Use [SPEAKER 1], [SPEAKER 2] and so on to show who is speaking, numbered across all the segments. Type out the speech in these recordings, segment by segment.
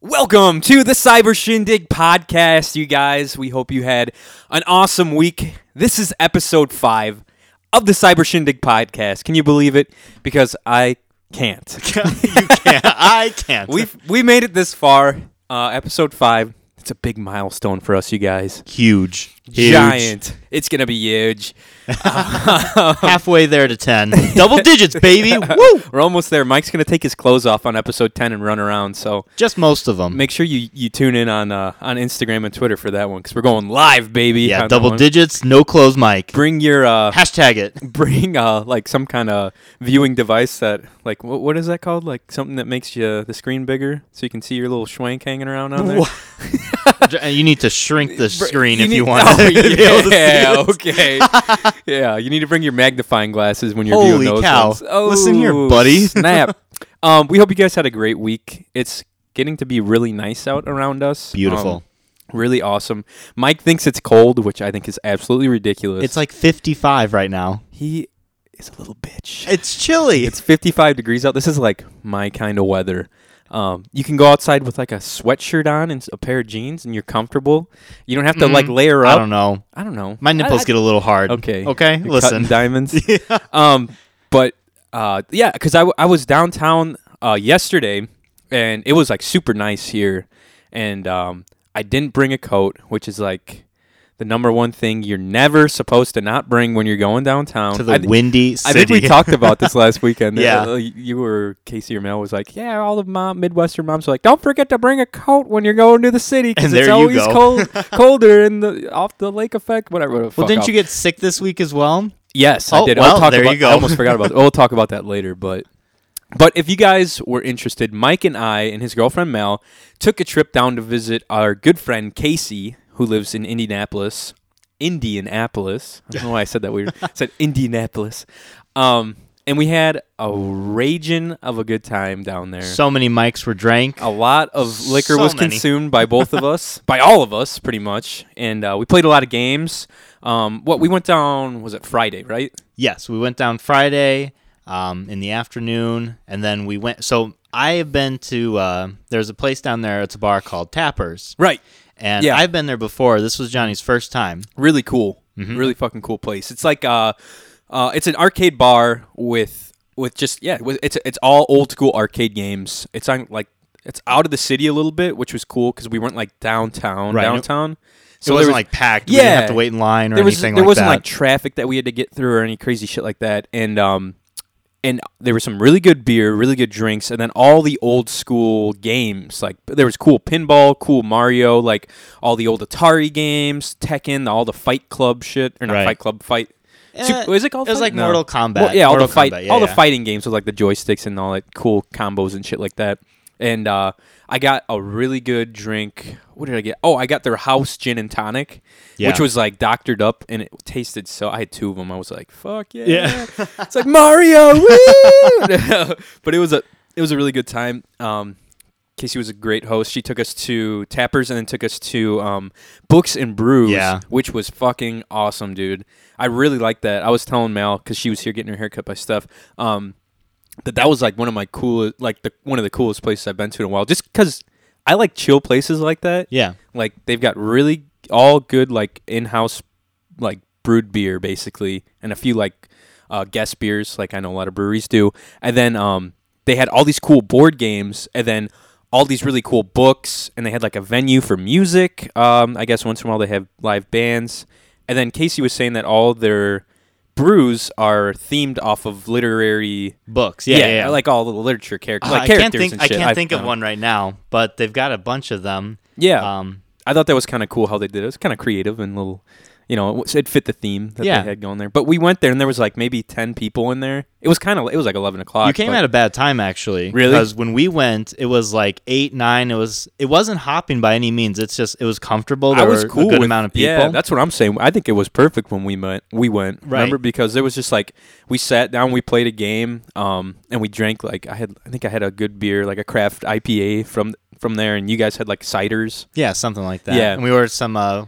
[SPEAKER 1] Welcome to the Cyber Shindig podcast, you guys. We hope you had an awesome week. This is episode five of the Cyber Shindig podcast. Can you believe it? Because I can't.
[SPEAKER 2] you can't. I can't.
[SPEAKER 1] We've we made it this far. Uh, episode five. It's a big milestone for us, you guys.
[SPEAKER 2] huge,
[SPEAKER 1] Giant. It's gonna be huge.
[SPEAKER 2] halfway there to ten, double digits, baby. Woo!
[SPEAKER 1] We're almost there. Mike's gonna take his clothes off on episode ten and run around. So
[SPEAKER 2] Just most of them.
[SPEAKER 1] make sure you, you tune in on uh, on Instagram and Twitter for that one because we're going live, baby. on
[SPEAKER 2] yeah,
[SPEAKER 1] that
[SPEAKER 2] double
[SPEAKER 1] one.
[SPEAKER 2] digits, no close mic.
[SPEAKER 1] Bring your uh,
[SPEAKER 2] Hashtag it.
[SPEAKER 1] bring uh like some kind of viewing device that like what what is that called like something that makes you the screen bigger so you can see your little schwank hanging around on there.
[SPEAKER 2] you need to shrink the screen if
[SPEAKER 1] need-
[SPEAKER 2] you want
[SPEAKER 1] Oh,
[SPEAKER 2] to be able to see
[SPEAKER 1] yeah,
[SPEAKER 2] it.
[SPEAKER 1] okay. yeah, you need to bring your magnifying glasses when you're
[SPEAKER 2] Holy
[SPEAKER 1] viewing those
[SPEAKER 2] cow.
[SPEAKER 1] ones.
[SPEAKER 2] Listen here,
[SPEAKER 1] Oh,
[SPEAKER 2] buddy.
[SPEAKER 1] snap. Um, we hope you guys had a great week. It's getting to be really nice out around us. Um,
[SPEAKER 2] Beautiful.
[SPEAKER 1] really awesome. Mike thinks it's cold, which I think is absolutely ridiculous.
[SPEAKER 2] It's like 55 right now.
[SPEAKER 1] he is a little bitch.
[SPEAKER 2] It's chilly.
[SPEAKER 1] It's 55 degrees out. This is like my kind of weather. Um, you can go outside with like a sweatshirt on and s- a pair of jeans, and you're comfortable. You don't have to like layer up.
[SPEAKER 2] Mm-hmm. I don't know.
[SPEAKER 1] I don't know.
[SPEAKER 2] My nipples get a little hard.
[SPEAKER 1] okay. You're
[SPEAKER 2] Okay.
[SPEAKER 1] cutting
[SPEAKER 2] Listen.
[SPEAKER 1] diamonds. Um, but uh, yeah, because I, w- I was downtown uh, yesterday, and it was like super nice here, and um, I didn't bring a coat, which is like the number one thing you're never supposed to not bring when you're going downtown.
[SPEAKER 2] To the
[SPEAKER 1] I thi-
[SPEAKER 2] windy city.
[SPEAKER 1] I think we talked about this last weekend.
[SPEAKER 2] Yeah.
[SPEAKER 1] Uh, you you were Casey or Mel was like, yeah, all the mom, Midwestern moms are like, don't forget to bring a coat when you're going to the city because
[SPEAKER 2] And
[SPEAKER 1] it's
[SPEAKER 2] there you
[SPEAKER 1] always
[SPEAKER 2] go.
[SPEAKER 1] cold, colder in the off the lake effect. Whatever. Well,
[SPEAKER 2] well, didn't you get sick this week as well?
[SPEAKER 1] Yes, I
[SPEAKER 2] Oh,
[SPEAKER 1] did. I'll
[SPEAKER 2] well,
[SPEAKER 1] talk
[SPEAKER 2] there
[SPEAKER 1] about,
[SPEAKER 2] you go.
[SPEAKER 1] I almost forgot about. We'll talk about that later, but. But if you guys were interested, Mike and I and his girlfriend Mel took a trip down to visit our good friend Casey, who lives in Indianapolis. Indianapolis. I don't know why I said that weird. I said Indianapolis. Um, and we had a raging of a good time down there.
[SPEAKER 2] So many mics were drank.
[SPEAKER 1] A lot of liquor
[SPEAKER 2] So
[SPEAKER 1] was
[SPEAKER 2] many.
[SPEAKER 1] consumed by both of us, by all of us, pretty much. And uh, we played a lot of games. Um, what we went down was it Friday, right?
[SPEAKER 2] Yes, we went down Friday um, in the afternoon, and then we went. So I have been to. Uh, there's a place down there. It's a bar called Tappers,
[SPEAKER 1] Right.
[SPEAKER 2] and
[SPEAKER 1] Yeah.
[SPEAKER 2] I've been there before. This was Johnny's first time.
[SPEAKER 1] Really cool.
[SPEAKER 2] Mm-hmm.
[SPEAKER 1] Really fucking cool place. It's like uh, uh, it's an arcade bar with with just yeah, with, it's it's all old school arcade games. It's on like it's out of the city a little bit, which was cool because we weren't like downtown
[SPEAKER 2] Right.
[SPEAKER 1] downtown.
[SPEAKER 2] So it
[SPEAKER 1] there
[SPEAKER 2] wasn't
[SPEAKER 1] was-
[SPEAKER 2] like packed. Yeah, we didn't
[SPEAKER 1] Yeah.
[SPEAKER 2] have to wait in line or
[SPEAKER 1] there was
[SPEAKER 2] anything
[SPEAKER 1] there
[SPEAKER 2] like
[SPEAKER 1] wasn't
[SPEAKER 2] that.
[SPEAKER 1] like traffic that we had to get through or any crazy shit like that. And um, and there was some really good beer, really good drinks, and then all the old school games. Like there was cool pinball, cool Mario, like all the old Atari games, Tekken, all the Fight Club shit, or not
[SPEAKER 2] Right.
[SPEAKER 1] Fight Club Fight.
[SPEAKER 2] Eh,
[SPEAKER 1] Sup- was it called?
[SPEAKER 2] it was
[SPEAKER 1] Fight?
[SPEAKER 2] like Mortal Kombat.
[SPEAKER 1] Well, yeah, all
[SPEAKER 2] Mortal
[SPEAKER 1] the fight,
[SPEAKER 2] Kombat, yeah,
[SPEAKER 1] all the
[SPEAKER 2] yeah.
[SPEAKER 1] fighting games with like the joysticks and all that cool combos and shit like that. And uh, I got a really good drink. What did I get? Oh, I got their house gin and tonic,
[SPEAKER 2] Yeah.
[SPEAKER 1] which was like doctored up, and it tasted so. I had two of them. I was like, "Fuck yeah!" it's like Mario, woo! but it was a it was a really good time. Um, Casey was a great host. She took us to Tappers and then took us to um, Books and Brews,
[SPEAKER 2] Yeah.
[SPEAKER 1] which was fucking awesome, dude. I really liked that. I was telling Mal because she was here getting her haircut by Steph. Um, that that was like one of my coolest, like the one of the coolest places I've been to in a while. Just because I like chill places like that.
[SPEAKER 2] yeah,
[SPEAKER 1] Like they've got really all good like in-house like brewed beer basically and a few like uh, guest beers like I know a lot of breweries do. And then um they had all these cool board games and then all these really cool books and they had like a venue for music. Um I guess once in a while they have live bands. And then Casey was saying that all their brews are themed off of literary
[SPEAKER 2] books. Yeah, yeah. yeah.
[SPEAKER 1] like all the literature characters,
[SPEAKER 2] Uh,
[SPEAKER 1] like
[SPEAKER 2] I
[SPEAKER 1] characters
[SPEAKER 2] can't think.
[SPEAKER 1] and
[SPEAKER 2] I
[SPEAKER 1] shit.
[SPEAKER 2] can't think of
[SPEAKER 1] found.
[SPEAKER 2] one right now, but they've got a bunch of them.
[SPEAKER 1] Yeah,
[SPEAKER 2] Um,
[SPEAKER 1] I thought that was kind of cool how they did it. It was kind of creative and little, you know, it, was- it fit the theme that
[SPEAKER 2] Yeah.
[SPEAKER 1] they had going there. But we went there and there was like maybe 10 people in there. It was kind of, it was like 11 o'clock.
[SPEAKER 2] You came
[SPEAKER 1] but-
[SPEAKER 2] at a bad time, actually.
[SPEAKER 1] Really?
[SPEAKER 2] Because when we went, it was like eight, nine. It was it wasn't hopping by any means. It's just it was comfortable. There
[SPEAKER 1] I was
[SPEAKER 2] were
[SPEAKER 1] cool
[SPEAKER 2] a good
[SPEAKER 1] with-
[SPEAKER 2] amount of people.
[SPEAKER 1] Yeah, that's what I'm saying. I think it was perfect when we went. We went,
[SPEAKER 2] Right.
[SPEAKER 1] remember, because there was just like we sat down, we played a game, um, and we drank like I had. I think I had a good beer, like a craft IPA from from there, and you guys had like ciders.
[SPEAKER 2] yeah, something like that.
[SPEAKER 1] Yeah.
[SPEAKER 2] And we ordered some uh,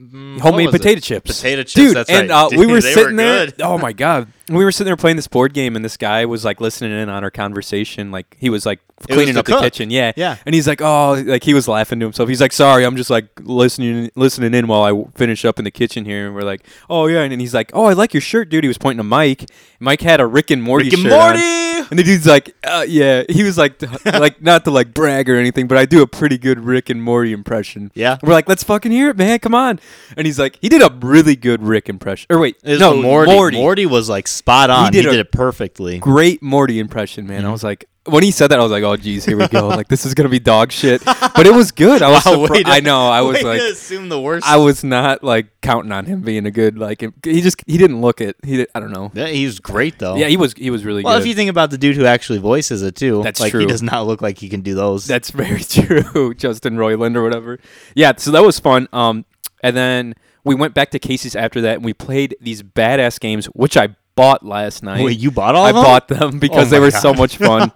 [SPEAKER 2] Mm,
[SPEAKER 1] homemade
[SPEAKER 2] what was it?
[SPEAKER 1] potato chips.
[SPEAKER 2] Potato chips,
[SPEAKER 1] dude.
[SPEAKER 2] that's
[SPEAKER 1] and
[SPEAKER 2] right.
[SPEAKER 1] uh, we
[SPEAKER 2] Dude,
[SPEAKER 1] were
[SPEAKER 2] they were
[SPEAKER 1] sitting there.
[SPEAKER 2] good.
[SPEAKER 1] Oh my god, we were sitting there playing this board game, and this guy was like listening in on our conversation. Like he was like
[SPEAKER 2] was
[SPEAKER 1] cleaning
[SPEAKER 2] the
[SPEAKER 1] up
[SPEAKER 2] cook.
[SPEAKER 1] the kitchen. Yeah,
[SPEAKER 2] Yeah.
[SPEAKER 1] And he's like, oh, like he was laughing to himself. He's like, sorry, I'm just like listening listening in while I w- finish up in the kitchen here. And we're like, oh yeah. And then he's like, oh, I like your shirt, dude. He was pointing to Mike. Mike had a Rick and Morty
[SPEAKER 2] Rick and
[SPEAKER 1] shirt on.
[SPEAKER 2] Morty!
[SPEAKER 1] And the dude's like, uh, yeah, he was like, like not to like brag or anything, but I do a pretty good Rick and Morty impression.
[SPEAKER 2] Yeah.
[SPEAKER 1] we're like, let's fucking hear it, man. Come on. And he's like, he did a really good Rick impression. Or wait,
[SPEAKER 2] It was
[SPEAKER 1] no,
[SPEAKER 2] the Morty. Morty.
[SPEAKER 1] Morty.
[SPEAKER 2] was like spot on. He
[SPEAKER 1] did
[SPEAKER 2] did,
[SPEAKER 1] a-
[SPEAKER 2] it perfectly.
[SPEAKER 1] great Morty impression, man.
[SPEAKER 2] Mm-hmm.
[SPEAKER 1] I was like, when he said that, I was like, oh geez, here we go. like this is gonna be dog shit. But it was good. I was,
[SPEAKER 2] Wow,
[SPEAKER 1] surpri-
[SPEAKER 2] way to-
[SPEAKER 1] I know, I was
[SPEAKER 2] way
[SPEAKER 1] like.
[SPEAKER 2] to assume the worst.
[SPEAKER 1] I was not like counting on him being a good like im- he just he didn't look it he did, I don't know
[SPEAKER 2] yeah, he was great though.
[SPEAKER 1] yeah he was he was really
[SPEAKER 2] well,
[SPEAKER 1] good
[SPEAKER 2] if you think about the dude who actually voices it too,
[SPEAKER 1] That's
[SPEAKER 2] like
[SPEAKER 1] true.
[SPEAKER 2] he does not look like he can do those.
[SPEAKER 1] That's very true, Justin Roiland or whatever. Yeah, so that was fun. Um, and then we went back to Casey's after that, and we played these badass games, which I bought last night.
[SPEAKER 2] Wait, you bought all
[SPEAKER 1] I
[SPEAKER 2] of them?
[SPEAKER 1] bought them because
[SPEAKER 2] Oh
[SPEAKER 1] they
[SPEAKER 2] my
[SPEAKER 1] were so
[SPEAKER 2] God.
[SPEAKER 1] much fun.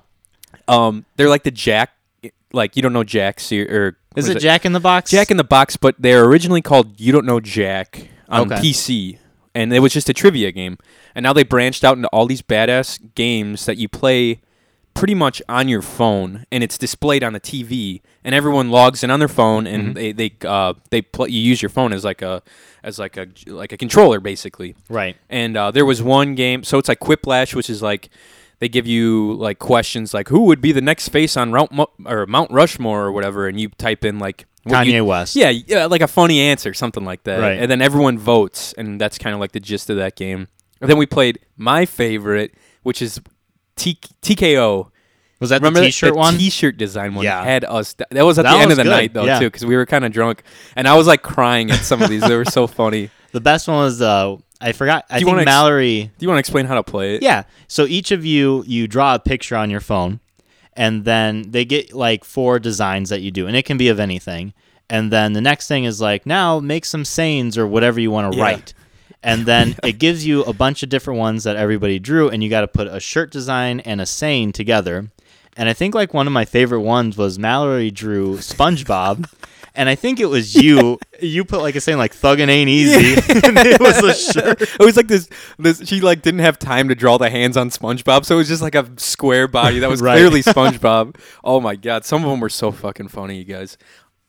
[SPEAKER 1] um, they're like the Jack, like you don't know Jack ser- or what
[SPEAKER 2] Is it Jack in the Box?
[SPEAKER 1] Jack in the Box, but they're originally called You Don't Know Jack on
[SPEAKER 2] Okay.
[SPEAKER 1] PC. And it was just a trivia game. And now they branched out into all these badass games that you play pretty much on your phone and it's displayed on a TV and everyone logs in on their phone
[SPEAKER 2] Mm-hmm.
[SPEAKER 1] and they they uh, they play you use your phone as like a as like a like a controller basically
[SPEAKER 2] right.
[SPEAKER 1] and uh, there was one game so it's like quiplash which is like they give you like questions like who would be the next face on Mount Mo- or Mount Rushmore or whatever and you type in like what
[SPEAKER 2] Kanye
[SPEAKER 1] you-
[SPEAKER 2] West.
[SPEAKER 1] yeah, yeah, like a funny answer, something like that.
[SPEAKER 2] Right.
[SPEAKER 1] And then everyone votes, and that's kind of like the gist of that game. And then we played my favorite, which is T- TKO.
[SPEAKER 2] Was that
[SPEAKER 1] Remember that-
[SPEAKER 2] the T-shirt one?
[SPEAKER 1] T-shirt design one
[SPEAKER 2] Yeah.
[SPEAKER 1] had us. That was at
[SPEAKER 2] That
[SPEAKER 1] the end
[SPEAKER 2] was
[SPEAKER 1] of the
[SPEAKER 2] good,
[SPEAKER 1] night though
[SPEAKER 2] yeah.
[SPEAKER 1] too, because we were kind of drunk, and I was like crying at some of these. they were so funny.
[SPEAKER 2] the best one was uh, I forgot. I
[SPEAKER 1] you
[SPEAKER 2] think
[SPEAKER 1] wanna ex-
[SPEAKER 2] Mallory.
[SPEAKER 1] Do you want to explain how to play it?
[SPEAKER 2] Yeah. So each of you, you draw a picture on your phone, and then they get like four designs that you do, and it can be of anything. And then the next thing is like, now make some sayings or whatever you want to
[SPEAKER 1] Yeah.
[SPEAKER 2] write. And then it gives you a bunch of different ones that everybody drew, and you got to put a shirt design and a saying together. And I think like one of my favorite ones was Mallory drew SpongeBob. And I think it was you. You put like a saying like "thuggin' ain't easy," and it was a shirt.
[SPEAKER 1] It was like this. This she like didn't have time to draw the hands on SpongeBob, so it was just like a square body that was
[SPEAKER 2] Right.
[SPEAKER 1] clearly SpongeBob. Oh my god, some of them were so fucking funny, you guys.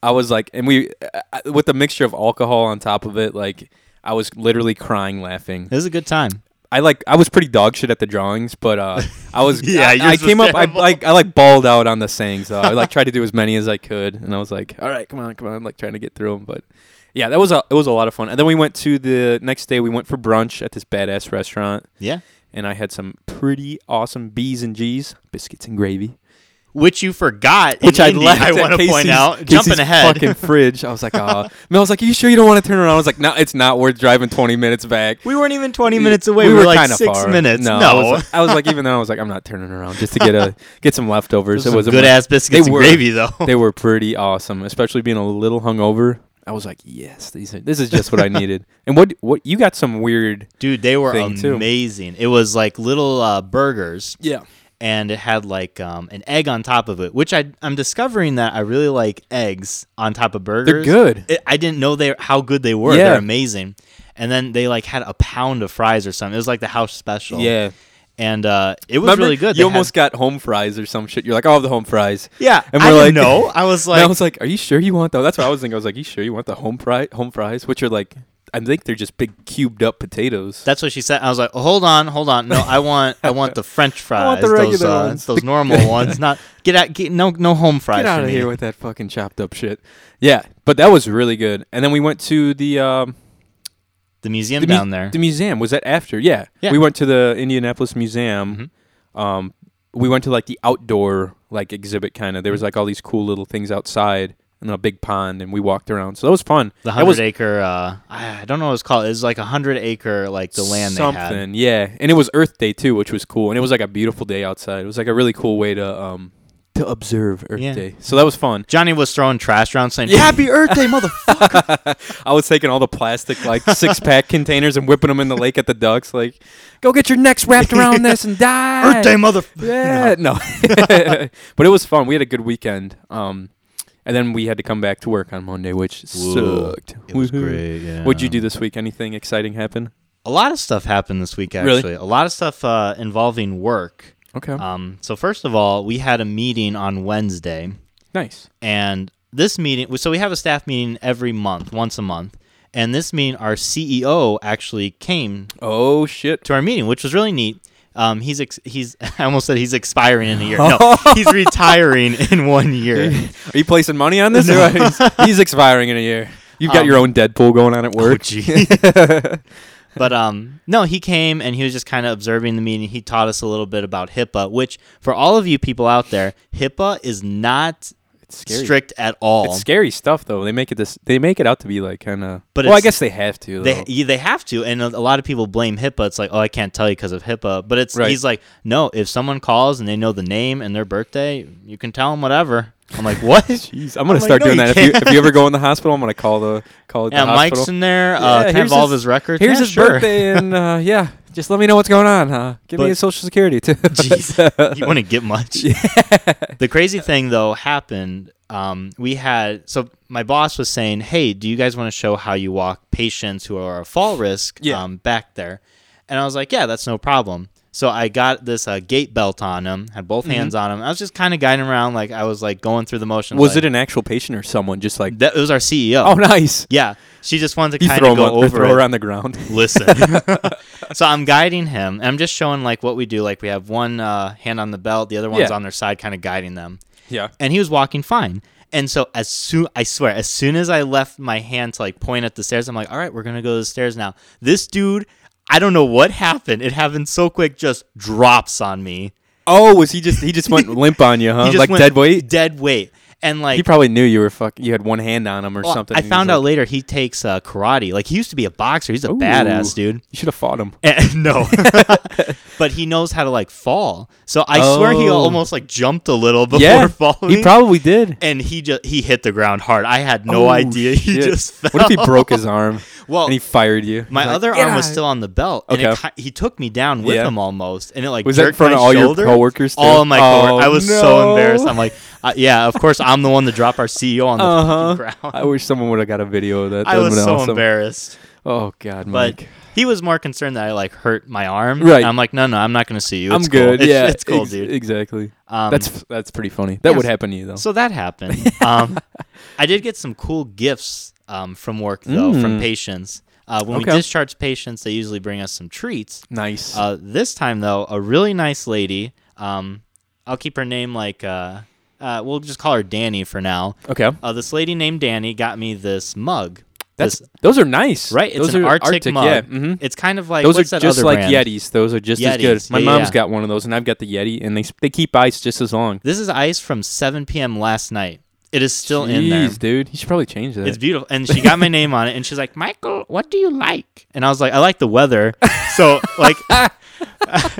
[SPEAKER 1] I was like, and we uh, uh, with the mixture of alcohol on top of it, like I was literally crying laughing.
[SPEAKER 2] It was a good time.
[SPEAKER 1] I like I was pretty dog shit at the drawings, but uh, I was
[SPEAKER 2] Yeah,
[SPEAKER 1] yeah. I, I
[SPEAKER 2] yours was
[SPEAKER 1] came up. I
[SPEAKER 2] terrible.
[SPEAKER 1] like I like balled out on the sayings. Though. I like tried to do as many as I could, and I was like, all right, come on, come on, like trying to get through them. But yeah, that was a it was a lot of fun. And then we went to the next day. We went for brunch at this badass restaurant,
[SPEAKER 2] Yeah.
[SPEAKER 1] and I had some pretty awesome B's and G's biscuits and gravy,
[SPEAKER 2] which you forgot,
[SPEAKER 1] which
[SPEAKER 2] in
[SPEAKER 1] I
[SPEAKER 2] Indy,
[SPEAKER 1] left.
[SPEAKER 2] I
[SPEAKER 1] at
[SPEAKER 2] want to
[SPEAKER 1] Casey's-
[SPEAKER 2] point out,
[SPEAKER 1] Casey's
[SPEAKER 2] jumping ahead.
[SPEAKER 1] fucking fridge. I was like, uh, Mel was like, are you sure you don't want to turn around? I was like, no, it's not worth driving twenty minutes back.
[SPEAKER 2] we weren't even twenty
[SPEAKER 1] Yeah,
[SPEAKER 2] minutes away. We, were like
[SPEAKER 1] kinda
[SPEAKER 2] six
[SPEAKER 1] far.
[SPEAKER 2] minutes. No,
[SPEAKER 1] I was, I was like, even then, I was like, I'm not turning around just to get a get some leftovers. it was
[SPEAKER 2] good ass biscuits
[SPEAKER 1] They
[SPEAKER 2] and
[SPEAKER 1] were.
[SPEAKER 2] gravy though.
[SPEAKER 1] They were pretty awesome, especially being a little hungover. I was like, yes, these are, this is just what I needed. And what what you got some weird?
[SPEAKER 2] Dude, they were
[SPEAKER 1] Thing, too.
[SPEAKER 2] amazing. It was like little uh, burgers,
[SPEAKER 1] Yeah,
[SPEAKER 2] and it had like um, an egg on top of it, which I I'm discovering that I really like eggs on top of burgers.
[SPEAKER 1] good.
[SPEAKER 2] It, I didn't know they how good they were.
[SPEAKER 1] Yeah.
[SPEAKER 2] They're amazing. And then they like had a pound of fries or something. It was like the house special.
[SPEAKER 1] Oh. yeah.
[SPEAKER 2] and uh, it was
[SPEAKER 1] Remember,
[SPEAKER 2] really good.
[SPEAKER 1] You
[SPEAKER 2] They had-
[SPEAKER 1] almost got home fries or some shit. You're like, I'll have the home fries.
[SPEAKER 2] yeah,
[SPEAKER 1] and
[SPEAKER 2] I
[SPEAKER 1] we're
[SPEAKER 2] didn't
[SPEAKER 1] like-
[SPEAKER 2] know. I was
[SPEAKER 1] and I
[SPEAKER 2] like,
[SPEAKER 1] was like, are you sure you want though? That's what I was thinking. I was like, you sure you want the home fry home fries, which are like, I think they're just big cubed up potatoes.
[SPEAKER 2] That's what she said. I was like, oh, hold on, hold on. No, I want, I want the French fries.
[SPEAKER 1] want the
[SPEAKER 2] those,
[SPEAKER 1] regular
[SPEAKER 2] uh,
[SPEAKER 1] ones.
[SPEAKER 2] those normal ones. Not get out, get no, no home fries.
[SPEAKER 1] Get out
[SPEAKER 2] for
[SPEAKER 1] of
[SPEAKER 2] me.
[SPEAKER 1] here with that fucking chopped up shit. Yeah, but that was really good. And then we went to the um,
[SPEAKER 2] the museum
[SPEAKER 1] the mu-
[SPEAKER 2] down there.
[SPEAKER 1] The museum was that after? Yeah,
[SPEAKER 2] Yeah. Mm-hmm.
[SPEAKER 1] We went to the Indianapolis Museum. Um, we went to like the outdoor like exhibit kind of. There was
[SPEAKER 2] Mm-hmm.
[SPEAKER 1] like all these cool little things outside and a big pond, and we walked around. So that was fun.
[SPEAKER 2] The
[SPEAKER 1] That
[SPEAKER 2] hundred
[SPEAKER 1] was
[SPEAKER 2] acre. Uh, I I don't know what it's called. It was like a hundred acre, like the land they had.
[SPEAKER 1] something. Yeah, and it was Earth Day too, which was cool. And it was like a beautiful day outside. It was like a really cool way to um to observe Earth
[SPEAKER 2] Yeah.
[SPEAKER 1] Day. So that was fun.
[SPEAKER 2] Johnny was throwing trash around, saying,
[SPEAKER 1] Yeah.
[SPEAKER 2] "Happy Earth Day, motherfucker!"
[SPEAKER 1] I was taking all the plastic like six pack containers and whipping them in the lake at the ducks. Like, go get your necks wrapped around this and die.
[SPEAKER 2] Earth Day, motherfucker!
[SPEAKER 1] Yeah, no, but it was fun. We had a good weekend. Um, And then we had to come back to work on Monday, which
[SPEAKER 2] Whoa.
[SPEAKER 1] sucked.
[SPEAKER 2] It was
[SPEAKER 1] Woohoo.
[SPEAKER 2] great. Yeah.
[SPEAKER 1] What'd you do this week? Anything exciting happen?
[SPEAKER 2] A lot of stuff happened this week,
[SPEAKER 1] Really? Oh.
[SPEAKER 2] actually. A lot of stuff uh, involving work.
[SPEAKER 1] Okay.
[SPEAKER 2] Um, so, first of all, we had a meeting on Wednesday,
[SPEAKER 1] nice.
[SPEAKER 2] and this meeting, so we have a staff meeting every month, once a month. And this meeting, our CEO actually came
[SPEAKER 1] Oh shit.
[SPEAKER 2] to our meeting, which was really neat. Um, he's ex- he's I almost said he's expiring in a year. No, he's retiring in one year.
[SPEAKER 1] Are you placing money on this? Or he's, he's expiring in a year. You've got
[SPEAKER 2] Um,
[SPEAKER 1] your own Deadpool going on at
[SPEAKER 2] Oh,
[SPEAKER 1] work.
[SPEAKER 2] gee. but um, no, he came and he was just kind of observing the meeting. He taught us a little bit about HIPAA, which for all of you people out there, HIPAA is not
[SPEAKER 1] it's scary.
[SPEAKER 2] strict at all.
[SPEAKER 1] It's scary stuff though. They make it this. They make it out to be like kind of. But
[SPEAKER 2] But
[SPEAKER 1] well, I
[SPEAKER 2] it's-
[SPEAKER 1] guess they have to. Though.
[SPEAKER 2] They yeah, they have to, and a, a lot of people blame HIPAA. It's like, oh, I can't tell you because of HIPAA. But it's
[SPEAKER 1] Right.
[SPEAKER 2] he's like, no, if someone calls and they know the name and their birthday, you can tell them whatever. I'm like, what?
[SPEAKER 1] Jeez, I'm gonna
[SPEAKER 2] I'm like,
[SPEAKER 1] start
[SPEAKER 2] no,
[SPEAKER 1] doing
[SPEAKER 2] you
[SPEAKER 1] that. If you,
[SPEAKER 2] can't.
[SPEAKER 1] if you ever go in the hospital, I'm gonna call the call
[SPEAKER 2] Yeah,
[SPEAKER 1] the
[SPEAKER 2] Mike's
[SPEAKER 1] hospital.
[SPEAKER 2] in there. uh,
[SPEAKER 1] Yeah,
[SPEAKER 2] can I
[SPEAKER 1] here's
[SPEAKER 2] have all of
[SPEAKER 1] his-
[SPEAKER 2] his records?
[SPEAKER 1] Here's
[SPEAKER 2] Yeah,
[SPEAKER 1] his
[SPEAKER 2] sure.
[SPEAKER 1] birthday, and uh, yeah, just let me know what's going on. Huh? Give me
[SPEAKER 2] But-
[SPEAKER 1] his social security too.
[SPEAKER 2] Jeez, you wouldn't get much. The crazy thing though happened. Um, we had so my boss was saying, "Hey, do you guys want to show how you walk patients who are a fall risk
[SPEAKER 1] Yeah.
[SPEAKER 2] um, back there?" And I was like, "Yeah, that's no problem." So I got this uh, gate belt on him, had both
[SPEAKER 1] Mm-hmm.
[SPEAKER 2] hands on him. I was just kind of guiding around, like I was like going through the motions.
[SPEAKER 1] Was it an actual patient or someone just like?
[SPEAKER 2] that? It was our CEO.
[SPEAKER 1] Oh, nice.
[SPEAKER 2] Yeah, she just wanted to
[SPEAKER 1] You
[SPEAKER 2] kind
[SPEAKER 1] throw
[SPEAKER 2] of
[SPEAKER 1] him
[SPEAKER 2] go
[SPEAKER 1] on, or
[SPEAKER 2] over
[SPEAKER 1] throw
[SPEAKER 2] it.
[SPEAKER 1] her on the ground.
[SPEAKER 2] listen. so I'm guiding him. And I'm just showing like what we do. Like we have one uh, hand on the belt, the other one's
[SPEAKER 1] Yeah.
[SPEAKER 2] on their side, kind of guiding them.
[SPEAKER 1] yeah.
[SPEAKER 2] And he was walking fine. And so as soon I swear, as soon as I left my hand to like point at the stairs, I'm like, all right, we're gonna go to the stairs now. This dude, I don't know what happened. It happened so quick, just drops on me.
[SPEAKER 1] Oh, was he just he just went limp on you,
[SPEAKER 2] He
[SPEAKER 1] huh?
[SPEAKER 2] just
[SPEAKER 1] Uh, Like
[SPEAKER 2] went
[SPEAKER 1] dead weight.
[SPEAKER 2] Dead weight. And like
[SPEAKER 1] He probably knew you were fuck. You had one hand on him or
[SPEAKER 2] well,
[SPEAKER 1] something.
[SPEAKER 2] I
[SPEAKER 1] and he
[SPEAKER 2] found
[SPEAKER 1] was
[SPEAKER 2] out later he takes uh, karate. Like he used to be a boxer. He's a
[SPEAKER 1] Ooh.
[SPEAKER 2] badass dude.
[SPEAKER 1] like, you should have fought him.
[SPEAKER 2] Eh, no, but he knows how to like fall. So I swear he
[SPEAKER 1] Oh.
[SPEAKER 2] almost like jumped a little before
[SPEAKER 1] yeah,
[SPEAKER 2] falling.
[SPEAKER 1] he probably did.
[SPEAKER 2] and he just he hit the ground hard. I had no
[SPEAKER 1] Oh,
[SPEAKER 2] idea. He
[SPEAKER 1] shit.
[SPEAKER 2] just fell.
[SPEAKER 1] What if he broke his arm
[SPEAKER 2] Well,
[SPEAKER 1] and he fired you?
[SPEAKER 2] my
[SPEAKER 1] He's like,
[SPEAKER 2] other
[SPEAKER 1] "Get
[SPEAKER 2] arm was
[SPEAKER 1] out."
[SPEAKER 2] still on the belt, and
[SPEAKER 1] Okay.
[SPEAKER 2] it, ki- he took me down with
[SPEAKER 1] Yeah.
[SPEAKER 2] him almost, and it like
[SPEAKER 1] Was that in
[SPEAKER 2] jerked
[SPEAKER 1] front
[SPEAKER 2] my
[SPEAKER 1] of all your
[SPEAKER 2] shoulder.
[SPEAKER 1] coworkers, too?
[SPEAKER 2] All of my
[SPEAKER 1] Oh,
[SPEAKER 2] coworkers. I was so
[SPEAKER 1] no.
[SPEAKER 2] embarrassed. I'm like, uh, yeah, of course I'm the one that dropped our CEO on the
[SPEAKER 1] Uh
[SPEAKER 2] fucking
[SPEAKER 1] huh.
[SPEAKER 2] ground.
[SPEAKER 1] I wish someone would have got a video of that.
[SPEAKER 2] I
[SPEAKER 1] That
[SPEAKER 2] was
[SPEAKER 1] would've
[SPEAKER 2] so
[SPEAKER 1] been awesome.
[SPEAKER 2] embarrassed.
[SPEAKER 1] Oh God,
[SPEAKER 2] But
[SPEAKER 1] Mike.
[SPEAKER 2] he was more concerned that I like hurt my arm.
[SPEAKER 1] Right.
[SPEAKER 2] I'm like, no, no, I'm not going to see you.
[SPEAKER 1] I'm
[SPEAKER 2] It's cool.
[SPEAKER 1] good.
[SPEAKER 2] It's,
[SPEAKER 1] yeah,
[SPEAKER 2] it's cool,
[SPEAKER 1] ex-
[SPEAKER 2] dude.
[SPEAKER 1] Exactly.
[SPEAKER 2] Um,
[SPEAKER 1] that's that's pretty funny. That
[SPEAKER 2] yeah,
[SPEAKER 1] would
[SPEAKER 2] so-
[SPEAKER 1] happen to you though.
[SPEAKER 2] so that happened. um, I did get some cool gifts um, from work though from
[SPEAKER 1] Mm.
[SPEAKER 2] patients. Uh, when we
[SPEAKER 1] Okay.
[SPEAKER 2] discharge patients, they usually bring us some treats.
[SPEAKER 1] nice.
[SPEAKER 2] Uh, this time though, a really nice lady. Um, I'll keep her name like uh, uh, we'll just call her Danny for now.
[SPEAKER 1] okay.
[SPEAKER 2] Uh, this lady named Danny got me this mug.
[SPEAKER 1] That's
[SPEAKER 2] this,
[SPEAKER 1] those are nice.
[SPEAKER 2] right. It's
[SPEAKER 1] those
[SPEAKER 2] an
[SPEAKER 1] are
[SPEAKER 2] Arctic, mug.
[SPEAKER 1] Yeah. hmm
[SPEAKER 2] It's kind of like
[SPEAKER 1] those
[SPEAKER 2] what's
[SPEAKER 1] are
[SPEAKER 2] that
[SPEAKER 1] just
[SPEAKER 2] other
[SPEAKER 1] like
[SPEAKER 2] brand?
[SPEAKER 1] Yetis. Those are just as
[SPEAKER 2] Yetis,
[SPEAKER 1] good. My
[SPEAKER 2] yeah,
[SPEAKER 1] mom's
[SPEAKER 2] yeah.
[SPEAKER 1] got one of those, and I've got the Yeti, and they s- they keep ice just as long.
[SPEAKER 2] This is ice from 7 p.m. last night. It is still in there.
[SPEAKER 1] Jeez, dude. You should probably change that.
[SPEAKER 2] It's beautiful. And she got my name on it and she's like, Michael, what do you like? And I was like, I like the weather. So like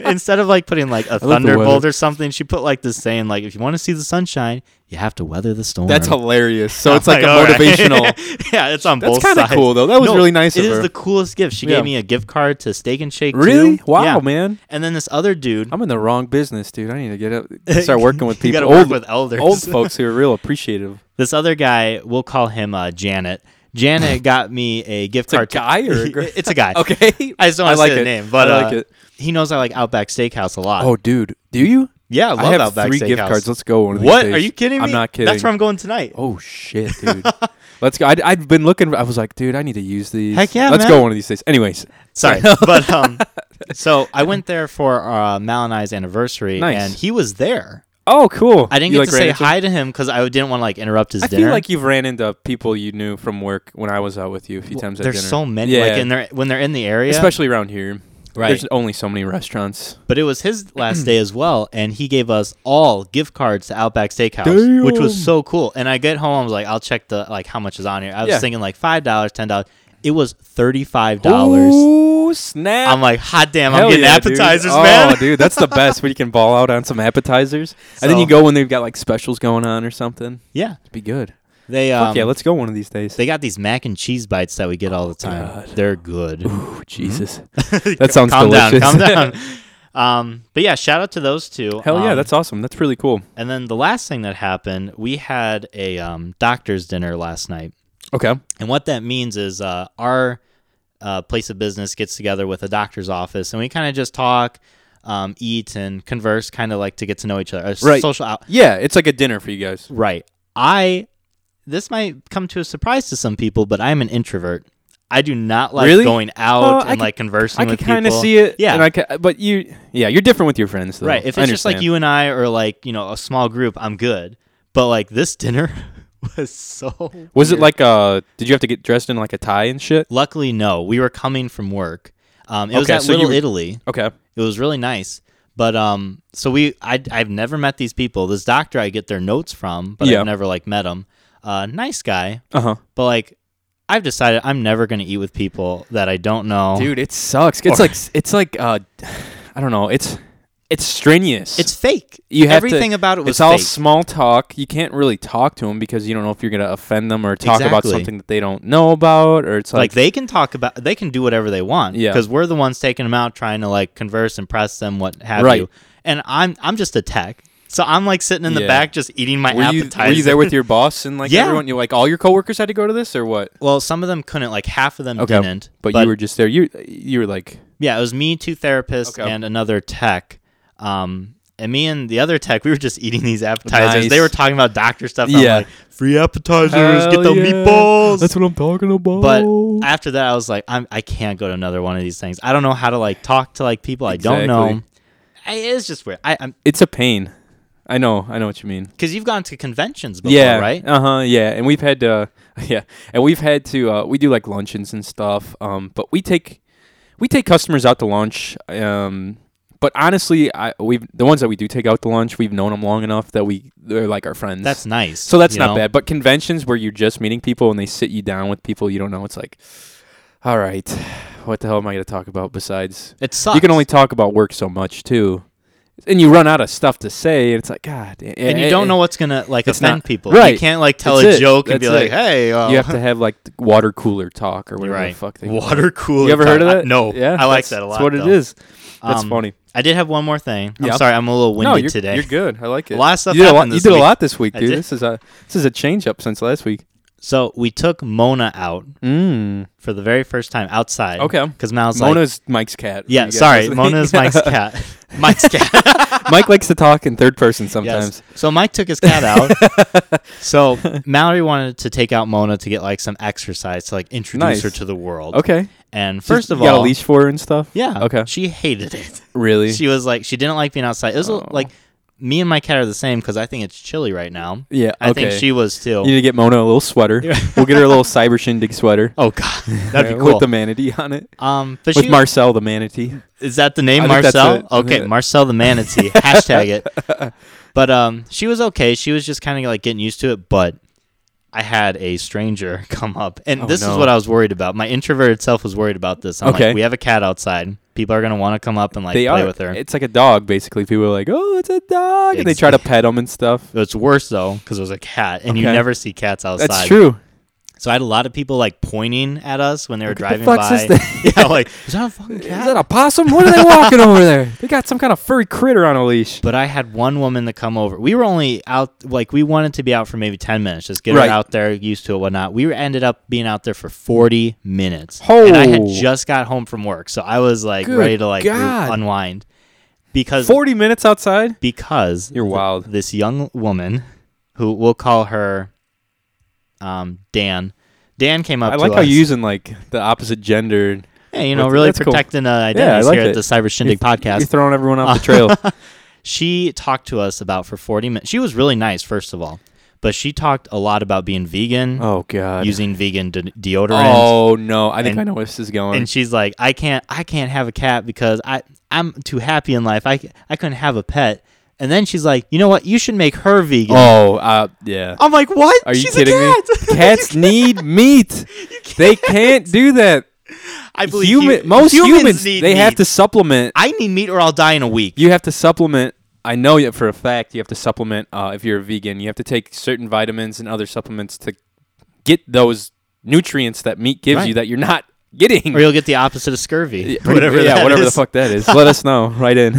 [SPEAKER 2] instead of like putting like a
[SPEAKER 1] the weather.
[SPEAKER 2] thunderbolt or something, she put like this saying, like, if you want to see the sunshine, you have to weather the storm.
[SPEAKER 1] that's hilarious. So
[SPEAKER 2] I'm
[SPEAKER 1] it's like, a
[SPEAKER 2] "All right."
[SPEAKER 1] motivational.
[SPEAKER 2] yeah, it's on
[SPEAKER 1] That's
[SPEAKER 2] both
[SPEAKER 1] kinda
[SPEAKER 2] sides.
[SPEAKER 1] cool, though. That was really nice
[SPEAKER 2] It
[SPEAKER 1] of
[SPEAKER 2] is
[SPEAKER 1] her.
[SPEAKER 2] the coolest gift. She
[SPEAKER 1] Yeah.
[SPEAKER 2] gave me a gift card to Steak and Shake.
[SPEAKER 1] really?
[SPEAKER 2] too.
[SPEAKER 1] Wow,
[SPEAKER 2] Yeah.
[SPEAKER 1] man.
[SPEAKER 2] And then this other dude.
[SPEAKER 1] I'm in the wrong business, dude. I need to get up, start working with
[SPEAKER 2] You
[SPEAKER 1] people,
[SPEAKER 2] gotta work
[SPEAKER 1] old,
[SPEAKER 2] with elders.
[SPEAKER 1] old folks who are real appreciative.
[SPEAKER 2] This other guy, we'll call him uh, Janet. Janet got me a gift
[SPEAKER 1] a
[SPEAKER 2] card. to-
[SPEAKER 1] guy or a girl?
[SPEAKER 2] it's a guy.
[SPEAKER 1] Okay,
[SPEAKER 2] I just don't want to
[SPEAKER 1] like
[SPEAKER 2] say the
[SPEAKER 1] it.
[SPEAKER 2] name, but
[SPEAKER 1] I like
[SPEAKER 2] uh,
[SPEAKER 1] it.
[SPEAKER 2] he knows I like Outback Steakhouse a lot.
[SPEAKER 1] Oh, dude, do you?
[SPEAKER 2] yeah, I love
[SPEAKER 1] have
[SPEAKER 2] Outback
[SPEAKER 1] three
[SPEAKER 2] Steakhouse.
[SPEAKER 1] gift cards. Let's go. One of these
[SPEAKER 2] what?
[SPEAKER 1] days.
[SPEAKER 2] Are you kidding me?
[SPEAKER 1] I'm not kidding.
[SPEAKER 2] That's where I'm going tonight.
[SPEAKER 1] Oh shit, dude. Let's go. I'd, I'd been looking. I was like, dude, I need to use these.
[SPEAKER 2] Heck yeah,
[SPEAKER 1] Let's
[SPEAKER 2] man.
[SPEAKER 1] go one of these days. Anyways,
[SPEAKER 2] Sorry, but um, so I went there for uh, Mal and I's anniversary,
[SPEAKER 1] Nice.
[SPEAKER 2] and he was there.
[SPEAKER 1] oh cool.
[SPEAKER 2] I didn't
[SPEAKER 1] You,
[SPEAKER 2] get
[SPEAKER 1] like,
[SPEAKER 2] to
[SPEAKER 1] ran
[SPEAKER 2] say
[SPEAKER 1] into-
[SPEAKER 2] hi to him because I didn't want to like interrupt his
[SPEAKER 1] I
[SPEAKER 2] dinner.
[SPEAKER 1] feel like you've ran into people you knew from work when I was out with you a few times. at
[SPEAKER 2] There's
[SPEAKER 1] dinner.
[SPEAKER 2] so many,
[SPEAKER 1] Yeah,
[SPEAKER 2] like, and they're when they're in the area,
[SPEAKER 1] especially around here.
[SPEAKER 2] Right.
[SPEAKER 1] There's only so many restaurants.
[SPEAKER 2] But it was his last day as well, and he gave us all gift cards to Outback Steakhouse,
[SPEAKER 1] Damn.
[SPEAKER 2] which was so cool. And I get home, I was like, I'll check the like how much is on here. I was
[SPEAKER 1] Yeah.
[SPEAKER 2] thinking like five dollars, ten dollars. It was thirty five dollars.
[SPEAKER 1] Ooh, snap.
[SPEAKER 2] I'm like, hot damn,
[SPEAKER 1] Hell
[SPEAKER 2] I'm getting
[SPEAKER 1] yeah, dude.
[SPEAKER 2] appetizers,
[SPEAKER 1] oh,
[SPEAKER 2] man.
[SPEAKER 1] dude, that's the best when you can ball out on some appetizers, and then
[SPEAKER 2] So-
[SPEAKER 1] you go when they've got like specials going on or something.
[SPEAKER 2] Yeah,
[SPEAKER 1] It'd be good.
[SPEAKER 2] they um,
[SPEAKER 1] Fuck yeah, let's go one of these days.
[SPEAKER 2] they got these mac and cheese bites that we get all the time.
[SPEAKER 1] God.
[SPEAKER 2] They're good.
[SPEAKER 1] Ooh, Jesus, that sounds
[SPEAKER 2] calm
[SPEAKER 1] delicious.
[SPEAKER 2] down, calm down. Um, but yeah, shout out to those two.
[SPEAKER 1] Hell yeah,
[SPEAKER 2] Um,
[SPEAKER 1] that's awesome. That's really cool.
[SPEAKER 2] and then the last thing that happened, we had a um, doctor's dinner last night.
[SPEAKER 1] Okay.
[SPEAKER 2] And what that means is uh, our uh, place of business gets together with a doctor's office, and we kind of just talk, um, eat, and converse, kind of like to get to know each other. A
[SPEAKER 1] Right.
[SPEAKER 2] Social out.
[SPEAKER 1] Yeah, it's like a dinner for you guys.
[SPEAKER 2] Right. I. This might come to a surprise to some people, but I'm an introvert. I do not like
[SPEAKER 1] Really?
[SPEAKER 2] going out
[SPEAKER 1] Oh, I
[SPEAKER 2] and
[SPEAKER 1] could-
[SPEAKER 2] like conversing
[SPEAKER 1] I
[SPEAKER 2] with
[SPEAKER 1] could
[SPEAKER 2] people.
[SPEAKER 1] kind of see it.
[SPEAKER 2] Yeah.
[SPEAKER 1] Yeah. And I ca- but you, yeah, you're different with your friends, though.
[SPEAKER 2] Right. If
[SPEAKER 1] I
[SPEAKER 2] it's just like
[SPEAKER 1] understand.
[SPEAKER 2] you and I or like, you know, a small group, I'm good. But like this dinner was so
[SPEAKER 1] Was it like uh? Did you have to get dressed in like a tie and shit?
[SPEAKER 2] Luckily no. We were coming from work. Um it was
[SPEAKER 1] Okay,
[SPEAKER 2] at
[SPEAKER 1] so you
[SPEAKER 2] Little
[SPEAKER 1] were-
[SPEAKER 2] Italy.
[SPEAKER 1] Okay.
[SPEAKER 2] It was really nice. But um so we I I've never met these people. This doctor I get their notes from, but
[SPEAKER 1] Yeah.
[SPEAKER 2] I've never like met him. Uh nice guy,
[SPEAKER 1] Uh huh.
[SPEAKER 2] but like I've decided I'm never going to eat with people that I don't know.
[SPEAKER 1] Dude, it sucks. It's like it's like uh, I don't know. It's it's strenuous.
[SPEAKER 2] It's fake.
[SPEAKER 1] You have to-
[SPEAKER 2] Everything about it was
[SPEAKER 1] it's all
[SPEAKER 2] fake.
[SPEAKER 1] small talk. You can't really talk to them because you don't know if you're gonna offend them or talk about
[SPEAKER 2] Exactly.
[SPEAKER 1] something that they don't know about, or it's
[SPEAKER 2] like
[SPEAKER 1] like,
[SPEAKER 2] they can talk about they can do whatever they want
[SPEAKER 1] Yeah.
[SPEAKER 2] because we're the ones taking them out trying to like converse impress them what have
[SPEAKER 1] Right.
[SPEAKER 2] you and i'm i'm just a tech so i'm like sitting in the
[SPEAKER 1] Yeah.
[SPEAKER 2] back just eating my
[SPEAKER 1] were you
[SPEAKER 2] appetizer
[SPEAKER 1] were you there with your boss and like
[SPEAKER 2] Yeah.
[SPEAKER 1] everyone? You like all your coworkers had to go to this or what?
[SPEAKER 2] well some of them couldn't like half of them
[SPEAKER 1] Okay,
[SPEAKER 2] didn't
[SPEAKER 1] But, you were just there. You you were like
[SPEAKER 2] yeah it was me two therapists
[SPEAKER 1] Okay.
[SPEAKER 2] and another tech um and me and the other tech, we were just eating these appetizers. They
[SPEAKER 1] Nice.
[SPEAKER 2] were talking about doctor stuff. and I'm
[SPEAKER 1] Yeah.
[SPEAKER 2] like, free appetizers, get the
[SPEAKER 1] "Hell yeah,
[SPEAKER 2] meatballs.
[SPEAKER 1] That's what I'm talking about.
[SPEAKER 2] but after that i was like i'm i can't go to another one of these things i don't know how to like talk to like people i don't know
[SPEAKER 1] Exactly.
[SPEAKER 2] I, it's just weird i i'm
[SPEAKER 1] it's a pain. I know. I know what you mean.
[SPEAKER 2] because you've gone to conventions before
[SPEAKER 1] yeah.
[SPEAKER 2] right
[SPEAKER 1] Uh huh. Yeah. And we've had to. Yeah. And we've had to. Uh, we do like luncheons and stuff. Um. But we take, we take customers out to lunch. Um. But honestly, I we've the ones that we do take out to lunch, we've known them long enough that we they're like our friends.
[SPEAKER 2] that's nice
[SPEAKER 1] so that's
[SPEAKER 2] you
[SPEAKER 1] not
[SPEAKER 2] know?
[SPEAKER 1] bad. But conventions where you're just meeting people and they sit you down with people you don't know, it's like, all right, what the hell am I gonna talk about besides?
[SPEAKER 2] it sucks
[SPEAKER 1] You can only talk about work so much too. And you run out of stuff to say, and it's like God. eh,
[SPEAKER 2] and you don't know what's gonna like
[SPEAKER 1] It's
[SPEAKER 2] offend
[SPEAKER 1] not-
[SPEAKER 2] people you
[SPEAKER 1] right.
[SPEAKER 2] can't like tell
[SPEAKER 1] That's
[SPEAKER 2] a
[SPEAKER 1] it.
[SPEAKER 2] joke and be
[SPEAKER 1] That's
[SPEAKER 2] like
[SPEAKER 1] it.
[SPEAKER 2] hey uh,
[SPEAKER 1] You have to have like th- water cooler talk or whatever
[SPEAKER 2] right
[SPEAKER 1] the fuck they call it.
[SPEAKER 2] water cooler
[SPEAKER 1] You ever heard of
[SPEAKER 2] talk.
[SPEAKER 1] that?
[SPEAKER 2] I- no
[SPEAKER 1] Yeah,
[SPEAKER 2] i like
[SPEAKER 1] that's-
[SPEAKER 2] that a lot
[SPEAKER 1] That's what it
[SPEAKER 2] though.
[SPEAKER 1] is. That's
[SPEAKER 2] Um,
[SPEAKER 1] funny.
[SPEAKER 2] i did have one more thing i'm
[SPEAKER 1] Yeah.
[SPEAKER 2] sorry i'm a little windy
[SPEAKER 1] no, you're,
[SPEAKER 2] today
[SPEAKER 1] you're good. I like it.
[SPEAKER 2] A lot of stuff
[SPEAKER 1] you did a lot,
[SPEAKER 2] happened
[SPEAKER 1] you
[SPEAKER 2] this
[SPEAKER 1] did
[SPEAKER 2] week.
[SPEAKER 1] a lot this week,
[SPEAKER 2] I
[SPEAKER 1] dude.
[SPEAKER 2] did.
[SPEAKER 1] This is a this is a change up since last week.
[SPEAKER 2] so we took mona out
[SPEAKER 1] Mm.
[SPEAKER 2] for the very first time outside
[SPEAKER 1] Okay.
[SPEAKER 2] because mal's like
[SPEAKER 1] Mona's Mike's cat.
[SPEAKER 2] Yeah,
[SPEAKER 1] You guys
[SPEAKER 2] sorry.
[SPEAKER 1] listening?
[SPEAKER 2] Mona's Mike's cat. Mike's cat.
[SPEAKER 1] Mike likes to talk in third person sometimes.
[SPEAKER 2] yes. So Mike took his cat out. so Mallory wanted to take out Mona to get like some exercise to like introduce
[SPEAKER 1] Nice.
[SPEAKER 2] her to the world.
[SPEAKER 1] Okay.
[SPEAKER 2] And first of
[SPEAKER 1] you got
[SPEAKER 2] all,
[SPEAKER 1] a leash for her and stuff.
[SPEAKER 2] yeah,
[SPEAKER 1] Okay.
[SPEAKER 2] she hated it.
[SPEAKER 1] Really?
[SPEAKER 2] She was like, she didn't like being outside. It was
[SPEAKER 1] Oh.
[SPEAKER 2] like me and my cat are the same because I think it's chilly right now.
[SPEAKER 1] yeah.
[SPEAKER 2] I
[SPEAKER 1] okay.
[SPEAKER 2] think she was too.
[SPEAKER 1] You need to get Mona a little sweater. we'll get her a little cyber shindig sweater.
[SPEAKER 2] Oh God, that'd be
[SPEAKER 1] With
[SPEAKER 2] cool.
[SPEAKER 1] the manatee on it.
[SPEAKER 2] um, but
[SPEAKER 1] With
[SPEAKER 2] she,
[SPEAKER 1] Marcel the manatee.
[SPEAKER 2] Is that the name
[SPEAKER 1] I think that's
[SPEAKER 2] Marcel?
[SPEAKER 1] it.
[SPEAKER 2] Okay,
[SPEAKER 1] Yeah.
[SPEAKER 2] Marcel the manatee. Hashtag it. But um, she was okay. She was just kind of like getting used to it. But I had a stranger come up, and
[SPEAKER 1] Oh,
[SPEAKER 2] this is
[SPEAKER 1] no.
[SPEAKER 2] what I was worried about. My introverted self was worried about this. I'm
[SPEAKER 1] Okay.
[SPEAKER 2] like, we have a cat outside. People are gonna want to come up and like
[SPEAKER 1] they
[SPEAKER 2] play
[SPEAKER 1] are.
[SPEAKER 2] with her.
[SPEAKER 1] It's like a dog, basically. People are like, "Oh, it's a dog," and they try to
[SPEAKER 2] Exact-
[SPEAKER 1] pet them and stuff.
[SPEAKER 2] it's worse though because it was a cat, and you
[SPEAKER 1] Okay.
[SPEAKER 2] never see cats outside.
[SPEAKER 1] That's true.
[SPEAKER 2] So I had a lot of people like pointing at us when they were
[SPEAKER 1] What the
[SPEAKER 2] driving
[SPEAKER 1] fuck's
[SPEAKER 2] by.
[SPEAKER 1] this thing?
[SPEAKER 2] yeah, like is that a fucking cat?
[SPEAKER 1] Is that a possum? What are they walking over there? They got some kind of furry critter on a leash.
[SPEAKER 2] But I had one woman to come over. We were only out, like, we wanted to be out for maybe 10 minutes, just get
[SPEAKER 1] Right.
[SPEAKER 2] her out there, used to it, whatnot. We were- ended up being out there for 40 minutes.
[SPEAKER 1] Oh.
[SPEAKER 2] And I had just got home from work. So I was, like,
[SPEAKER 1] Good
[SPEAKER 2] ready to, like,
[SPEAKER 1] God.
[SPEAKER 2] unwind. Because,
[SPEAKER 1] Forty minutes outside.
[SPEAKER 2] because
[SPEAKER 1] You're wild.
[SPEAKER 2] this young woman, who we'll call her um, Dan, Dan came up
[SPEAKER 1] I
[SPEAKER 2] to
[SPEAKER 1] like how
[SPEAKER 2] us.
[SPEAKER 1] you're using like the opposite gender.
[SPEAKER 2] Hey, you know,
[SPEAKER 1] That's-
[SPEAKER 2] really
[SPEAKER 1] that's cool.
[SPEAKER 2] protecting uh, identities
[SPEAKER 1] like
[SPEAKER 2] here
[SPEAKER 1] it.
[SPEAKER 2] at the Cyber Shindig
[SPEAKER 1] You're-
[SPEAKER 2] podcast.
[SPEAKER 1] You're throwing everyone off the trail.
[SPEAKER 2] she talked to us about for 40 minutes. She was really nice, first of all, but she talked a lot about being vegan,
[SPEAKER 1] oh god.
[SPEAKER 2] using vegan de- deodorant.
[SPEAKER 1] Oh no! I think
[SPEAKER 2] And-
[SPEAKER 1] I know where this is going.
[SPEAKER 2] And she's like, I can't, I can't have a cat because I, I'm too happy in life. I, c- I couldn't have a pet. And then she's like, you know what? You should make her vegan.
[SPEAKER 1] oh, uh, yeah.
[SPEAKER 2] I'm like, what?
[SPEAKER 1] Are you
[SPEAKER 2] she's
[SPEAKER 1] kidding
[SPEAKER 2] a cat.
[SPEAKER 1] me? Cats need meat. They can't do that.
[SPEAKER 2] I believe
[SPEAKER 1] Human,
[SPEAKER 2] hu-
[SPEAKER 1] most humans,
[SPEAKER 2] need
[SPEAKER 1] they have
[SPEAKER 2] meat.
[SPEAKER 1] to supplement
[SPEAKER 2] I need meat or I'll die in a week.
[SPEAKER 1] you have to supplement i know it for a fact you have to supplement uh, if you're a vegan you have to take certain vitamins and other supplements to get those nutrients that meat gives
[SPEAKER 2] Right.
[SPEAKER 1] you that you're not getting.
[SPEAKER 2] or you'll get the opposite of scurvy,
[SPEAKER 1] Yeah, yeah,
[SPEAKER 2] that
[SPEAKER 1] whatever the
[SPEAKER 2] is.
[SPEAKER 1] fuck that is. Let us know. Right in.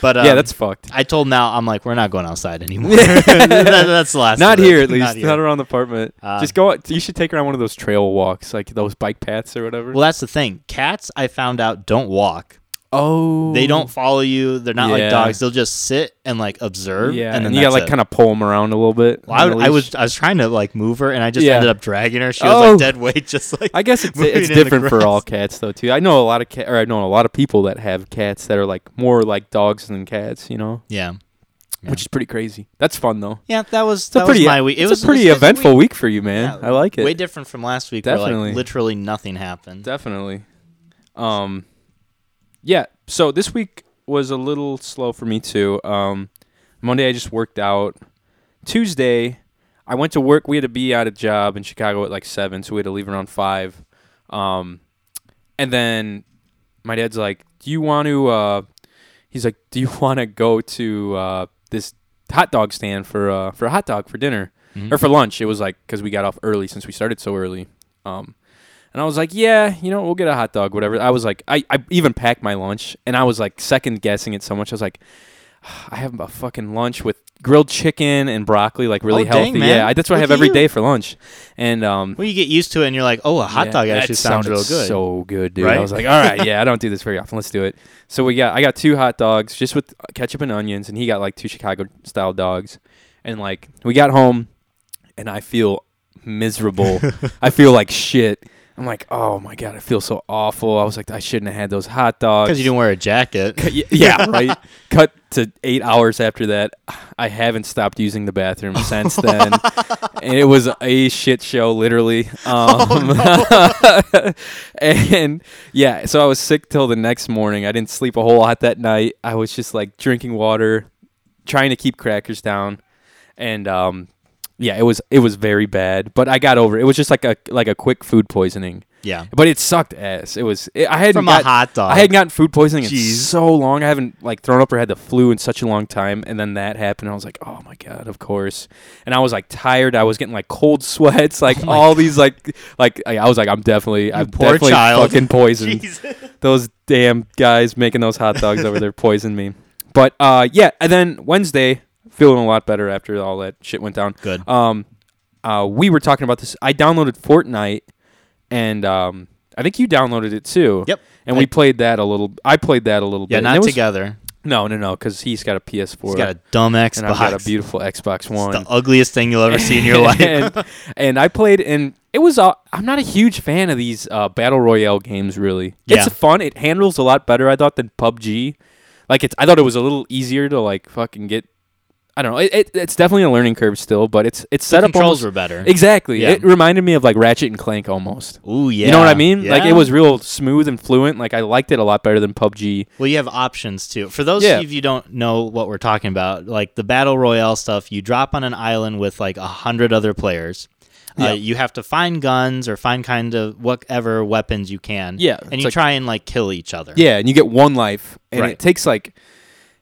[SPEAKER 2] But um,
[SPEAKER 1] yeah, that's fucked.
[SPEAKER 2] I told Mal, I'm like, we're not going outside anymore. That- that's the last.
[SPEAKER 1] Not
[SPEAKER 2] of it.
[SPEAKER 1] here, at least. Not,
[SPEAKER 2] here.
[SPEAKER 1] around the apartment.
[SPEAKER 2] Uh,
[SPEAKER 1] Just go. Out, you should take her on one of those trail walks, like those bike paths or whatever.
[SPEAKER 2] well, that's the thing. Cats, I found out, don't walk.
[SPEAKER 1] oh,
[SPEAKER 2] They don't follow you. They're not
[SPEAKER 1] Yeah.
[SPEAKER 2] like dogs. They'll just sit and like observe.
[SPEAKER 1] Yeah,
[SPEAKER 2] and
[SPEAKER 1] and,
[SPEAKER 2] then
[SPEAKER 1] you gotta like
[SPEAKER 2] kind
[SPEAKER 1] kind of pull them around a little bit.
[SPEAKER 2] Well, I,
[SPEAKER 1] on the
[SPEAKER 2] would- I
[SPEAKER 1] leash.
[SPEAKER 2] was I was trying to like move her, and I just
[SPEAKER 1] Yeah.
[SPEAKER 2] ended up dragging her. She was
[SPEAKER 1] Oh.
[SPEAKER 2] like dead weight, just like
[SPEAKER 1] I guess it's
[SPEAKER 2] moving
[SPEAKER 1] it's
[SPEAKER 2] in the
[SPEAKER 1] different for all
[SPEAKER 2] grass.
[SPEAKER 1] cats though too. I know a lot of cat, or I know a lot of people that have cats that are like more like dogs than cats. You know,
[SPEAKER 2] Yeah, Yeah.
[SPEAKER 1] which is pretty crazy. That's fun though.
[SPEAKER 2] yeah. That was
[SPEAKER 1] It's a
[SPEAKER 2] that
[SPEAKER 1] pretty e,
[SPEAKER 2] was my week. It
[SPEAKER 1] it's
[SPEAKER 2] was
[SPEAKER 1] a pretty
[SPEAKER 2] it was a good
[SPEAKER 1] eventful
[SPEAKER 2] week.
[SPEAKER 1] week. for you, man.
[SPEAKER 2] Yeah,
[SPEAKER 1] I like it.
[SPEAKER 2] Way different from last week. where,
[SPEAKER 1] Definitely.
[SPEAKER 2] like literally nothing happened.
[SPEAKER 1] Definitely. Um, yeah. So this week was a little slow for me too. Um, Monday I just worked out. Tuesday, I went to work. We had to be out of job in Chicago at like seven, so we had to leave around five. Um, and then my dad's like, "Do you want to?" Uh, he's like, "Do you want to go to uh, this hot dog stand for uh, for a hot dog for dinner
[SPEAKER 2] Mm-hmm.
[SPEAKER 1] or for lunch?" It was like because we got off early since we started so early. Um, and I was like, "Yeah, you know, we'll get a hot dog, whatever." I was like, I, I even packed my lunch, and I was like second guessing it so much. I was like, "Ah, "I have a fucking lunch with grilled chicken and broccoli, like really
[SPEAKER 2] Oh, dang,
[SPEAKER 1] healthy."
[SPEAKER 2] man.
[SPEAKER 1] Yeah, I, that's what I
[SPEAKER 2] Look
[SPEAKER 1] have
[SPEAKER 2] at
[SPEAKER 1] every day
[SPEAKER 2] you.
[SPEAKER 1] for lunch, and um,
[SPEAKER 2] Well, you get used to it, and you're like, oh, a hot
[SPEAKER 1] yeah,
[SPEAKER 2] dog
[SPEAKER 1] that
[SPEAKER 2] actually sounds
[SPEAKER 1] sounded
[SPEAKER 2] real good.
[SPEAKER 1] So good, dude.
[SPEAKER 2] Right?
[SPEAKER 1] I was like, all right, yeah, I don't do this very often. Let's do it. So we got I got two hot dogs just with ketchup and onions, and he got like two Chicago style dogs. And like we got home, and I feel miserable. I feel like shit. I'm like, oh my god, I feel so awful. I was like, I shouldn't have had those hot dogs.
[SPEAKER 2] because you didn't wear a jacket.
[SPEAKER 1] Y- yeah, right. Cut to eight hours after that. I haven't stopped using the bathroom since then, and it was a shit show, literally. Um,
[SPEAKER 2] Oh,
[SPEAKER 1] and yeah, so I was sick till the next morning. I didn't sleep a whole lot that night. I was just like drinking water, trying to keep crackers down, and um, yeah, it was it was very bad. But I got over it. It was just like a like a quick food poisoning.
[SPEAKER 2] yeah,
[SPEAKER 1] But it sucked ass. It was. It, I hadn't
[SPEAKER 2] from
[SPEAKER 1] got,
[SPEAKER 2] a hot dog.
[SPEAKER 1] I hadn't gotten food poisoning in
[SPEAKER 2] Uh, Jeez.
[SPEAKER 1] so long. I haven't like thrown up or had the flu in such a long time. And then that happened. And I was like, oh my god, of course. And I was like tired. I was getting like cold sweats, like
[SPEAKER 2] Oh
[SPEAKER 1] all these like like I I was like, I'm definitely, I'm
[SPEAKER 2] poor
[SPEAKER 1] definitely
[SPEAKER 2] child.
[SPEAKER 1] fucking poisoned
[SPEAKER 2] Jesus.
[SPEAKER 1] those damn guys making those hot dogs over there poisoned me. But uh, yeah, and then Wednesday, feeling a lot better after all that shit went down.
[SPEAKER 2] Good.
[SPEAKER 1] Um, uh, we were talking about this. I downloaded Fortnite, and um, I think you downloaded it too.
[SPEAKER 2] Yep.
[SPEAKER 1] And
[SPEAKER 2] I-
[SPEAKER 1] we played that a little. I played that a little
[SPEAKER 2] yeah,
[SPEAKER 1] bit. and
[SPEAKER 2] not
[SPEAKER 1] it was-
[SPEAKER 2] together.
[SPEAKER 1] No, no, no, because he's got a PS4.
[SPEAKER 2] He's got a dumb Xbox.
[SPEAKER 1] and I've got a beautiful Xbox One
[SPEAKER 2] It's the ugliest thing you'll ever see in your life.
[SPEAKER 1] and, and I played, and it was. Uh, I'm not a huge fan of these uh, battle royale games. Really,
[SPEAKER 2] Yeah.
[SPEAKER 1] it's fun. It handles a lot better, I thought, than PUBG. Like it's, I thought it was a little easier to like fucking get. I don't know. It, it, it's definitely a learning curve still, but it's it's set
[SPEAKER 2] the
[SPEAKER 1] up
[SPEAKER 2] controls
[SPEAKER 1] almost,
[SPEAKER 2] were better.
[SPEAKER 1] exactly.
[SPEAKER 2] Yeah.
[SPEAKER 1] It reminded me of like Ratchet and Clank almost.
[SPEAKER 2] Ooh, yeah.
[SPEAKER 1] You know what I mean? Like
[SPEAKER 2] Yeah.
[SPEAKER 1] it was real smooth and fluent. Like I liked it a lot better than PUBG.
[SPEAKER 2] Well, you have options too. For those
[SPEAKER 1] Yeah.
[SPEAKER 2] of you who don't know what we're talking about, like the battle royale stuff, you drop on an island with like a hundred other players.
[SPEAKER 1] Yeah.
[SPEAKER 2] Uh, you have to find guns or find kind of whatever weapons you can.
[SPEAKER 1] Yeah,
[SPEAKER 2] and
[SPEAKER 1] it's
[SPEAKER 2] you
[SPEAKER 1] like-
[SPEAKER 2] try and like kill each other.
[SPEAKER 1] Yeah, and you get one life, and
[SPEAKER 2] Right.
[SPEAKER 1] it takes like,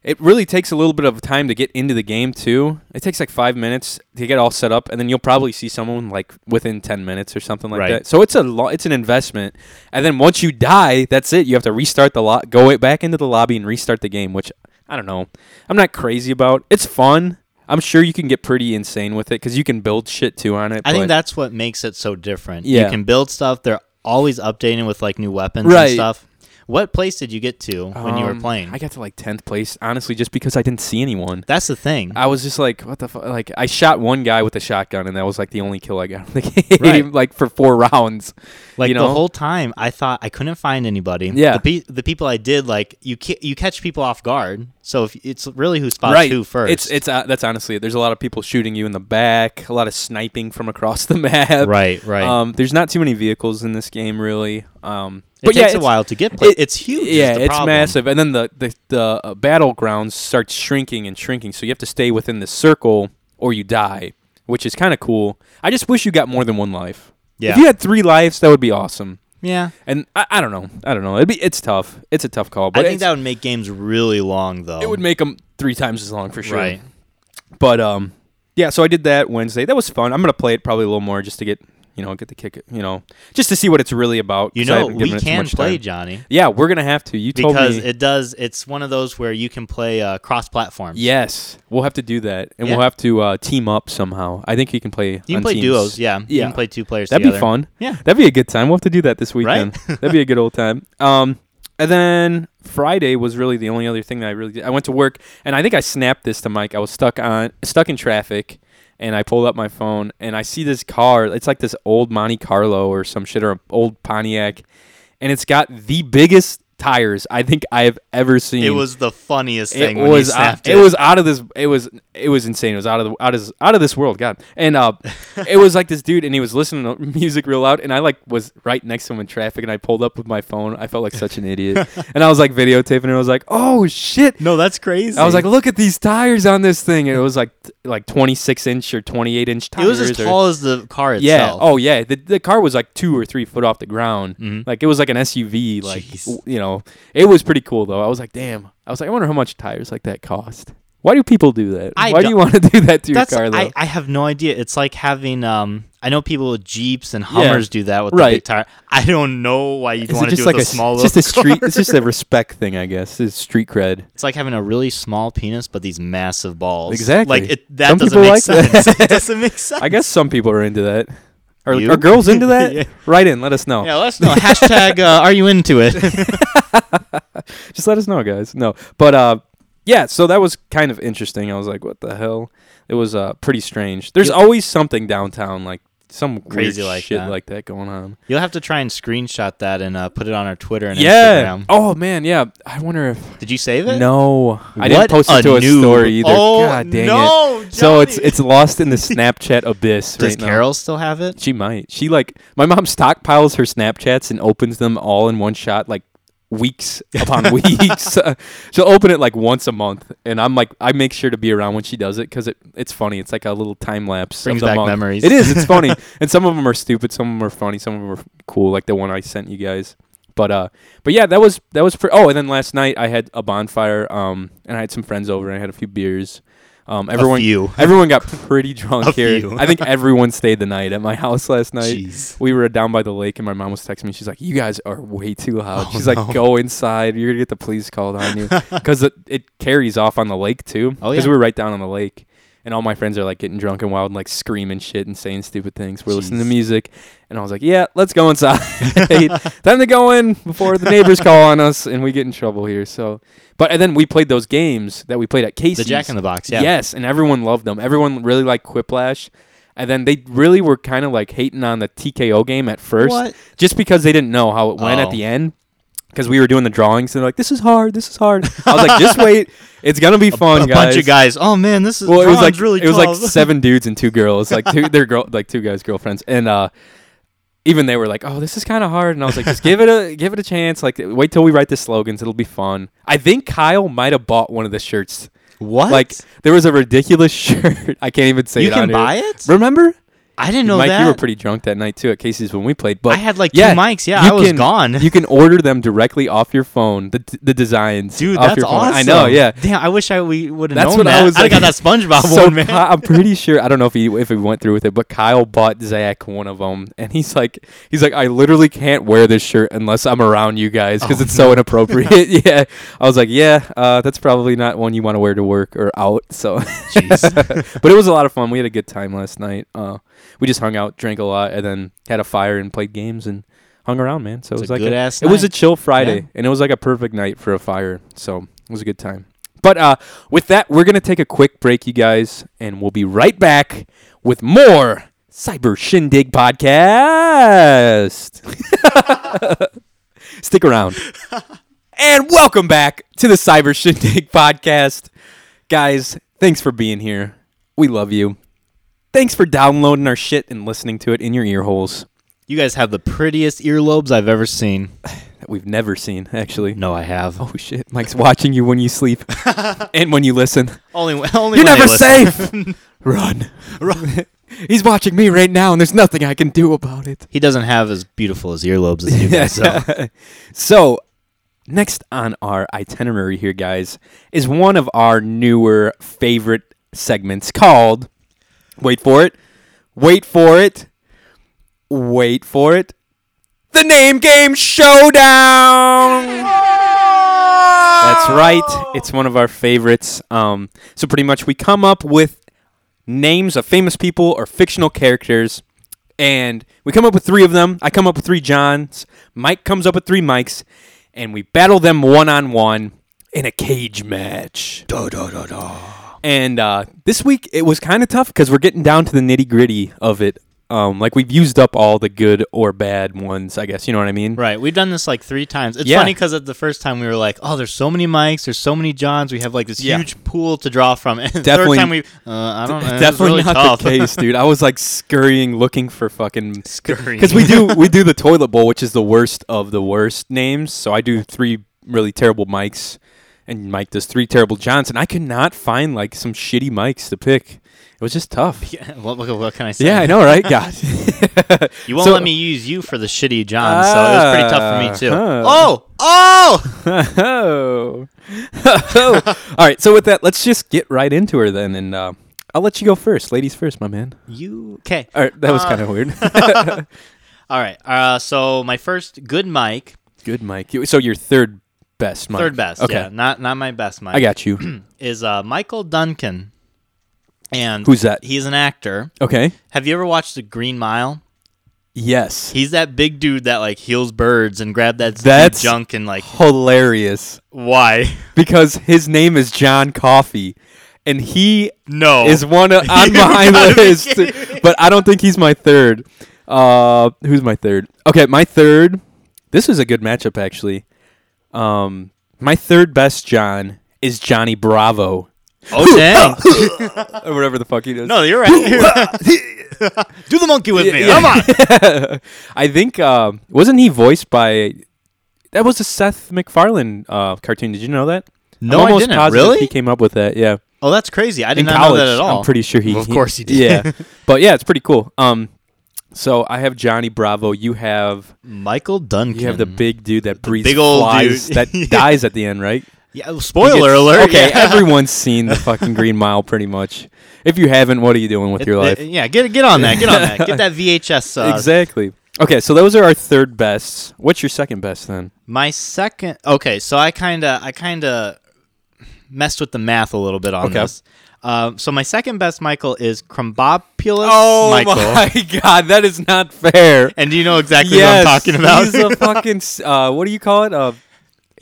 [SPEAKER 1] it really takes a little bit of time to get into the game too. It takes like five minutes to get all set up, and then you'll probably see someone like within ten minutes or something like
[SPEAKER 2] Right.
[SPEAKER 1] that. So it's a lo- it's an investment, and then once you die, that's it. You have to restart the lot, go it back into the lobby and restart the game. Which I don't know, I'm not crazy about. It's fun. I'm sure you can get pretty insane with it because you can build shit too on it.
[SPEAKER 2] I
[SPEAKER 1] but-
[SPEAKER 2] think that's what makes it so different. you
[SPEAKER 1] Yeah.
[SPEAKER 2] can build stuff. They're always updating with like new weapons and
[SPEAKER 1] Right.
[SPEAKER 2] stuff. What place did you get to when you were
[SPEAKER 1] Um,
[SPEAKER 2] playing?
[SPEAKER 1] I got to like tenth place, honestly, just because I didn't see anyone.
[SPEAKER 2] that's the thing.
[SPEAKER 1] I was just like, what the fuck? Like, I shot one guy with a shotgun, and that was like the only kill I got in the game,
[SPEAKER 2] Right.
[SPEAKER 1] like for four rounds.
[SPEAKER 2] Like
[SPEAKER 1] you
[SPEAKER 2] the
[SPEAKER 1] know?
[SPEAKER 2] whole time, I thought I couldn't find anybody.
[SPEAKER 1] Yeah.
[SPEAKER 2] the, pe- the people I did like you ca- you catch people off guard. So if it's really who spots who first.
[SPEAKER 1] It's it's uh, that's honestly, it. there's a lot of people shooting you in the back, a lot of sniping from across the map.
[SPEAKER 2] right, right.
[SPEAKER 1] Um, there's not too many vehicles in this game, really. Um,
[SPEAKER 2] it
[SPEAKER 1] but yeah,
[SPEAKER 2] takes a
[SPEAKER 1] it's-
[SPEAKER 2] while to get. Play-
[SPEAKER 1] it-
[SPEAKER 2] it's huge. is
[SPEAKER 1] Yeah,
[SPEAKER 2] the
[SPEAKER 1] it's
[SPEAKER 2] problem.
[SPEAKER 1] massive. And then the the the uh, battlegrounds start shrinking and shrinking, so you have to stay within the circle or you die, which is kind of cool. I just wish you got more than one life.
[SPEAKER 2] Yeah.
[SPEAKER 1] If you had three lives, that would be awesome.
[SPEAKER 2] Yeah,
[SPEAKER 1] And I, I don't know. I don't know. It'd be it's tough. It's a tough call. But
[SPEAKER 2] I think
[SPEAKER 1] it's-
[SPEAKER 2] that would make games really long though.
[SPEAKER 1] it would make them three times as long for sure.
[SPEAKER 2] right.
[SPEAKER 1] But um, yeah. So I did that Wednesday. That was fun. I'm gonna play it probably a little more just to get you know, get the kick, you know, just to see what it's really about.
[SPEAKER 2] You
[SPEAKER 1] 'cause I
[SPEAKER 2] know,
[SPEAKER 1] haven't given
[SPEAKER 2] we
[SPEAKER 1] it too
[SPEAKER 2] can
[SPEAKER 1] much
[SPEAKER 2] play
[SPEAKER 1] time.
[SPEAKER 2] Johnny
[SPEAKER 1] Yeah, we're gonna have to. You told
[SPEAKER 2] because
[SPEAKER 1] me.
[SPEAKER 2] it does. It's one of those where you can play uh, cross platforms.
[SPEAKER 1] yes, we'll have to do that, and
[SPEAKER 2] Yeah.
[SPEAKER 1] we'll have to uh, team up somehow. I think you can play.
[SPEAKER 2] you
[SPEAKER 1] on
[SPEAKER 2] can play
[SPEAKER 1] teams.
[SPEAKER 2] duos. Yeah, you
[SPEAKER 1] Yeah.
[SPEAKER 2] can play two players.
[SPEAKER 1] That'd
[SPEAKER 2] together.
[SPEAKER 1] be fun.
[SPEAKER 2] Yeah.
[SPEAKER 1] That'd be a good time. We'll have to do that this weekend. That'd be a good old time. Um, and then Friday was really the only other thing that I really did. I went to work, and I think I snapped this to Mike. I was stuck on stuck in traffic, and I pulled up my phone, and I see this car. It's like this old Monte Carlo or some shit, or an old Pontiac, and it's got the biggest tires I think I have ever seen.
[SPEAKER 2] It was the funniest thing.
[SPEAKER 1] It
[SPEAKER 2] when you
[SPEAKER 1] was
[SPEAKER 2] snapped
[SPEAKER 1] out, it. was out of this. It was it was insane. It was out of the out of out of this world. God, and uh, it was like this dude, and he was listening to music real loud, and I like was right next to him in traffic, and I pulled up with my phone. I felt like such an idiot, and I was like videotaping, and I was like, oh shit.
[SPEAKER 2] No, that's crazy.
[SPEAKER 1] I was like, look at these tires on this thing, and it was like t- like 26 inch or 28 inch
[SPEAKER 2] it
[SPEAKER 1] tires.
[SPEAKER 2] was as
[SPEAKER 1] or-
[SPEAKER 2] tall as the car itself.
[SPEAKER 1] yeah. Oh, yeah. The, the car was like two or three foot off the ground. Like it was like an SUV. Like
[SPEAKER 2] Mm-hmm. Jeez.
[SPEAKER 1] w- you know, it was pretty cool though. I was like, damn. I was like, I wonder how much tires like that cost. Why do people do that?
[SPEAKER 2] I
[SPEAKER 1] Why do
[SPEAKER 2] don't-
[SPEAKER 1] you want to do that to your
[SPEAKER 2] that's
[SPEAKER 1] car though?
[SPEAKER 2] I, I have no idea. It's like having um. I know people with Jeeps and Hummers do that with the big
[SPEAKER 1] Right.
[SPEAKER 2] tire. I don't know why you'd
[SPEAKER 1] Is
[SPEAKER 2] want
[SPEAKER 1] it
[SPEAKER 2] to do
[SPEAKER 1] just
[SPEAKER 2] it
[SPEAKER 1] like
[SPEAKER 2] with
[SPEAKER 1] a
[SPEAKER 2] a
[SPEAKER 1] s-
[SPEAKER 2] small.
[SPEAKER 1] it's just a
[SPEAKER 2] little
[SPEAKER 1] street?
[SPEAKER 2] car.
[SPEAKER 1] It's just a respect thing, I guess. It's street cred.
[SPEAKER 2] It's like having a really small penis, but these massive balls.
[SPEAKER 1] Exactly.
[SPEAKER 2] Like it, that
[SPEAKER 1] Some
[SPEAKER 2] doesn't
[SPEAKER 1] people
[SPEAKER 2] make
[SPEAKER 1] like that.
[SPEAKER 2] sense. it doesn't make sense.
[SPEAKER 1] I guess some people are into that. Are,
[SPEAKER 2] You?
[SPEAKER 1] are girls into that?
[SPEAKER 2] Yeah.
[SPEAKER 1] Write in. Let us know.
[SPEAKER 2] Yeah, let us know. Hashtag, uh, are you into it?
[SPEAKER 1] just let us know, guys. No, but uh, yeah. So that was kind of interesting. I was like, what the hell? It was uh pretty strange. There's
[SPEAKER 2] Yeah.
[SPEAKER 1] always something downtown, like some
[SPEAKER 2] Crazy
[SPEAKER 1] weird
[SPEAKER 2] like
[SPEAKER 1] shit
[SPEAKER 2] that.
[SPEAKER 1] like that going on.
[SPEAKER 2] You'll have to try and screenshot that and uh, put it on our Twitter and
[SPEAKER 1] yeah.
[SPEAKER 2] Instagram.
[SPEAKER 1] Oh man. Yeah. I wonder if
[SPEAKER 2] Did you save it?
[SPEAKER 1] no, I
[SPEAKER 2] What
[SPEAKER 1] didn't post
[SPEAKER 2] a
[SPEAKER 1] it to a
[SPEAKER 2] noob.
[SPEAKER 1] story either.
[SPEAKER 2] Eh. Oh,
[SPEAKER 1] God dang
[SPEAKER 2] no,
[SPEAKER 1] it. So it's
[SPEAKER 2] Johnny.
[SPEAKER 1] it's lost in the Snapchat abyss
[SPEAKER 2] Does
[SPEAKER 1] right now.
[SPEAKER 2] Carol still have it?
[SPEAKER 1] She might. She like my mom stockpiles her Snapchats and opens them all in one shot, like weeks upon weeks. Uh, she'll open it like once a month, and I'm like, I make sure to be around when she does it because it it's funny. It's like a little time lapse.
[SPEAKER 2] Brings
[SPEAKER 1] of the
[SPEAKER 2] back
[SPEAKER 1] month.
[SPEAKER 2] memories.
[SPEAKER 1] It is. It's funny, and some of them are stupid, some of them are funny, some of them are cool, like the one I sent you guys. But uh, but yeah, that was that was pretty. Oh, and then last night I had a bonfire, um, and I had some friends over, and I had a few beers. Um, everyone,
[SPEAKER 2] few.
[SPEAKER 1] everyone got pretty drunk
[SPEAKER 2] A
[SPEAKER 1] here.
[SPEAKER 2] few.
[SPEAKER 1] I think everyone stayed the night at my house last night
[SPEAKER 2] Jeez.
[SPEAKER 1] we were down by the lake and my mom was texting me she's like you guys are way too
[SPEAKER 2] Oh,
[SPEAKER 1] loud she's like go inside you're gonna get the police called on you because it, it carries off on the lake too
[SPEAKER 2] Oh,
[SPEAKER 1] because
[SPEAKER 2] yeah.
[SPEAKER 1] we were right down on the lake and all my friends are like getting drunk and wild and like screaming shit and saying stupid things we're listening to
[SPEAKER 2] Jeez.
[SPEAKER 1] music and i was like yeah let's go inside time to go in before the neighbors call on us and we get in trouble here so but and then we played those games that we played at casey's
[SPEAKER 2] The Jack in the Box, yeah.
[SPEAKER 1] Yes, and everyone loved them. Everyone really liked Quiplash. And then they really were kind of like hating on the TKO game at first,
[SPEAKER 2] What?
[SPEAKER 1] just because they didn't know how it went
[SPEAKER 2] Oh.
[SPEAKER 1] at the end. Because we were doing the drawings, and they're like, "This is hard. This is hard." I was like, "Just wait. It's gonna be fun,
[SPEAKER 2] a
[SPEAKER 1] guys."
[SPEAKER 2] bunch of guys. Oh man, this is
[SPEAKER 1] Well, it was like
[SPEAKER 2] really
[SPEAKER 1] it was like
[SPEAKER 2] tough.
[SPEAKER 1] seven dudes and two girls, like two their girl, like two guys' girlfriends, and uh, even they were like, "Oh, this is kind of hard," and I was like, "Just give it a give it a chance. Like, wait till we write the slogans. It'll be fun." I think Kyle might have bought one of the shirts
[SPEAKER 2] what?
[SPEAKER 1] like there was a ridiculous shirt. I can't even say
[SPEAKER 2] you
[SPEAKER 1] it
[SPEAKER 2] can
[SPEAKER 1] on here.
[SPEAKER 2] buy it?
[SPEAKER 1] Remember,
[SPEAKER 2] I didn't know
[SPEAKER 1] Mike,
[SPEAKER 2] that.
[SPEAKER 1] you were pretty drunk that night too at Casey's when we played. But
[SPEAKER 2] I had like
[SPEAKER 1] yeah,
[SPEAKER 2] two mics. Yeah,
[SPEAKER 1] you
[SPEAKER 2] I was
[SPEAKER 1] can-
[SPEAKER 2] gone.
[SPEAKER 1] You can order them directly off your phone. The the designs,
[SPEAKER 2] Dude,
[SPEAKER 1] off
[SPEAKER 2] that's
[SPEAKER 1] your phone.
[SPEAKER 2] awesome.
[SPEAKER 1] I know. Yeah.
[SPEAKER 2] Damn, I wish I we would have
[SPEAKER 1] That's
[SPEAKER 2] known
[SPEAKER 1] what I
[SPEAKER 2] that.
[SPEAKER 1] was
[SPEAKER 2] I'd have got that
[SPEAKER 1] like-
[SPEAKER 2] SpongeBob
[SPEAKER 1] so
[SPEAKER 2] one, man.
[SPEAKER 1] Ky- I'm pretty sure I don't know if he if he went through with it, but Kyle bought Zach one of them, and he's like he's like I literally can't wear this shirt unless I'm around you guys because
[SPEAKER 2] Oh,
[SPEAKER 1] it's so inappropriate. yeah, I was like, yeah, uh, that's probably not one you want to wear to work or out. So, but it was a lot of fun. We had a good time last night. Uh, we just hung out, drank a lot, and then had a fire and played games and hung around, man. So
[SPEAKER 2] It's
[SPEAKER 1] it was
[SPEAKER 2] a
[SPEAKER 1] like
[SPEAKER 2] good ass
[SPEAKER 1] it was a
[SPEAKER 2] night.
[SPEAKER 1] chill Friday,
[SPEAKER 2] Yeah.
[SPEAKER 1] and it was like a perfect night for a fire. So it was a good time. But uh, with that, we're gonna take a quick break, you guys, and we'll be right back with more Cyber Shindig podcast. Stick around, and welcome back to the Cyber Shindig podcast, guys. Thanks for being here. We love you. Thanks for downloading our shit and listening to it in your ear holes
[SPEAKER 2] You guys have the prettiest earlobes I've ever seen.
[SPEAKER 1] that we've never seen, actually.
[SPEAKER 2] No, I have.
[SPEAKER 1] Oh shit! Mike's watching you when you sleep and when you listen.
[SPEAKER 2] Only, only
[SPEAKER 1] You're
[SPEAKER 2] when
[SPEAKER 1] never
[SPEAKER 2] they listen.
[SPEAKER 1] safe. Run, run! He's watching me right now, and there's nothing I can do about it.
[SPEAKER 2] He doesn't have as beautiful as earlobes as you guys. So.
[SPEAKER 1] So, next on our itinerary here, guys, is one of our newer favorite segments called. Wait for it. Wait for it. wait for it. The name game showdown. That's right. It's one of our favorites. Um, so pretty much we come up with names of famous people or fictional characters, and we come up with three of them. I come up with three Johns. Mike comes up with three Mikes, and we battle them one on one in a cage match. Da da da da. And uh, this week it was kind of tough because we're getting down to the nitty gritty of it. Um, like we've used up all the good or bad ones, I guess. You know what I mean?
[SPEAKER 2] Right. We've done this like three times. It's
[SPEAKER 1] Yeah.
[SPEAKER 2] funny because at the first time we were like, oh, there's so many mics, there's so many Johns. We have like this
[SPEAKER 1] Yeah.
[SPEAKER 2] huge pool to draw from. And the
[SPEAKER 1] Definitely-
[SPEAKER 2] third time we, uh, I don't know. it was
[SPEAKER 1] Definitely
[SPEAKER 2] really
[SPEAKER 1] not
[SPEAKER 2] tough.
[SPEAKER 1] the case, dude. I was like scurrying looking for fucking
[SPEAKER 2] Scurrying.
[SPEAKER 1] because we do we do the toilet bowl, which is the worst of the worst names. So I do three really terrible mics, and Mike does three terrible Johns, and I could not find like some shitty mics to pick. It was just tough.
[SPEAKER 2] Yeah, what, what, what can I say?
[SPEAKER 1] Yeah, I know, right? God,
[SPEAKER 2] You won't
[SPEAKER 1] So-
[SPEAKER 2] let me use you for the shitty John, so it was pretty tough for me too.
[SPEAKER 1] Ah, huh.
[SPEAKER 2] Oh, oh!
[SPEAKER 1] oh. All right. So with that, let's just get right into her then, and uh, I'll let you go first, ladies first, my man.
[SPEAKER 2] You okay?
[SPEAKER 1] All right, that was
[SPEAKER 2] Uh,
[SPEAKER 1] kind of weird.
[SPEAKER 2] All right. Uh, so my first good mic,
[SPEAKER 1] Good, Mike. You- So your third best, Mike.
[SPEAKER 2] third best.
[SPEAKER 1] Okay,
[SPEAKER 2] Yeah, not not my best mic.
[SPEAKER 1] I got you.
[SPEAKER 2] is uh, Michael Duncan, and
[SPEAKER 1] Who's that?
[SPEAKER 2] He's an actor.
[SPEAKER 1] okay.
[SPEAKER 2] Have you ever watched The Green Mile?
[SPEAKER 1] Yes.
[SPEAKER 2] He's that big dude that like heals birds and grab that stupid
[SPEAKER 1] That's-
[SPEAKER 2] junk and like
[SPEAKER 1] Hilarious
[SPEAKER 2] why?
[SPEAKER 1] because his name is John Coffey, and he
[SPEAKER 2] No.
[SPEAKER 1] is one of, on
[SPEAKER 2] You
[SPEAKER 1] my
[SPEAKER 2] gotta be
[SPEAKER 1] list,
[SPEAKER 2] kidding
[SPEAKER 1] but I don't think he's my third. Uh, who's my third? Okay, my third. This is a good matchup actually. Um, my third best John is Johnny Bravo
[SPEAKER 2] oh dang!
[SPEAKER 1] or whatever the fuck he does.
[SPEAKER 2] no, you're right. Do the monkey with me.
[SPEAKER 1] Yeah.
[SPEAKER 2] Come on.
[SPEAKER 1] I think um wasn't he voiced by that was a Seth MacFarlane uh, cartoon. Did you know that?
[SPEAKER 2] No, I didn't. Really?
[SPEAKER 1] He came up with that. Yeah,
[SPEAKER 2] Oh, that's crazy. I did
[SPEAKER 1] in
[SPEAKER 2] not
[SPEAKER 1] college.
[SPEAKER 2] know that at all.
[SPEAKER 1] I'm pretty sure he.
[SPEAKER 2] Well, of course he did.
[SPEAKER 1] Yeah, but yeah, it's pretty cool. Um, so I have Johnny Bravo. You have
[SPEAKER 2] Michael Duncan.
[SPEAKER 1] you have the big dude that breathes
[SPEAKER 2] Mm-hmm. big old
[SPEAKER 1] flies
[SPEAKER 2] dude.
[SPEAKER 1] that dies at the end, right?
[SPEAKER 2] Yeah, well, spoiler alert.
[SPEAKER 1] Okay,
[SPEAKER 2] yeah.
[SPEAKER 1] everyone's seen the fucking Green Mile, pretty much. If you haven't, what are you doing with your life?
[SPEAKER 2] Uh, Yeah, get get on that. Get on that. Get that VHS. Uh,
[SPEAKER 1] exactly. Okay, so those are our third bests. What's your second best then?
[SPEAKER 2] My second. Okay, so I kind of I kind of messed with the math a little bit on
[SPEAKER 1] Okay.
[SPEAKER 2] this. Um, so my second best Michael is Crumbopulous Michael.
[SPEAKER 1] Oh my god, that is not fair.
[SPEAKER 2] And do you know exactly what I'm talking about?
[SPEAKER 1] he's a fucking s- uh, what do you call it? Uh,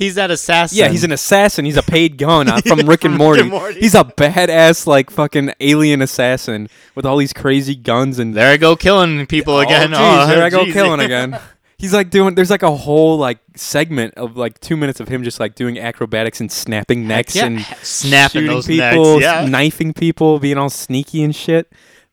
[SPEAKER 2] He's that assassin.
[SPEAKER 1] yeah, he's an assassin. He's a paid gun uh, from Rick and Morty.
[SPEAKER 2] Morty.
[SPEAKER 1] He's a badass like fucking alien assassin with all these crazy guns and
[SPEAKER 2] There I go killing people again.
[SPEAKER 1] Oh, jeez,
[SPEAKER 2] Oh,
[SPEAKER 1] there I go
[SPEAKER 2] jeez.
[SPEAKER 1] killing again. He's like doing. There's like a whole like segment of like two minutes of him just like doing acrobatics and snapping necks
[SPEAKER 2] yeah.
[SPEAKER 1] and
[SPEAKER 2] Snapping
[SPEAKER 1] shooting
[SPEAKER 2] those necks,
[SPEAKER 1] people,
[SPEAKER 2] yeah.
[SPEAKER 1] knifing people, being all sneaky and shit.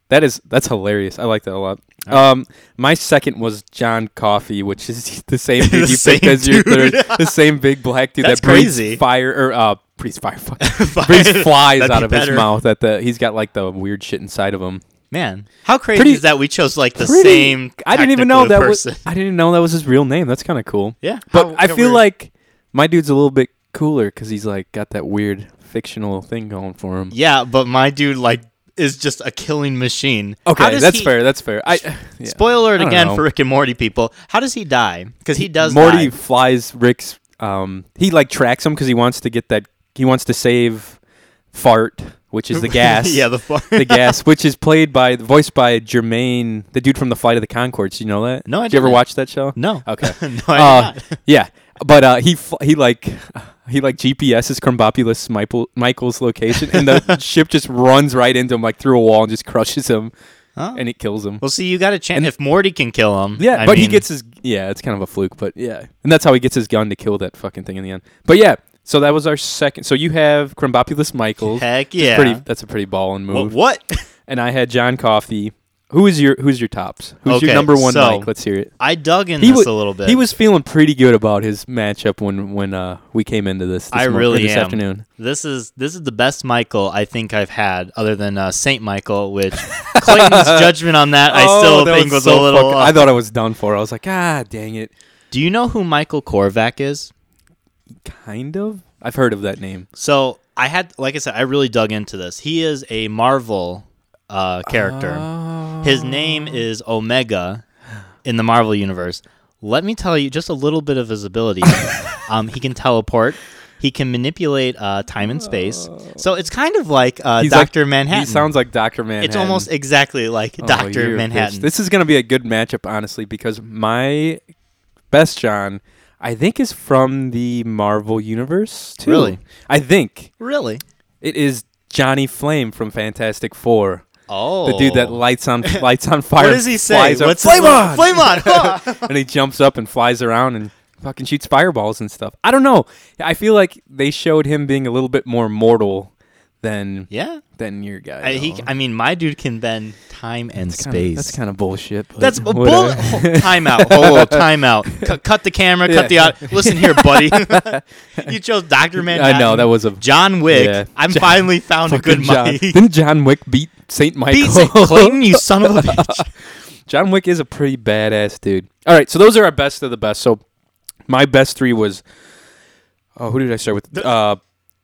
[SPEAKER 1] That is that's hilarious. I like that a lot. Um, my second was John Coffey, which is the same dude you
[SPEAKER 2] same
[SPEAKER 1] picked as your
[SPEAKER 2] dude.
[SPEAKER 1] third, the same big black dude
[SPEAKER 2] That's
[SPEAKER 1] that breathes
[SPEAKER 2] crazy.
[SPEAKER 1] fire or uh, breathes fire, fire
[SPEAKER 2] Fire.
[SPEAKER 1] breathes flies
[SPEAKER 2] That'd
[SPEAKER 1] out
[SPEAKER 2] be
[SPEAKER 1] of
[SPEAKER 2] better.
[SPEAKER 1] his mouth. At the he's got like the weird shit inside of him.
[SPEAKER 2] Man, how crazy
[SPEAKER 1] Pretty-
[SPEAKER 2] is that? We chose like the
[SPEAKER 1] pretty-
[SPEAKER 2] same.
[SPEAKER 1] I didn't even know
[SPEAKER 2] tactical
[SPEAKER 1] that was.
[SPEAKER 2] person.
[SPEAKER 1] I didn't know that was his real name. That's kind of cool.
[SPEAKER 2] Yeah,
[SPEAKER 1] but
[SPEAKER 2] how-
[SPEAKER 1] I
[SPEAKER 2] how
[SPEAKER 1] feel
[SPEAKER 2] weird.
[SPEAKER 1] like my dude's a little bit cooler because he's like got that weird fictional thing going for him.
[SPEAKER 2] Yeah, but my dude like is just a killing machine. How
[SPEAKER 1] Okay,
[SPEAKER 2] does
[SPEAKER 1] that's
[SPEAKER 2] he-
[SPEAKER 1] fair. That's fair. I yeah.
[SPEAKER 2] Spoiler
[SPEAKER 1] I
[SPEAKER 2] alert
[SPEAKER 1] don't
[SPEAKER 2] again
[SPEAKER 1] know.
[SPEAKER 2] for Rick and Morty people. How does he die? Because he does.
[SPEAKER 1] Morty
[SPEAKER 2] die.
[SPEAKER 1] flies Rick's. Um, he like tracks him because he wants to get that. He wants to save fart, which is the gas.
[SPEAKER 2] yeah, the fart.
[SPEAKER 1] the gas, which is played by voiced by Jermaine, the dude from the Flight of the Concords. You know that?
[SPEAKER 2] No, I
[SPEAKER 1] Did you ever
[SPEAKER 2] didn't.
[SPEAKER 1] watch that show?
[SPEAKER 2] no.
[SPEAKER 1] Okay.
[SPEAKER 2] no, I
[SPEAKER 1] Uh,
[SPEAKER 2] did not.
[SPEAKER 1] yeah, but uh, he fl- he like he like GPS's Crumbopulous Michael- Michael's location, and the ship just runs right into him like through a wall and just crushes him,
[SPEAKER 2] Huh?
[SPEAKER 1] and it kills him.
[SPEAKER 2] Well, see, you got a chance if Morty can kill him.
[SPEAKER 1] Yeah,
[SPEAKER 2] I
[SPEAKER 1] but he
[SPEAKER 2] mean-
[SPEAKER 1] gets his yeah. It's kind of a fluke, but yeah, and that's how he gets his gun to kill that fucking thing in the end. But yeah, so that was our second. So you have Crumbopulous Michael.
[SPEAKER 2] heck
[SPEAKER 1] which is
[SPEAKER 2] yeah.
[SPEAKER 1] pretty. That's a pretty ballin' move.
[SPEAKER 2] what? what?
[SPEAKER 1] And I had John Coffey. Who is your Who's your tops? Who's your
[SPEAKER 2] Okay,
[SPEAKER 1] number one?
[SPEAKER 2] so-
[SPEAKER 1] Mike? Let's hear it.
[SPEAKER 2] I dug in
[SPEAKER 1] He
[SPEAKER 2] this
[SPEAKER 1] wa-
[SPEAKER 2] a little bit.
[SPEAKER 1] He was feeling pretty good about his matchup when when uh, we came into this. this
[SPEAKER 2] I
[SPEAKER 1] mor- or
[SPEAKER 2] really
[SPEAKER 1] this
[SPEAKER 2] am.
[SPEAKER 1] afternoon.
[SPEAKER 2] This is this is the best Michael I think I've had, other than uh, Saint Michael, which Clayton's judgment on that I
[SPEAKER 1] Oh,
[SPEAKER 2] still think was, a little.
[SPEAKER 1] I
[SPEAKER 2] uh,
[SPEAKER 1] thought I was done for. I was like, ah, dang it.
[SPEAKER 2] do you know who Michael Korvac is?
[SPEAKER 1] Kind of. I've heard of that name.
[SPEAKER 2] So I had, like I said, I really dug into this. He is
[SPEAKER 1] Oh. Uh,
[SPEAKER 2] a Marvel uh, character. His name is Omega, in the Marvel universe. Let me tell you just a little bit of his ability. um, he can teleport. He can manipulate uh, time and space. So it's kind of like uh,
[SPEAKER 1] He's
[SPEAKER 2] Doctor
[SPEAKER 1] like-
[SPEAKER 2] Manhattan.
[SPEAKER 1] He sounds like Doctor Manhattan.
[SPEAKER 2] It's almost exactly like
[SPEAKER 1] Oh, you're
[SPEAKER 2] Doctor
[SPEAKER 1] a bitch.
[SPEAKER 2] Manhattan.
[SPEAKER 1] This is going to be a good matchup, honestly, because my best John, I think, is from the Marvel universe too.
[SPEAKER 2] Really?
[SPEAKER 1] I think
[SPEAKER 2] really?
[SPEAKER 1] it is Johnny Flame from Fantastic Four,
[SPEAKER 2] Oh,
[SPEAKER 1] the dude that lights on lights on fire.
[SPEAKER 2] What does he say?
[SPEAKER 1] flies up,
[SPEAKER 2] What's his
[SPEAKER 1] flame
[SPEAKER 2] little-
[SPEAKER 1] on,
[SPEAKER 2] Flame on! Huh.
[SPEAKER 1] and he jumps up and flies around and fucking shoots fireballs and stuff. I don't know. I feel like they showed him being a little bit more mortal than
[SPEAKER 2] yeah.
[SPEAKER 1] than your guy.
[SPEAKER 2] I, he,
[SPEAKER 1] though.
[SPEAKER 2] I mean, my dude can bend time and
[SPEAKER 1] It's kinda-
[SPEAKER 2] space.
[SPEAKER 1] That's kind of bullshit. but
[SPEAKER 2] That's a bull.
[SPEAKER 1] whatever.
[SPEAKER 2] Ho- time out. Whoa, whoa, time out. Cut, cut the camera. Cut the
[SPEAKER 1] Yeah.
[SPEAKER 2] audio. Listen here, buddy. you chose Doctor Manhattan.
[SPEAKER 1] I know that was a
[SPEAKER 2] John Wick.
[SPEAKER 1] Yeah.
[SPEAKER 2] I'm
[SPEAKER 1] John-
[SPEAKER 2] finally found a good
[SPEAKER 1] fucking John.
[SPEAKER 2] mic.
[SPEAKER 1] Didn't John Wick beat Saint Michael?
[SPEAKER 2] Beat St. Clayton, you son of a bitch.
[SPEAKER 1] John Wick is a pretty badass dude. All right, so those are our best of the best. So my best three was oh, who did I start with? Uh,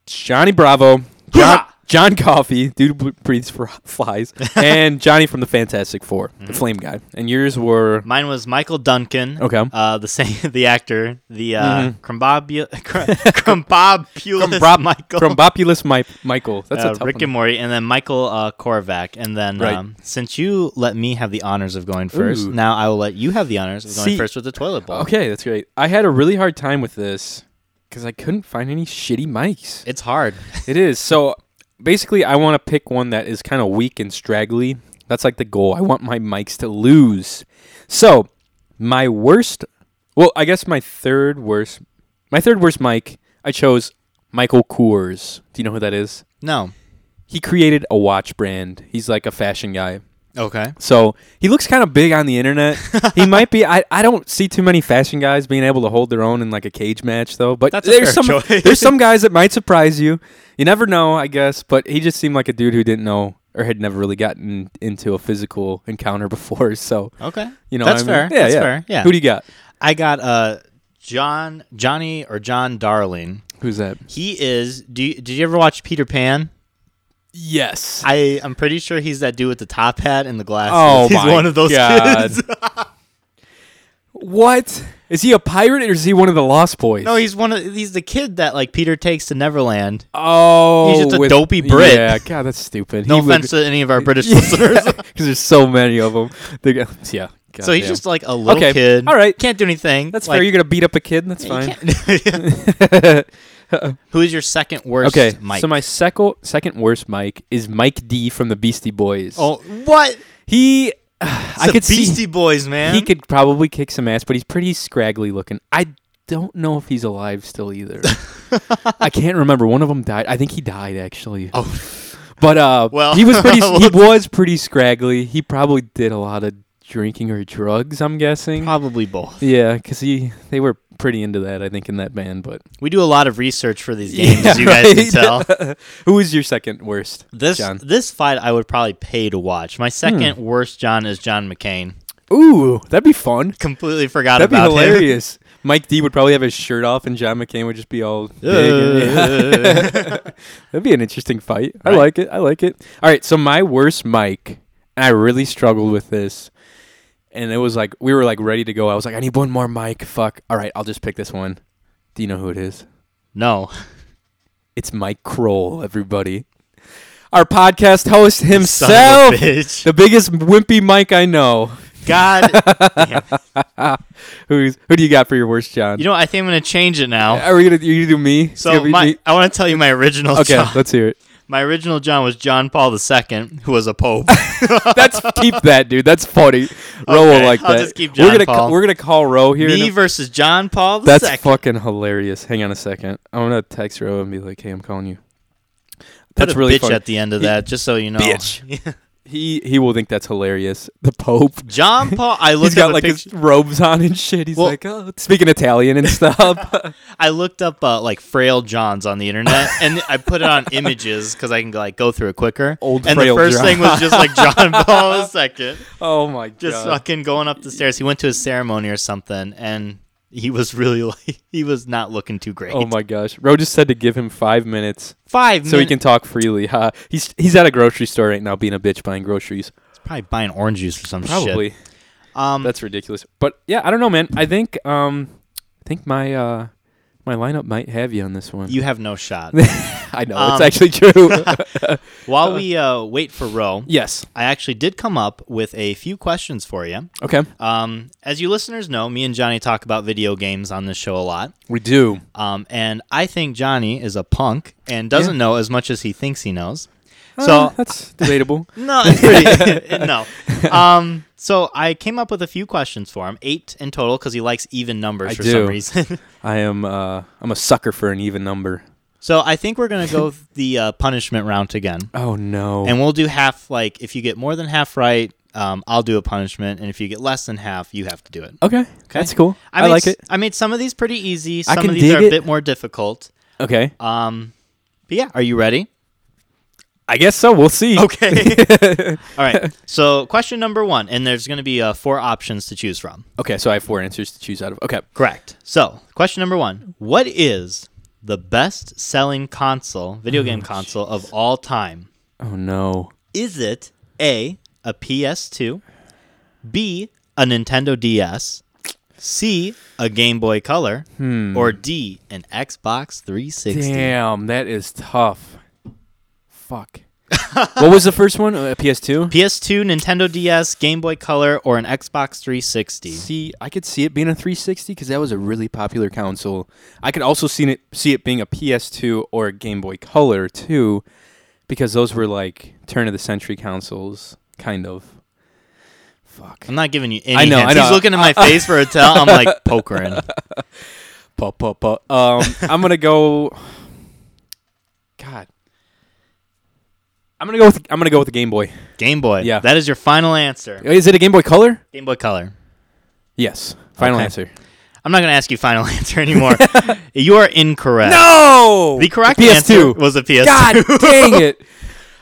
[SPEAKER 1] Johnny Bravo, John,
[SPEAKER 2] Hoo-ha!
[SPEAKER 1] John Coffey, dude who breathes for flies, and Johnny from the Fantastic 4 the
[SPEAKER 2] Mm-hmm.
[SPEAKER 1] Flame Guy. And yours were
[SPEAKER 2] Mine was Michael Duncan.
[SPEAKER 1] okay.
[SPEAKER 2] Uh, the same, the actor, the uh,
[SPEAKER 1] Mhm.
[SPEAKER 2] Crumbobulous Crumbobulous
[SPEAKER 1] Crumbob-
[SPEAKER 2] Michael,
[SPEAKER 1] From Bopulous Mike, Michael. That's
[SPEAKER 2] uh,
[SPEAKER 1] a tough
[SPEAKER 2] Rick
[SPEAKER 1] one.
[SPEAKER 2] and Morty, and then Michael uh, Korvac. And then,
[SPEAKER 1] Right.
[SPEAKER 2] um, since you let me have the honors of going first,
[SPEAKER 1] Ooh.
[SPEAKER 2] now I will let you have the honors of going
[SPEAKER 1] See-
[SPEAKER 2] first with the toilet bowl.
[SPEAKER 1] Okay, that's great. I had a really hard time with this because I couldn't find any shitty mics.
[SPEAKER 2] It's hard.
[SPEAKER 1] It is. So basically, I want to pick one that is kind of weak and straggly. That's like the goal. I want my mics to lose. So my worst, well, I guess my third worst, my third worst mic, I chose Michael Kors. Do you know who that is?
[SPEAKER 2] No.
[SPEAKER 1] He created a watch brand. He's like a fashion guy.
[SPEAKER 2] Okay.
[SPEAKER 1] So he looks kind of big on the internet. he might be. I, I don't see too many fashion guys being able to hold their own in like a cage match though. But
[SPEAKER 2] That's a
[SPEAKER 1] there's
[SPEAKER 2] fair
[SPEAKER 1] some
[SPEAKER 2] choice.
[SPEAKER 1] there's some guys that might surprise you. You never know, I guess. But he just seemed like a dude who didn't know or had never really gotten into a physical encounter before. So
[SPEAKER 2] Okay.
[SPEAKER 1] you know,
[SPEAKER 2] that's
[SPEAKER 1] what I
[SPEAKER 2] fair.
[SPEAKER 1] mean? Yeah,
[SPEAKER 2] that's
[SPEAKER 1] yeah.
[SPEAKER 2] fair. Yeah.
[SPEAKER 1] Who do you got?
[SPEAKER 2] I got uh John Johnny or John Darling.
[SPEAKER 1] Who's that?
[SPEAKER 2] He is. Do you, did you ever watch Peter Pan?
[SPEAKER 1] Yes.
[SPEAKER 2] I I'm pretty sure he's that dude with the top hat and the glasses.
[SPEAKER 1] Oh
[SPEAKER 2] he's
[SPEAKER 1] my
[SPEAKER 2] one of those
[SPEAKER 1] God.
[SPEAKER 2] kids.
[SPEAKER 1] what is he a pirate or is he one of the Lost Boys?
[SPEAKER 2] no, he's one of he's the kid that like Peter takes to Neverland.
[SPEAKER 1] oh,
[SPEAKER 2] he's just a
[SPEAKER 1] with-
[SPEAKER 2] dopey Brit.
[SPEAKER 1] Yeah, God, that's stupid.
[SPEAKER 2] No
[SPEAKER 1] He would-
[SPEAKER 2] offense to any of our British listeners.
[SPEAKER 1] because there's so many of them. yeah.
[SPEAKER 2] So he's just like a little
[SPEAKER 1] Okay,
[SPEAKER 2] kid.
[SPEAKER 1] all right.
[SPEAKER 2] Can't do anything.
[SPEAKER 1] that's
[SPEAKER 2] like,
[SPEAKER 1] fair. You're gonna beat up a kid. That's
[SPEAKER 2] you
[SPEAKER 1] fine.
[SPEAKER 2] can't- Who is your second worst?
[SPEAKER 1] okay.
[SPEAKER 2] Mike.
[SPEAKER 1] So my second second worst Mike is Mike D from the Beastie Boys.
[SPEAKER 2] oh what?
[SPEAKER 1] he.
[SPEAKER 2] It's
[SPEAKER 1] I
[SPEAKER 2] the
[SPEAKER 1] could
[SPEAKER 2] Beastie
[SPEAKER 1] see
[SPEAKER 2] Boys man.
[SPEAKER 1] he could probably kick some ass, but he's pretty scraggly looking. I don't know if he's alive still either. I can't remember. One of them died. I think he died actually.
[SPEAKER 2] Oh.
[SPEAKER 1] But uh,
[SPEAKER 2] Well-
[SPEAKER 1] he was pretty. he
[SPEAKER 2] well-
[SPEAKER 1] was pretty scraggly. He probably did a lot of drinking or drugs. I'm guessing.
[SPEAKER 2] Probably both.
[SPEAKER 1] Yeah, because he they were pretty into that, I think, in that band. But
[SPEAKER 2] We do a lot of research for these games, as you
[SPEAKER 1] Yeah,
[SPEAKER 2] guys can
[SPEAKER 1] right.
[SPEAKER 2] tell.
[SPEAKER 1] who is your second worst?
[SPEAKER 2] This
[SPEAKER 1] John. Hmm.
[SPEAKER 2] this fight I would probably pay to watch. My second worst John is John McCain.
[SPEAKER 1] Ooh, that'd be fun.
[SPEAKER 2] Completely forgot
[SPEAKER 1] That'd be
[SPEAKER 2] about him.
[SPEAKER 1] hilarious. Mike D would probably have his shirt off, and John McCain would just be all big. That'd be an interesting fight. I
[SPEAKER 2] Right.
[SPEAKER 1] like it. I like it. All right, so my worst mic, and I really struggled with this. And it was like we were like ready to go. I was like, I need one more mic. Fuck. All right, I'll just pick this one. Do you know who it is?
[SPEAKER 2] No.
[SPEAKER 1] It's Mike Kroll, everybody. Our podcast host
[SPEAKER 2] Son of
[SPEAKER 1] himself.
[SPEAKER 2] a bitch.
[SPEAKER 1] The biggest wimpy Mike I know.
[SPEAKER 2] God. damn.
[SPEAKER 1] Who's who do you got for your worst John?
[SPEAKER 2] You know, what? I think I'm gonna change it now.
[SPEAKER 1] Are we gonna you gonna do me? It's
[SPEAKER 2] So
[SPEAKER 1] gonna be
[SPEAKER 2] my,
[SPEAKER 1] me?
[SPEAKER 2] I want to tell you my original
[SPEAKER 1] okay,
[SPEAKER 2] John.
[SPEAKER 1] let's hear it.
[SPEAKER 2] My original John was John Paul II, who was a pope.
[SPEAKER 1] That's keep that, dude. That's funny. Ro will
[SPEAKER 2] Okay,
[SPEAKER 1] like
[SPEAKER 2] I'll
[SPEAKER 1] that.
[SPEAKER 2] just keep
[SPEAKER 1] we're
[SPEAKER 2] John
[SPEAKER 1] gonna
[SPEAKER 2] Paul.
[SPEAKER 1] ca- we're gonna call Ro here. in
[SPEAKER 2] Me
[SPEAKER 1] a-
[SPEAKER 2] versus John Paul II.
[SPEAKER 1] that's fucking hilarious. Hang on a second. I'm gonna text Ro and be like, "Hey, I'm calling you."
[SPEAKER 2] Put
[SPEAKER 1] That's
[SPEAKER 2] a
[SPEAKER 1] really
[SPEAKER 2] bitch
[SPEAKER 1] funny.
[SPEAKER 2] at the end of
[SPEAKER 1] He-
[SPEAKER 2] that, just so you know.
[SPEAKER 1] Bitch. He he will think that's hilarious. The Pope.
[SPEAKER 2] John Paul. I
[SPEAKER 1] He's
[SPEAKER 2] looked up
[SPEAKER 1] got
[SPEAKER 2] a
[SPEAKER 1] like
[SPEAKER 2] picture.
[SPEAKER 1] his robes on and shit. He's
[SPEAKER 2] Well-
[SPEAKER 1] like, oh, speaking Italian and stuff.
[SPEAKER 2] I looked up uh, like frail Johns on the internet, and I put it on images because I can like go through it quicker.
[SPEAKER 1] Old
[SPEAKER 2] and
[SPEAKER 1] frail
[SPEAKER 2] the first
[SPEAKER 1] John.
[SPEAKER 2] thing was just like John Paul II,
[SPEAKER 1] oh my god.
[SPEAKER 2] just fucking going up the stairs. He went to a ceremony or something, and he was really like he was not looking too great.
[SPEAKER 1] Oh my gosh. Ro just said to give him five minutes
[SPEAKER 2] Five.
[SPEAKER 1] so he
[SPEAKER 2] min-
[SPEAKER 1] can talk freely. Ha. He's he's at a grocery store right now being a bitch buying groceries.
[SPEAKER 2] probably buying orange juice or some shit.
[SPEAKER 1] Probably.
[SPEAKER 2] Um,
[SPEAKER 1] That's ridiculous. But yeah, I don't know, man. I think um, I think my uh, my lineup might have you on this one.
[SPEAKER 2] you have no shot.
[SPEAKER 1] I know
[SPEAKER 2] Um,
[SPEAKER 1] it's actually true.
[SPEAKER 2] While we uh, wait for Roe,
[SPEAKER 1] yes.
[SPEAKER 2] I actually did come up with a few questions for you.
[SPEAKER 1] Okay.
[SPEAKER 2] Um, as you listeners know, me and Johnny talk about video games on this show a lot.
[SPEAKER 1] We do.
[SPEAKER 2] Um, and I think Johnny is a punk and doesn't
[SPEAKER 1] Yeah.
[SPEAKER 2] know as much as he thinks he knows.
[SPEAKER 1] Uh,
[SPEAKER 2] So
[SPEAKER 1] that's debatable.
[SPEAKER 2] no, it's pretty no. Um, so I came up with a few questions for him, eight in total, because he likes even numbers
[SPEAKER 1] I
[SPEAKER 2] for some
[SPEAKER 1] do.
[SPEAKER 2] reason.
[SPEAKER 1] I am uh, I'm a sucker for an even number.
[SPEAKER 2] so I think we're gonna go the uh, punishment route again,
[SPEAKER 1] Oh no.
[SPEAKER 2] and we'll do half. Like if you get more than half right, um, I'll do a punishment, and if you get less than half, you have to do it.
[SPEAKER 1] okay. That's cool. I,
[SPEAKER 2] made
[SPEAKER 1] like
[SPEAKER 2] s-
[SPEAKER 1] it.
[SPEAKER 2] I made some of these pretty easy.
[SPEAKER 1] I
[SPEAKER 2] Some
[SPEAKER 1] can
[SPEAKER 2] of these
[SPEAKER 1] dig
[SPEAKER 2] are a
[SPEAKER 1] it.
[SPEAKER 2] bit more difficult.
[SPEAKER 1] Okay.
[SPEAKER 2] Um, but yeah, are you ready?
[SPEAKER 1] I guess so. We'll see.
[SPEAKER 2] Okay. All right. So question number one, and there's going to be uh, four options to choose from.
[SPEAKER 1] Okay. So I have four answers to choose out of. Okay.
[SPEAKER 2] Correct. So question number one: What is the best-selling console, video game console of all time?
[SPEAKER 1] Oh no.
[SPEAKER 2] Is it a a PS2, b a Nintendo DS, c a Game Boy Color, or d an Xbox 360?
[SPEAKER 1] Damn, that is tough. Fuck. what was the first one? Uh, PS2.
[SPEAKER 2] PS2, Nintendo DS, Game Boy Color, or an Xbox 360?
[SPEAKER 1] See, I could see it being a 360 because that was a really popular console. I could also see it see it being a PS2 or a Game Boy Color too, because those were like turn of the century consoles, kind of. Fuck.
[SPEAKER 2] I'm not giving you any.
[SPEAKER 1] I know,
[SPEAKER 2] hints.
[SPEAKER 1] I know.
[SPEAKER 2] He's looking at my face for a tell. I'm like pokering.
[SPEAKER 1] Puh, puh, puh. Um, I'm gonna go. God. I'm gonna go with I'm gonna go with the Game Boy.
[SPEAKER 2] Game Boy.
[SPEAKER 1] Yeah.
[SPEAKER 2] That is your final answer.
[SPEAKER 1] Is it a Game Boy Color?
[SPEAKER 2] Game Boy Color.
[SPEAKER 1] Yes. Final
[SPEAKER 2] Okay.
[SPEAKER 1] answer.
[SPEAKER 2] I'm not going to ask you final answer anymore. you are incorrect.
[SPEAKER 1] No.
[SPEAKER 2] The correct
[SPEAKER 1] PS2
[SPEAKER 2] answer was a PS2.
[SPEAKER 1] God dang it.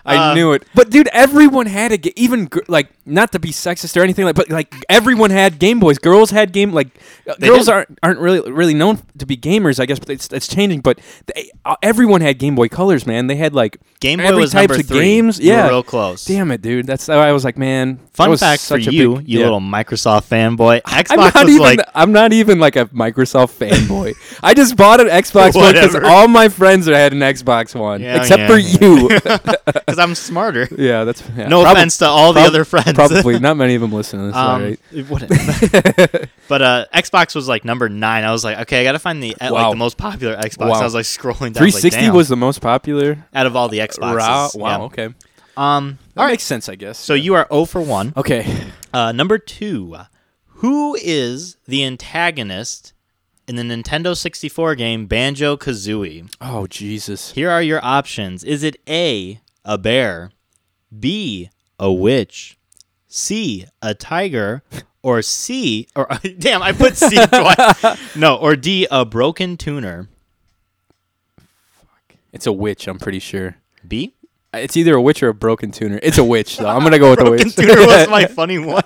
[SPEAKER 1] I
[SPEAKER 2] Uh,
[SPEAKER 1] knew it. But dude, everyone had a ga- even gr- like not to be sexist or anything like but like everyone had Game Boys. Girls had game like uh,
[SPEAKER 2] They
[SPEAKER 1] girls
[SPEAKER 2] did.
[SPEAKER 1] aren't aren't really really known to be gamers, I guess, but it's it's changing, but they, uh, everyone had Game Boy Colors, man. They had like
[SPEAKER 2] Game Boy
[SPEAKER 1] every
[SPEAKER 2] was
[SPEAKER 1] types
[SPEAKER 2] number
[SPEAKER 1] of
[SPEAKER 2] three.
[SPEAKER 1] games.
[SPEAKER 2] You were
[SPEAKER 1] Yeah.
[SPEAKER 2] real close.
[SPEAKER 1] Damn it, dude. That's why I was like, man. that
[SPEAKER 2] Fun
[SPEAKER 1] was
[SPEAKER 2] fact for
[SPEAKER 1] such a
[SPEAKER 2] you,
[SPEAKER 1] big-
[SPEAKER 2] you
[SPEAKER 1] yeah.
[SPEAKER 2] little Microsoft fanboy.
[SPEAKER 1] I'm
[SPEAKER 2] Xbox
[SPEAKER 1] not
[SPEAKER 2] was
[SPEAKER 1] even.
[SPEAKER 2] like,
[SPEAKER 1] I'm not even like a Microsoft fanboy. I just bought an Xbox One because
[SPEAKER 2] Whatever.
[SPEAKER 1] all my friends had an Xbox One,
[SPEAKER 2] Yeah,
[SPEAKER 1] except
[SPEAKER 2] yeah,
[SPEAKER 1] for
[SPEAKER 2] yeah.
[SPEAKER 1] you.
[SPEAKER 2] because I'm smarter.
[SPEAKER 1] yeah, that's yeah,
[SPEAKER 2] No
[SPEAKER 1] prob-
[SPEAKER 2] offense to all the
[SPEAKER 1] prob-
[SPEAKER 2] other friends.
[SPEAKER 1] Probably not many of them listen to this.
[SPEAKER 2] Um,
[SPEAKER 1] alright.
[SPEAKER 2] it wouldn't. but uh, Xbox was like number nine. I was like, okay, I gotta find the uh, like
[SPEAKER 1] Wow.
[SPEAKER 2] the most popular Xbox.
[SPEAKER 1] Wow.
[SPEAKER 2] I was like scrolling down. I was like,
[SPEAKER 1] 360
[SPEAKER 2] damn,
[SPEAKER 1] was the most popular.
[SPEAKER 2] out of all the Xboxes.
[SPEAKER 1] Ra- wow.
[SPEAKER 2] yeah.
[SPEAKER 1] Okay.
[SPEAKER 2] Um.
[SPEAKER 1] That makes sense, I guess.
[SPEAKER 2] So you are zero for one.
[SPEAKER 1] okay?
[SPEAKER 2] Uh, number two, who is the antagonist in the Nintendo 64 game Banjo Kazooie?
[SPEAKER 1] Oh Jesus.
[SPEAKER 2] Here are your options: Is it A, a bear, B, a witch, C, a tiger, or C, or damn, I put C twice. No, or D, a broken tuner.
[SPEAKER 1] It's a witch. I'm pretty sure.
[SPEAKER 2] B.
[SPEAKER 1] It's either a witch or a broken tuner. It's a witch, though. I'm gonna go with a
[SPEAKER 2] Broken
[SPEAKER 1] witch.
[SPEAKER 2] tuner was my funny one.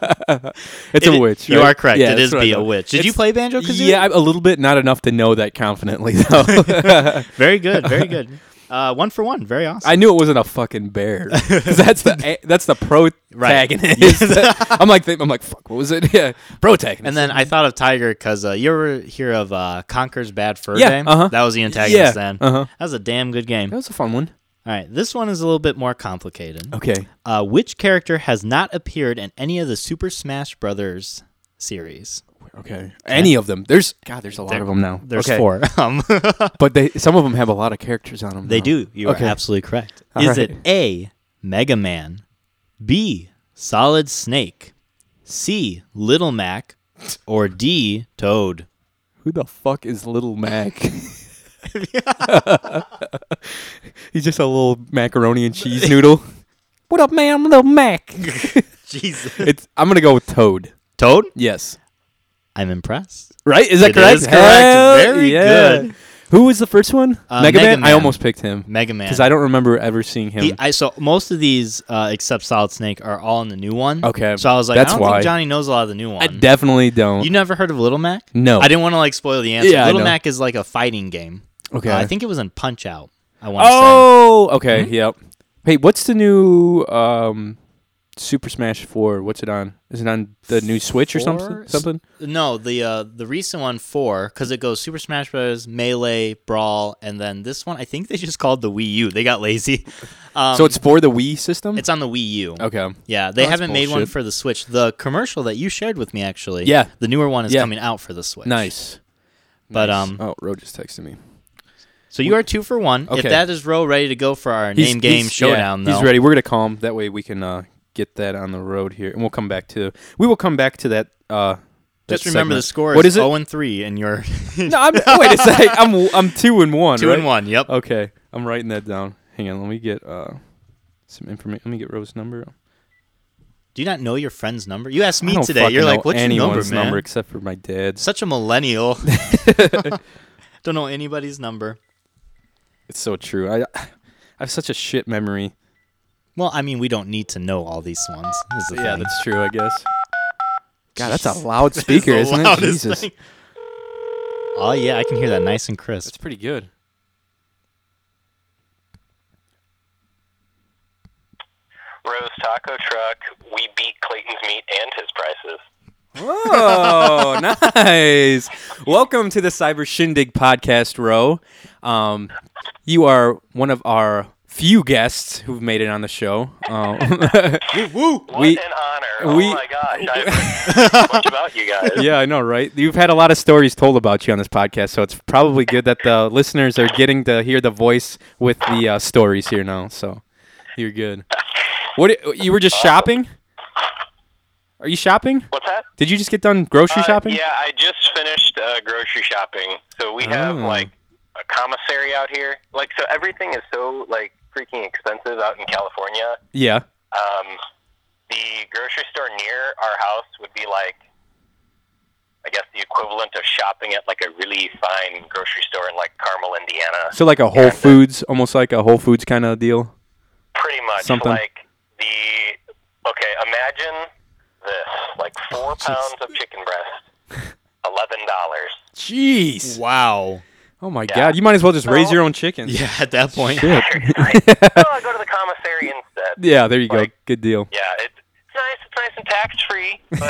[SPEAKER 1] it's
[SPEAKER 2] It-
[SPEAKER 1] a witch.
[SPEAKER 2] You
[SPEAKER 1] right?
[SPEAKER 2] are correct.
[SPEAKER 1] Yeah,
[SPEAKER 2] it
[SPEAKER 1] that's
[SPEAKER 2] is
[SPEAKER 1] what I
[SPEAKER 2] B, a
[SPEAKER 1] thought.
[SPEAKER 2] witch. Did you
[SPEAKER 1] It's-
[SPEAKER 2] play Banjo Kazooie?
[SPEAKER 1] Yeah, a little bit. Not enough to know that confidently, though.
[SPEAKER 2] Very good, very good. Uh, one for one, very awesome.
[SPEAKER 1] I knew it wasn't a fucking bear. 'Cause that's the that's the protagonist. I'm like I'm like fuck. What was it? Yeah, protagonist.
[SPEAKER 2] and then I thought of Tiger because uh, you ever hear of uh, Conker's Bad Fur
[SPEAKER 1] Yeah,
[SPEAKER 2] Day?
[SPEAKER 1] uh-huh.
[SPEAKER 2] That was the antagonist
[SPEAKER 1] yeah,
[SPEAKER 2] then.
[SPEAKER 1] uh-huh.
[SPEAKER 2] That was a damn good game.
[SPEAKER 1] that
[SPEAKER 2] All
[SPEAKER 1] was a fun one.
[SPEAKER 2] right, this one is a little bit more complicated.
[SPEAKER 1] Okay,
[SPEAKER 2] Uh, which character has not appeared in any of the Super Smash Brothers series?
[SPEAKER 1] okay. Any of them? There's God. There's a lot of them now.
[SPEAKER 2] There's
[SPEAKER 1] Okay.
[SPEAKER 2] four. Um,
[SPEAKER 1] but they some of them have a lot of characters on them.
[SPEAKER 2] they do. You
[SPEAKER 1] Okay.
[SPEAKER 2] are absolutely correct.
[SPEAKER 1] All
[SPEAKER 2] is
[SPEAKER 1] right.
[SPEAKER 2] it A, Mega Man, B, Solid Snake, C, Little Mac, or D, Toad?
[SPEAKER 1] Who the fuck is Little Mac? He's just a little macaroni and cheese noodle. what up, man? I'm Little Mac.
[SPEAKER 2] Jesus.
[SPEAKER 1] it's I'm gonna go with Toad.
[SPEAKER 2] Toad?
[SPEAKER 1] Yes.
[SPEAKER 2] I'm impressed.
[SPEAKER 1] Right? Is that
[SPEAKER 2] It
[SPEAKER 1] correct?
[SPEAKER 2] is correct. Very good.
[SPEAKER 1] Who was the first one?
[SPEAKER 2] Uh,
[SPEAKER 1] Mega,
[SPEAKER 2] Mega
[SPEAKER 1] Man? I
[SPEAKER 2] Man.
[SPEAKER 1] almost picked him
[SPEAKER 2] Mega Man.
[SPEAKER 1] because I don't remember ever seeing him.
[SPEAKER 2] He- I so most of these uh, except Solid Snake are all in the new one.
[SPEAKER 1] Okay,
[SPEAKER 2] So I was like,
[SPEAKER 1] that's
[SPEAKER 2] I don't
[SPEAKER 1] why.
[SPEAKER 2] think Johnny knows a lot of the new one.
[SPEAKER 1] I definitely don't.
[SPEAKER 2] you never heard of Little Mac?
[SPEAKER 1] no.
[SPEAKER 2] I didn't want to like spoil the answer.
[SPEAKER 1] Yeah, I
[SPEAKER 2] Little
[SPEAKER 1] know.
[SPEAKER 2] Mac is like a fighting game.
[SPEAKER 1] okay.
[SPEAKER 2] Uh, I think it was in Punch Out. I want to Mm-hmm.
[SPEAKER 1] Oh, okay. Yep. Hey, what's the new um Super Smash Four. What's it on? Is it on the new Switch or
[SPEAKER 2] Four?
[SPEAKER 1] something? Something.
[SPEAKER 2] No, the uh, the recent one four because it goes Super Smash Bros, Melee, Brawl, and then this one I think they just called the Wii U. They got lazy. Um,
[SPEAKER 1] so it's for the Wii system.
[SPEAKER 2] it's on the Wii U.
[SPEAKER 1] okay. Oh,
[SPEAKER 2] Yeah, they
[SPEAKER 1] That's
[SPEAKER 2] haven't made one
[SPEAKER 1] bullshit.
[SPEAKER 2] for the Switch. The commercial that you shared with me actually.
[SPEAKER 1] Yeah.
[SPEAKER 2] the newer one is
[SPEAKER 1] Yeah.
[SPEAKER 2] coming out for the Switch.
[SPEAKER 1] Nice.
[SPEAKER 2] But,
[SPEAKER 1] Nice.
[SPEAKER 2] um,
[SPEAKER 1] oh, Ro just texted me.
[SPEAKER 2] So you are two for one. If
[SPEAKER 1] Okay.
[SPEAKER 2] that is Roe ready to go for our name game showdown,
[SPEAKER 1] yeah,
[SPEAKER 2] though,
[SPEAKER 1] He's ready. We're gonna call him. That way we can uh, get that on the road here, and we'll come back to. We will come back to that. Uh, that
[SPEAKER 2] Just remember the
[SPEAKER 1] segment.
[SPEAKER 2] score
[SPEAKER 1] What
[SPEAKER 2] is
[SPEAKER 1] is it?
[SPEAKER 2] oh zero and three, and you're
[SPEAKER 1] no, I'm, wait a sec. I'm I'm two and one.
[SPEAKER 2] two
[SPEAKER 1] right?
[SPEAKER 2] and one. Yep.
[SPEAKER 1] Okay, I'm writing that down. Hang on, let me get uh some information. Let me get Rose's number.
[SPEAKER 2] Do you not know your friend's number? You asked
[SPEAKER 1] I
[SPEAKER 2] me
[SPEAKER 1] don't
[SPEAKER 2] today.
[SPEAKER 1] fucking
[SPEAKER 2] You're
[SPEAKER 1] know
[SPEAKER 2] like, what's your number,
[SPEAKER 1] anyone's
[SPEAKER 2] man?
[SPEAKER 1] except for my dad's.
[SPEAKER 2] Such a millennial. Don't know anybody's number.
[SPEAKER 1] It's so true. I I have such a shit memory.
[SPEAKER 2] Well, I mean, we don't need to know all these ones. Is the thing.
[SPEAKER 1] true. I guess. God, that's
[SPEAKER 2] Jeez.
[SPEAKER 1] a loud
[SPEAKER 2] That's
[SPEAKER 1] speaker,
[SPEAKER 2] the
[SPEAKER 1] isn't it?
[SPEAKER 2] loudest
[SPEAKER 1] Jesus,
[SPEAKER 2] thing. Oh yeah, I can hear that nice and crisp.
[SPEAKER 1] that's pretty good.
[SPEAKER 3] Rose Taco Truck, we beat Clayton's Meat and his prices.
[SPEAKER 1] Oh, nice. Welcome to the Cyber Shindig podcast, Ro. Um, you are one of our few guests who've made it on the show. Um,
[SPEAKER 3] What
[SPEAKER 1] We-
[SPEAKER 3] an honor.
[SPEAKER 1] we-
[SPEAKER 3] oh my gosh. I've heard so much about you guys.
[SPEAKER 1] yeah, I know, right? You've had a lot of stories told about you on this podcast, so it's probably good that the listeners are getting to hear the voice with the uh, stories here now. So you're good. What you were
[SPEAKER 3] Uh,
[SPEAKER 1] just shopping? Are you shopping?
[SPEAKER 3] What's that?
[SPEAKER 1] Did you just get done grocery
[SPEAKER 3] Uh,
[SPEAKER 1] shopping?
[SPEAKER 3] Yeah, I just finished uh, grocery shopping. So we have
[SPEAKER 1] Oh.
[SPEAKER 3] like a commissary out here. Like so everything is so like freaking expensive out in California.
[SPEAKER 1] Yeah.
[SPEAKER 3] Um, the grocery store near our house would be like I guess the equivalent of shopping at like a really fine grocery store in like Carmel, Indiana.
[SPEAKER 1] So like a Whole Foods, almost like a Whole Foods kind of deal.
[SPEAKER 3] pretty much
[SPEAKER 1] Something.
[SPEAKER 3] like the okay imagine this like four pounds of chicken breast eleven dollars
[SPEAKER 1] Jeez.
[SPEAKER 2] Wow.
[SPEAKER 1] Oh my
[SPEAKER 3] Yeah.
[SPEAKER 1] god, you might as well just raise
[SPEAKER 3] So-
[SPEAKER 1] your own chicken.
[SPEAKER 2] Yeah, at that point.
[SPEAKER 1] Shit.
[SPEAKER 3] so i Oh, go to the commissary instead
[SPEAKER 1] Yeah, there you go.
[SPEAKER 3] Like-
[SPEAKER 1] Good deal.
[SPEAKER 3] yeah it, it's nice it's nice and tax free but uh,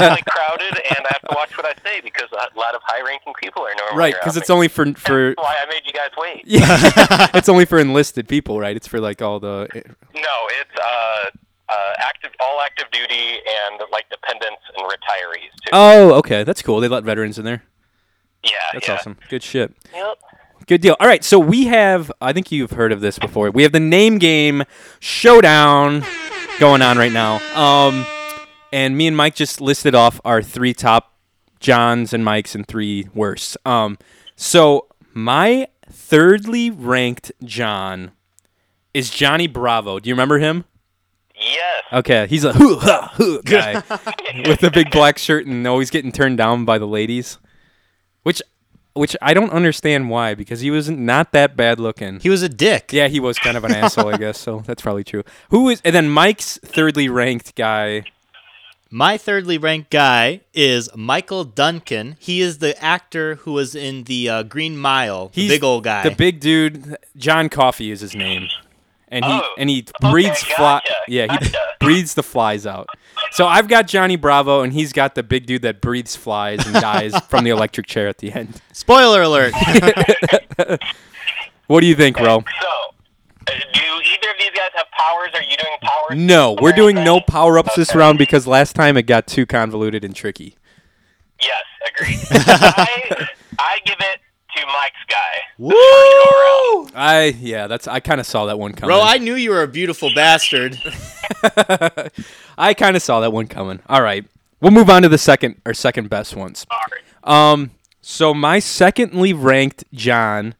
[SPEAKER 3] normally crowded and i have to watch what i say because a lot of high ranking people are normally
[SPEAKER 1] Right,
[SPEAKER 3] because
[SPEAKER 1] cuz it's only for for
[SPEAKER 3] that's why i made you guys wait
[SPEAKER 1] yeah, it's only for enlisted people, right? It's for like all the eh,
[SPEAKER 3] no it's uh uh, active, all active duty, and like dependents and retirees too.
[SPEAKER 1] Oh, okay. That's cool. They let veterans in there.
[SPEAKER 3] yeah,
[SPEAKER 1] That's
[SPEAKER 3] yeah.
[SPEAKER 1] awesome. Good shit.
[SPEAKER 3] Yep.
[SPEAKER 1] Good deal. All right, so we have I think you've heard of this before. We have the name game showdown going on right now. Um and me and Mike just listed off our three top Johns and Mikes and three worst. Um so my thirdly ranked John is Johnny Bravo. Do you remember him?
[SPEAKER 3] Yes.
[SPEAKER 1] Okay, he's a hoo ha hoo guy with the big black shirt and always getting turned down by the ladies, which which I don't understand why because he was not that bad looking.
[SPEAKER 2] He was a dick.
[SPEAKER 1] yeah, he was kind of an asshole, I guess. So that's probably true. Who is and then Mike's thirdly ranked guy?
[SPEAKER 2] My thirdly ranked guy is Michael Duncan. He is the actor who was in the uh, Green Mile, the
[SPEAKER 1] He's
[SPEAKER 2] big old guy.
[SPEAKER 1] the big dude. John Coffey is his name, and he
[SPEAKER 3] Oh,
[SPEAKER 1] and he breeds fly.
[SPEAKER 3] gotcha,
[SPEAKER 1] Yeah, he
[SPEAKER 3] gotcha.
[SPEAKER 1] breeds the flies out. So I've got Johnny Bravo, and he's got the big dude that breeds flies and dies from the electric chair at the end.
[SPEAKER 2] Spoiler alert.
[SPEAKER 1] What do you think, Ro?
[SPEAKER 3] So, uh, do either of these guys have powers? Are you doing powers?
[SPEAKER 1] No, we're doing no
[SPEAKER 3] powers.
[SPEAKER 1] power ups this round because last time it got too convoluted and tricky.
[SPEAKER 3] Yes, agreed. I, I give it to Mike's guy.
[SPEAKER 2] Woo!
[SPEAKER 1] I yeah, that's I kind of saw that one coming.
[SPEAKER 2] Bro, I knew you were a beautiful bastard.
[SPEAKER 1] I kind of saw that one coming. All right, we'll move on to the second or second best ones.
[SPEAKER 3] Sorry.
[SPEAKER 1] Um, so my secondly ranked John.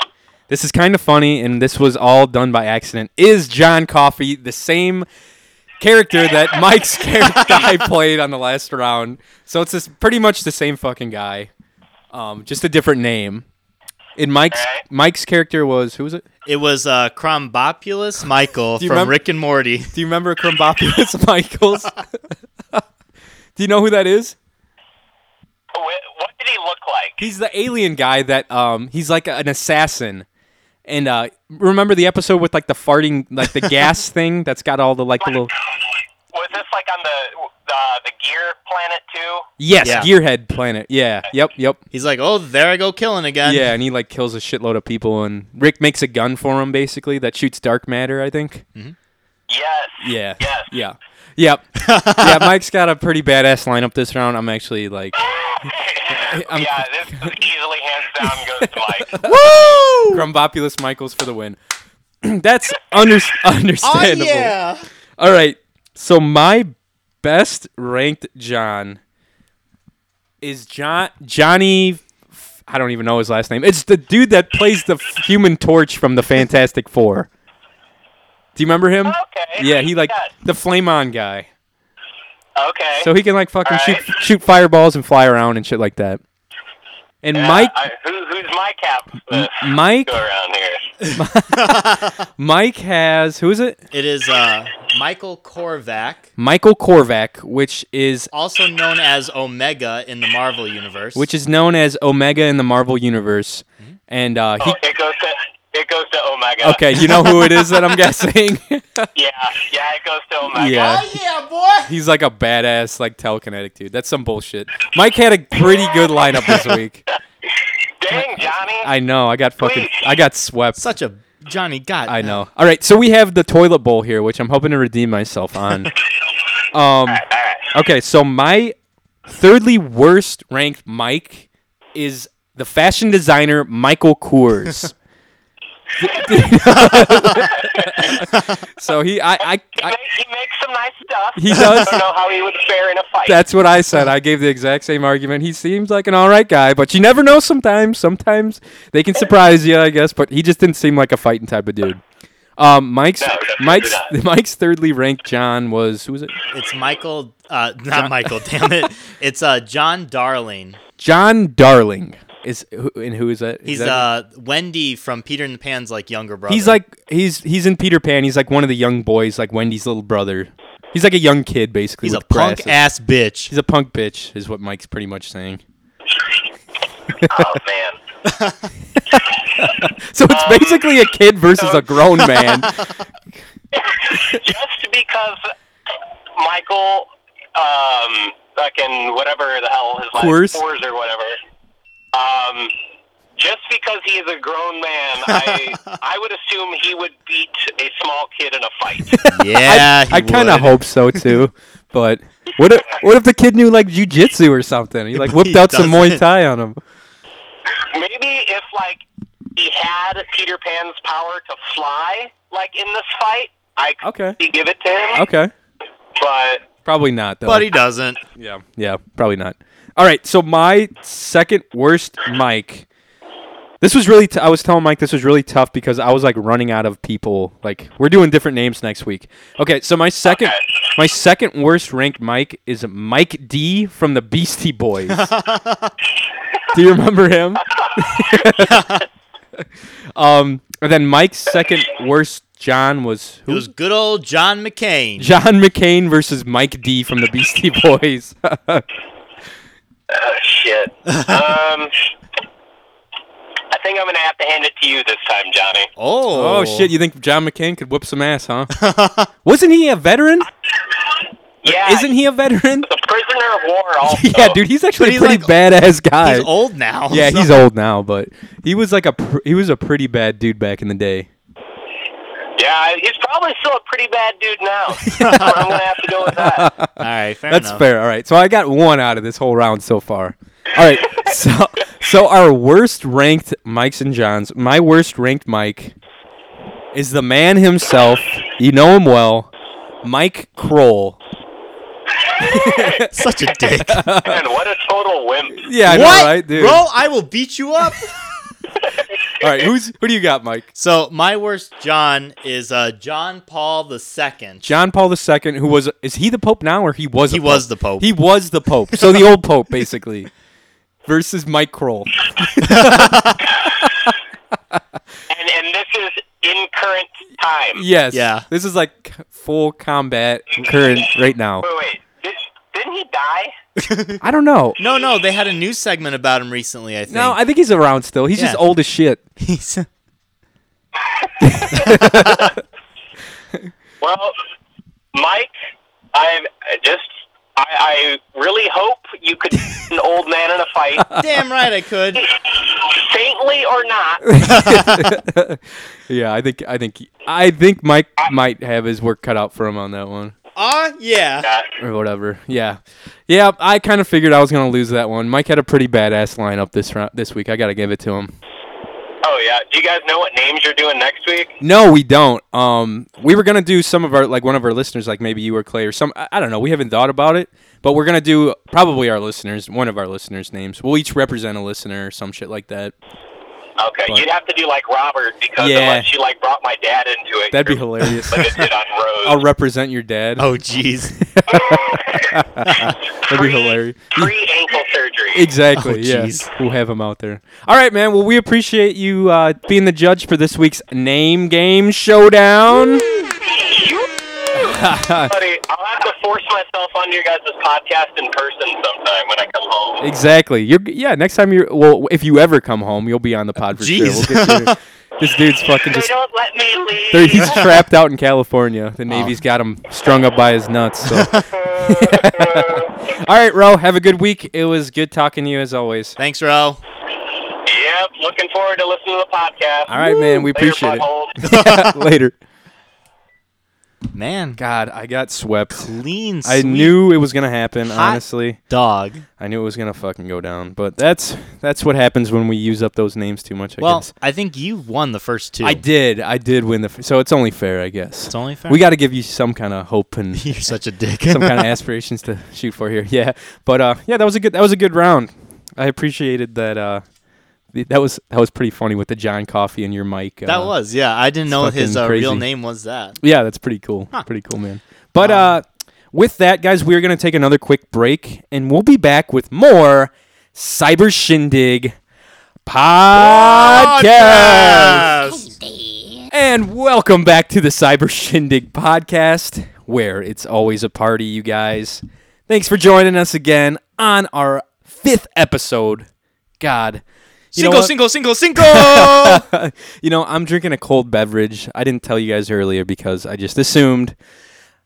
[SPEAKER 1] This is kind of funny, and this was all done by accident. Is John Coffey the same character that Mike's character I played on the last round? So it's this pretty much the same fucking guy, um, just a different name. In Mike's
[SPEAKER 3] Alright.
[SPEAKER 1] Mike's character was who was it?
[SPEAKER 2] It was uh, Crombopulus Michael
[SPEAKER 1] Do you
[SPEAKER 2] from
[SPEAKER 1] remember-
[SPEAKER 2] Rick and Morty.
[SPEAKER 1] Do you remember Crumbopulus Michaels? Do you know who that is?
[SPEAKER 3] What, what did he look like?
[SPEAKER 1] He's the alien guy that um he's like an assassin. And uh remember the episode with like the farting like the gas thing that's got all the like the little
[SPEAKER 3] Was it like on the the, the Gear Planet too?
[SPEAKER 1] Yes,
[SPEAKER 2] Yeah.
[SPEAKER 1] Gearhead Planet. Yeah. Yep. Yep.
[SPEAKER 2] He's like, oh, there I go killing again.
[SPEAKER 1] yeah, and he like kills a shitload of people, and Rick makes a gun for him basically that shoots dark matter. I think.
[SPEAKER 3] Yes.
[SPEAKER 1] Yeah.
[SPEAKER 3] Yes.
[SPEAKER 1] Yeah. Yep. yeah. Mike's got a pretty badass lineup this round. I'm actually like I'm-
[SPEAKER 3] yeah, this is easily hands down goes to Mike.
[SPEAKER 1] woo Grumbopulous Michaels for the win. That's under- understandable. All right. So my best ranked John is John Johnny. F- I don't even know his last name. It's the dude that plays the f- Human Torch from the Fantastic Four. Do you remember him?
[SPEAKER 3] Okay.
[SPEAKER 1] Yeah, he like
[SPEAKER 3] Yes.
[SPEAKER 1] the flame on guy.
[SPEAKER 3] Okay.
[SPEAKER 1] So he can like fucking
[SPEAKER 3] All
[SPEAKER 1] shoot
[SPEAKER 3] right.
[SPEAKER 1] shoot fireballs and fly around and shit like that. And
[SPEAKER 3] Yeah,
[SPEAKER 1] Mike
[SPEAKER 3] I, who, who's my cap? This
[SPEAKER 1] Mike
[SPEAKER 3] go around here.
[SPEAKER 1] Mike has who is it?
[SPEAKER 2] It is uh, Michael Korvac,
[SPEAKER 1] Michael Korvac, which is
[SPEAKER 2] also known as Omega in the Marvel universe.
[SPEAKER 1] which is known as Omega in the Marvel universe. And uh, he
[SPEAKER 3] Oh, it goes to it goes to Omega.
[SPEAKER 1] Okay, you know who it is that I'm guessing?
[SPEAKER 3] Yeah. Yeah, it goes to Omega.
[SPEAKER 1] yeah.
[SPEAKER 2] Oh, yeah, boy.
[SPEAKER 1] He's like a badass, like telekinetic dude. That's some bullshit. Mike had a pretty good lineup this week.
[SPEAKER 3] Dang, Johnny.
[SPEAKER 1] I know. I got fucking. I got swept.
[SPEAKER 2] Such a Johnny God.
[SPEAKER 1] I know. All right, so we have the toilet bowl here, which I'm hoping to redeem myself on. Um.
[SPEAKER 3] All right.
[SPEAKER 1] Okay, so my thirdly worst ranked Mike is the fashion designer Michael Kors. so he, I, I,
[SPEAKER 3] He,
[SPEAKER 1] I,
[SPEAKER 3] makes, he makes some nice stuff.
[SPEAKER 1] He does.
[SPEAKER 3] I don't know how he would fare in a fight.
[SPEAKER 1] That's what I said. I gave the exact same argument. He seems like an all right guy, but you never know sometimes. Sometimes they can surprise you, I guess, but he just didn't seem like a fighting type of dude. Um, Mike's
[SPEAKER 3] No, definitely
[SPEAKER 1] Mike's
[SPEAKER 3] not.
[SPEAKER 1] Mike's thirdly ranked John was who was it?
[SPEAKER 2] It's Michael. Uh, not Michael. Damn it. It's uh, John Darling.
[SPEAKER 1] John Darling is who, and who is that? Is
[SPEAKER 2] He's
[SPEAKER 1] that-
[SPEAKER 2] uh, Wendy from Peter and the Pan's like younger brother.
[SPEAKER 1] he's like he's he's in Peter Pan. He's like one of the young boys, like Wendy's little brother. He's like a young kid basically.
[SPEAKER 2] he's a
[SPEAKER 1] with
[SPEAKER 2] punk
[SPEAKER 1] glasses.
[SPEAKER 2] ass bitch.
[SPEAKER 1] He's a punk bitch, is what Mike's pretty much saying.
[SPEAKER 3] oh man.
[SPEAKER 1] So it's
[SPEAKER 3] Um,
[SPEAKER 1] basically a kid versus a grown man.
[SPEAKER 3] Just because Michael, um, fucking whatever the hell his last
[SPEAKER 1] Coors?
[SPEAKER 3] Coors or whatever. Um, just because he is a grown man, I I would assume he would beat a small kid in a fight.
[SPEAKER 2] Yeah, he
[SPEAKER 1] I kind of
[SPEAKER 2] would.
[SPEAKER 1] hope so too. But what if what if the kid knew like jujitsu or something? He like whipped
[SPEAKER 2] He
[SPEAKER 1] out some Muay
[SPEAKER 2] doesn't.
[SPEAKER 1] Thai on him.
[SPEAKER 3] Maybe if like he had Peter Pan's power to fly, like in this fight, I could
[SPEAKER 1] Okay.
[SPEAKER 3] give it to him.
[SPEAKER 1] Okay.
[SPEAKER 3] But
[SPEAKER 1] Probably not though.
[SPEAKER 2] but he doesn't.
[SPEAKER 1] Yeah. Yeah. Probably not. All right. So my second worst mic. This was really. T- I was telling Mike this was really tough because I was like running out of people. Like we're doing different names next week. Okay. So my second,
[SPEAKER 3] Okay.
[SPEAKER 1] my second worst ranked mic is Mike D from the Beastie Boys. Do you remember him? um. And then Mike's second worst John was
[SPEAKER 2] It
[SPEAKER 1] who?
[SPEAKER 2] was good old John McCain.
[SPEAKER 1] John McCain versus Mike D from the Beastie Boys.
[SPEAKER 3] Oh, shit. um, I think I'm going to have to hand it to you this time, Johnny.
[SPEAKER 2] Oh,
[SPEAKER 1] Oh shit! You think John McCain could whip some ass, huh? Wasn't he a veteran?
[SPEAKER 3] Yeah,
[SPEAKER 1] Isn't he a veteran?
[SPEAKER 3] the prisoner of war also.
[SPEAKER 1] yeah, dude, he's actually
[SPEAKER 2] Oh. he's
[SPEAKER 1] a pretty
[SPEAKER 2] like-
[SPEAKER 1] badass guy.
[SPEAKER 2] He's old now.
[SPEAKER 1] Yeah,
[SPEAKER 2] so-
[SPEAKER 1] he's old now, but he was like a pr- he was a pretty bad dude back in the day.
[SPEAKER 3] Yeah, he's probably still a pretty bad dude now. so I'm going to have to go with that.
[SPEAKER 2] All right, fair
[SPEAKER 1] That's
[SPEAKER 2] enough.
[SPEAKER 1] fair. All right, so I got one out of this whole round so far. All right, so so our worst ranked Mikes and Johns. My worst ranked Mike is the man himself. You know him well, Mike Kroll.
[SPEAKER 2] Such a dick.
[SPEAKER 3] Man, what a total wimp.
[SPEAKER 1] Yeah, I know,
[SPEAKER 2] what,
[SPEAKER 1] right, dude?
[SPEAKER 2] bro? I will beat you up.
[SPEAKER 1] All right, who's who do you got, Mike?
[SPEAKER 2] so my worst John is uh, John Paul the Second.
[SPEAKER 1] John Paul II, who was is he the Pope now or he was
[SPEAKER 2] He
[SPEAKER 1] a
[SPEAKER 2] was
[SPEAKER 1] pope?
[SPEAKER 2] the Pope.
[SPEAKER 1] he was the Pope so the old Pope basically versus Mike Kroll
[SPEAKER 3] And, and this is in current time.
[SPEAKER 1] yes
[SPEAKER 2] Yeah.
[SPEAKER 1] this is like c- full combat current right now
[SPEAKER 3] Wait, wait. Did, didn't he die?
[SPEAKER 1] I don't know
[SPEAKER 2] no, no, they had a news segment about him recently. I think.
[SPEAKER 1] no I think he's around still he's just
[SPEAKER 2] Yeah.
[SPEAKER 1] old as shit
[SPEAKER 2] he's
[SPEAKER 3] Well, Mike, I'm I just. I, I really hope you could an old man in a fight,
[SPEAKER 2] Damn right I could.
[SPEAKER 3] saintly or not.
[SPEAKER 1] yeah, I think I think I think Mike might have his work cut out for him on that one
[SPEAKER 2] Ah, yeah.
[SPEAKER 3] Uh,
[SPEAKER 1] or whatever. Yeah, yeah. I kind of figured I was gonna lose that one. Mike had a pretty badass lineup this round this week. I gotta give it to him.
[SPEAKER 3] oh yeah. Do you guys know what names you're doing next week?
[SPEAKER 1] No, we don't. Um, we were gonna do some of our like one of our listeners, like maybe you or Clay or some. I, I don't know. We haven't thought about it, but we're gonna do probably our listeners, one of our listeners' names. We'll each represent a listener or some shit like that.
[SPEAKER 3] Okay,
[SPEAKER 1] But-
[SPEAKER 3] you'd have to do like Robert because
[SPEAKER 1] Yeah.
[SPEAKER 3] unless she like brought my dad into it,
[SPEAKER 1] That'd be
[SPEAKER 3] you're-
[SPEAKER 1] hilarious.
[SPEAKER 3] Like it did on Rose.
[SPEAKER 1] I'll represent your dad.
[SPEAKER 2] Oh, jeez.
[SPEAKER 1] That'd be hilarious.
[SPEAKER 3] Pre ankle surgery.
[SPEAKER 1] Exactly.
[SPEAKER 2] Oh,
[SPEAKER 1] yeah.
[SPEAKER 2] jeez.
[SPEAKER 1] We'll have him out there. All right, man. Well, we appreciate you uh, being the judge for this week's name game showdown.
[SPEAKER 3] Buddy, I'll have to force myself onto your guys' podcast in person sometime when I come home.
[SPEAKER 1] Exactly. You're yeah. Next time you're well, if you ever come home, you'll be on the pod for
[SPEAKER 2] Jeez.
[SPEAKER 1] sure. We'll get you, this dude's fucking
[SPEAKER 3] They
[SPEAKER 1] just.
[SPEAKER 3] don't let me leave.
[SPEAKER 1] they're- He's trapped out in California.
[SPEAKER 2] Oh.
[SPEAKER 1] The Navy's got him strung up by his nuts. So. All right, Ro. Have a good week. It was good talking to you as always.
[SPEAKER 2] Thanks, Ro.
[SPEAKER 3] yep, looking forward to listening to the podcast.
[SPEAKER 1] All right, man. We
[SPEAKER 3] Later,
[SPEAKER 1] appreciate it.
[SPEAKER 3] buttholes.
[SPEAKER 1] Later.
[SPEAKER 2] Man,
[SPEAKER 1] God, I got swept.
[SPEAKER 2] clean, sweet
[SPEAKER 1] I knew it was gonna happen.
[SPEAKER 2] Hot
[SPEAKER 1] Honestly.
[SPEAKER 2] dog.
[SPEAKER 1] I knew it was gonna fucking go down, but that's that's what happens when we use up those names too much. I
[SPEAKER 2] Well,
[SPEAKER 1] guess.
[SPEAKER 2] I think you won the first two.
[SPEAKER 1] I did, I did win the, f- so it's only fair, I guess.
[SPEAKER 2] It's only fair.
[SPEAKER 1] We got to give you some kind of hope and
[SPEAKER 2] You're such a dick.
[SPEAKER 1] some kind of aspirations to shoot for here. Yeah, but uh, yeah, that was a good that was a good round. I appreciated that. Uh, th- that was that was pretty funny with the John Coffee and your mic. Uh,
[SPEAKER 2] that was, yeah. I didn't know his
[SPEAKER 1] fucking
[SPEAKER 2] uh, real
[SPEAKER 1] crazy.
[SPEAKER 2] name was that.
[SPEAKER 1] Yeah, that's pretty cool. Pretty cool, man. But
[SPEAKER 2] Um,
[SPEAKER 1] uh, with that, guys, we're gonna take another quick break, and we'll be back with more Cyber Shindig podcast. And welcome back to the Cyber Shindig podcast, where it's always a party, you guys. Thanks for joining us again on our fifth episode. God. You know
[SPEAKER 2] Cinco,
[SPEAKER 1] what?
[SPEAKER 2] cinco, cinco, cinco.
[SPEAKER 1] you know, I'm drinking a cold beverage. I didn't tell you guys earlier because I just assumed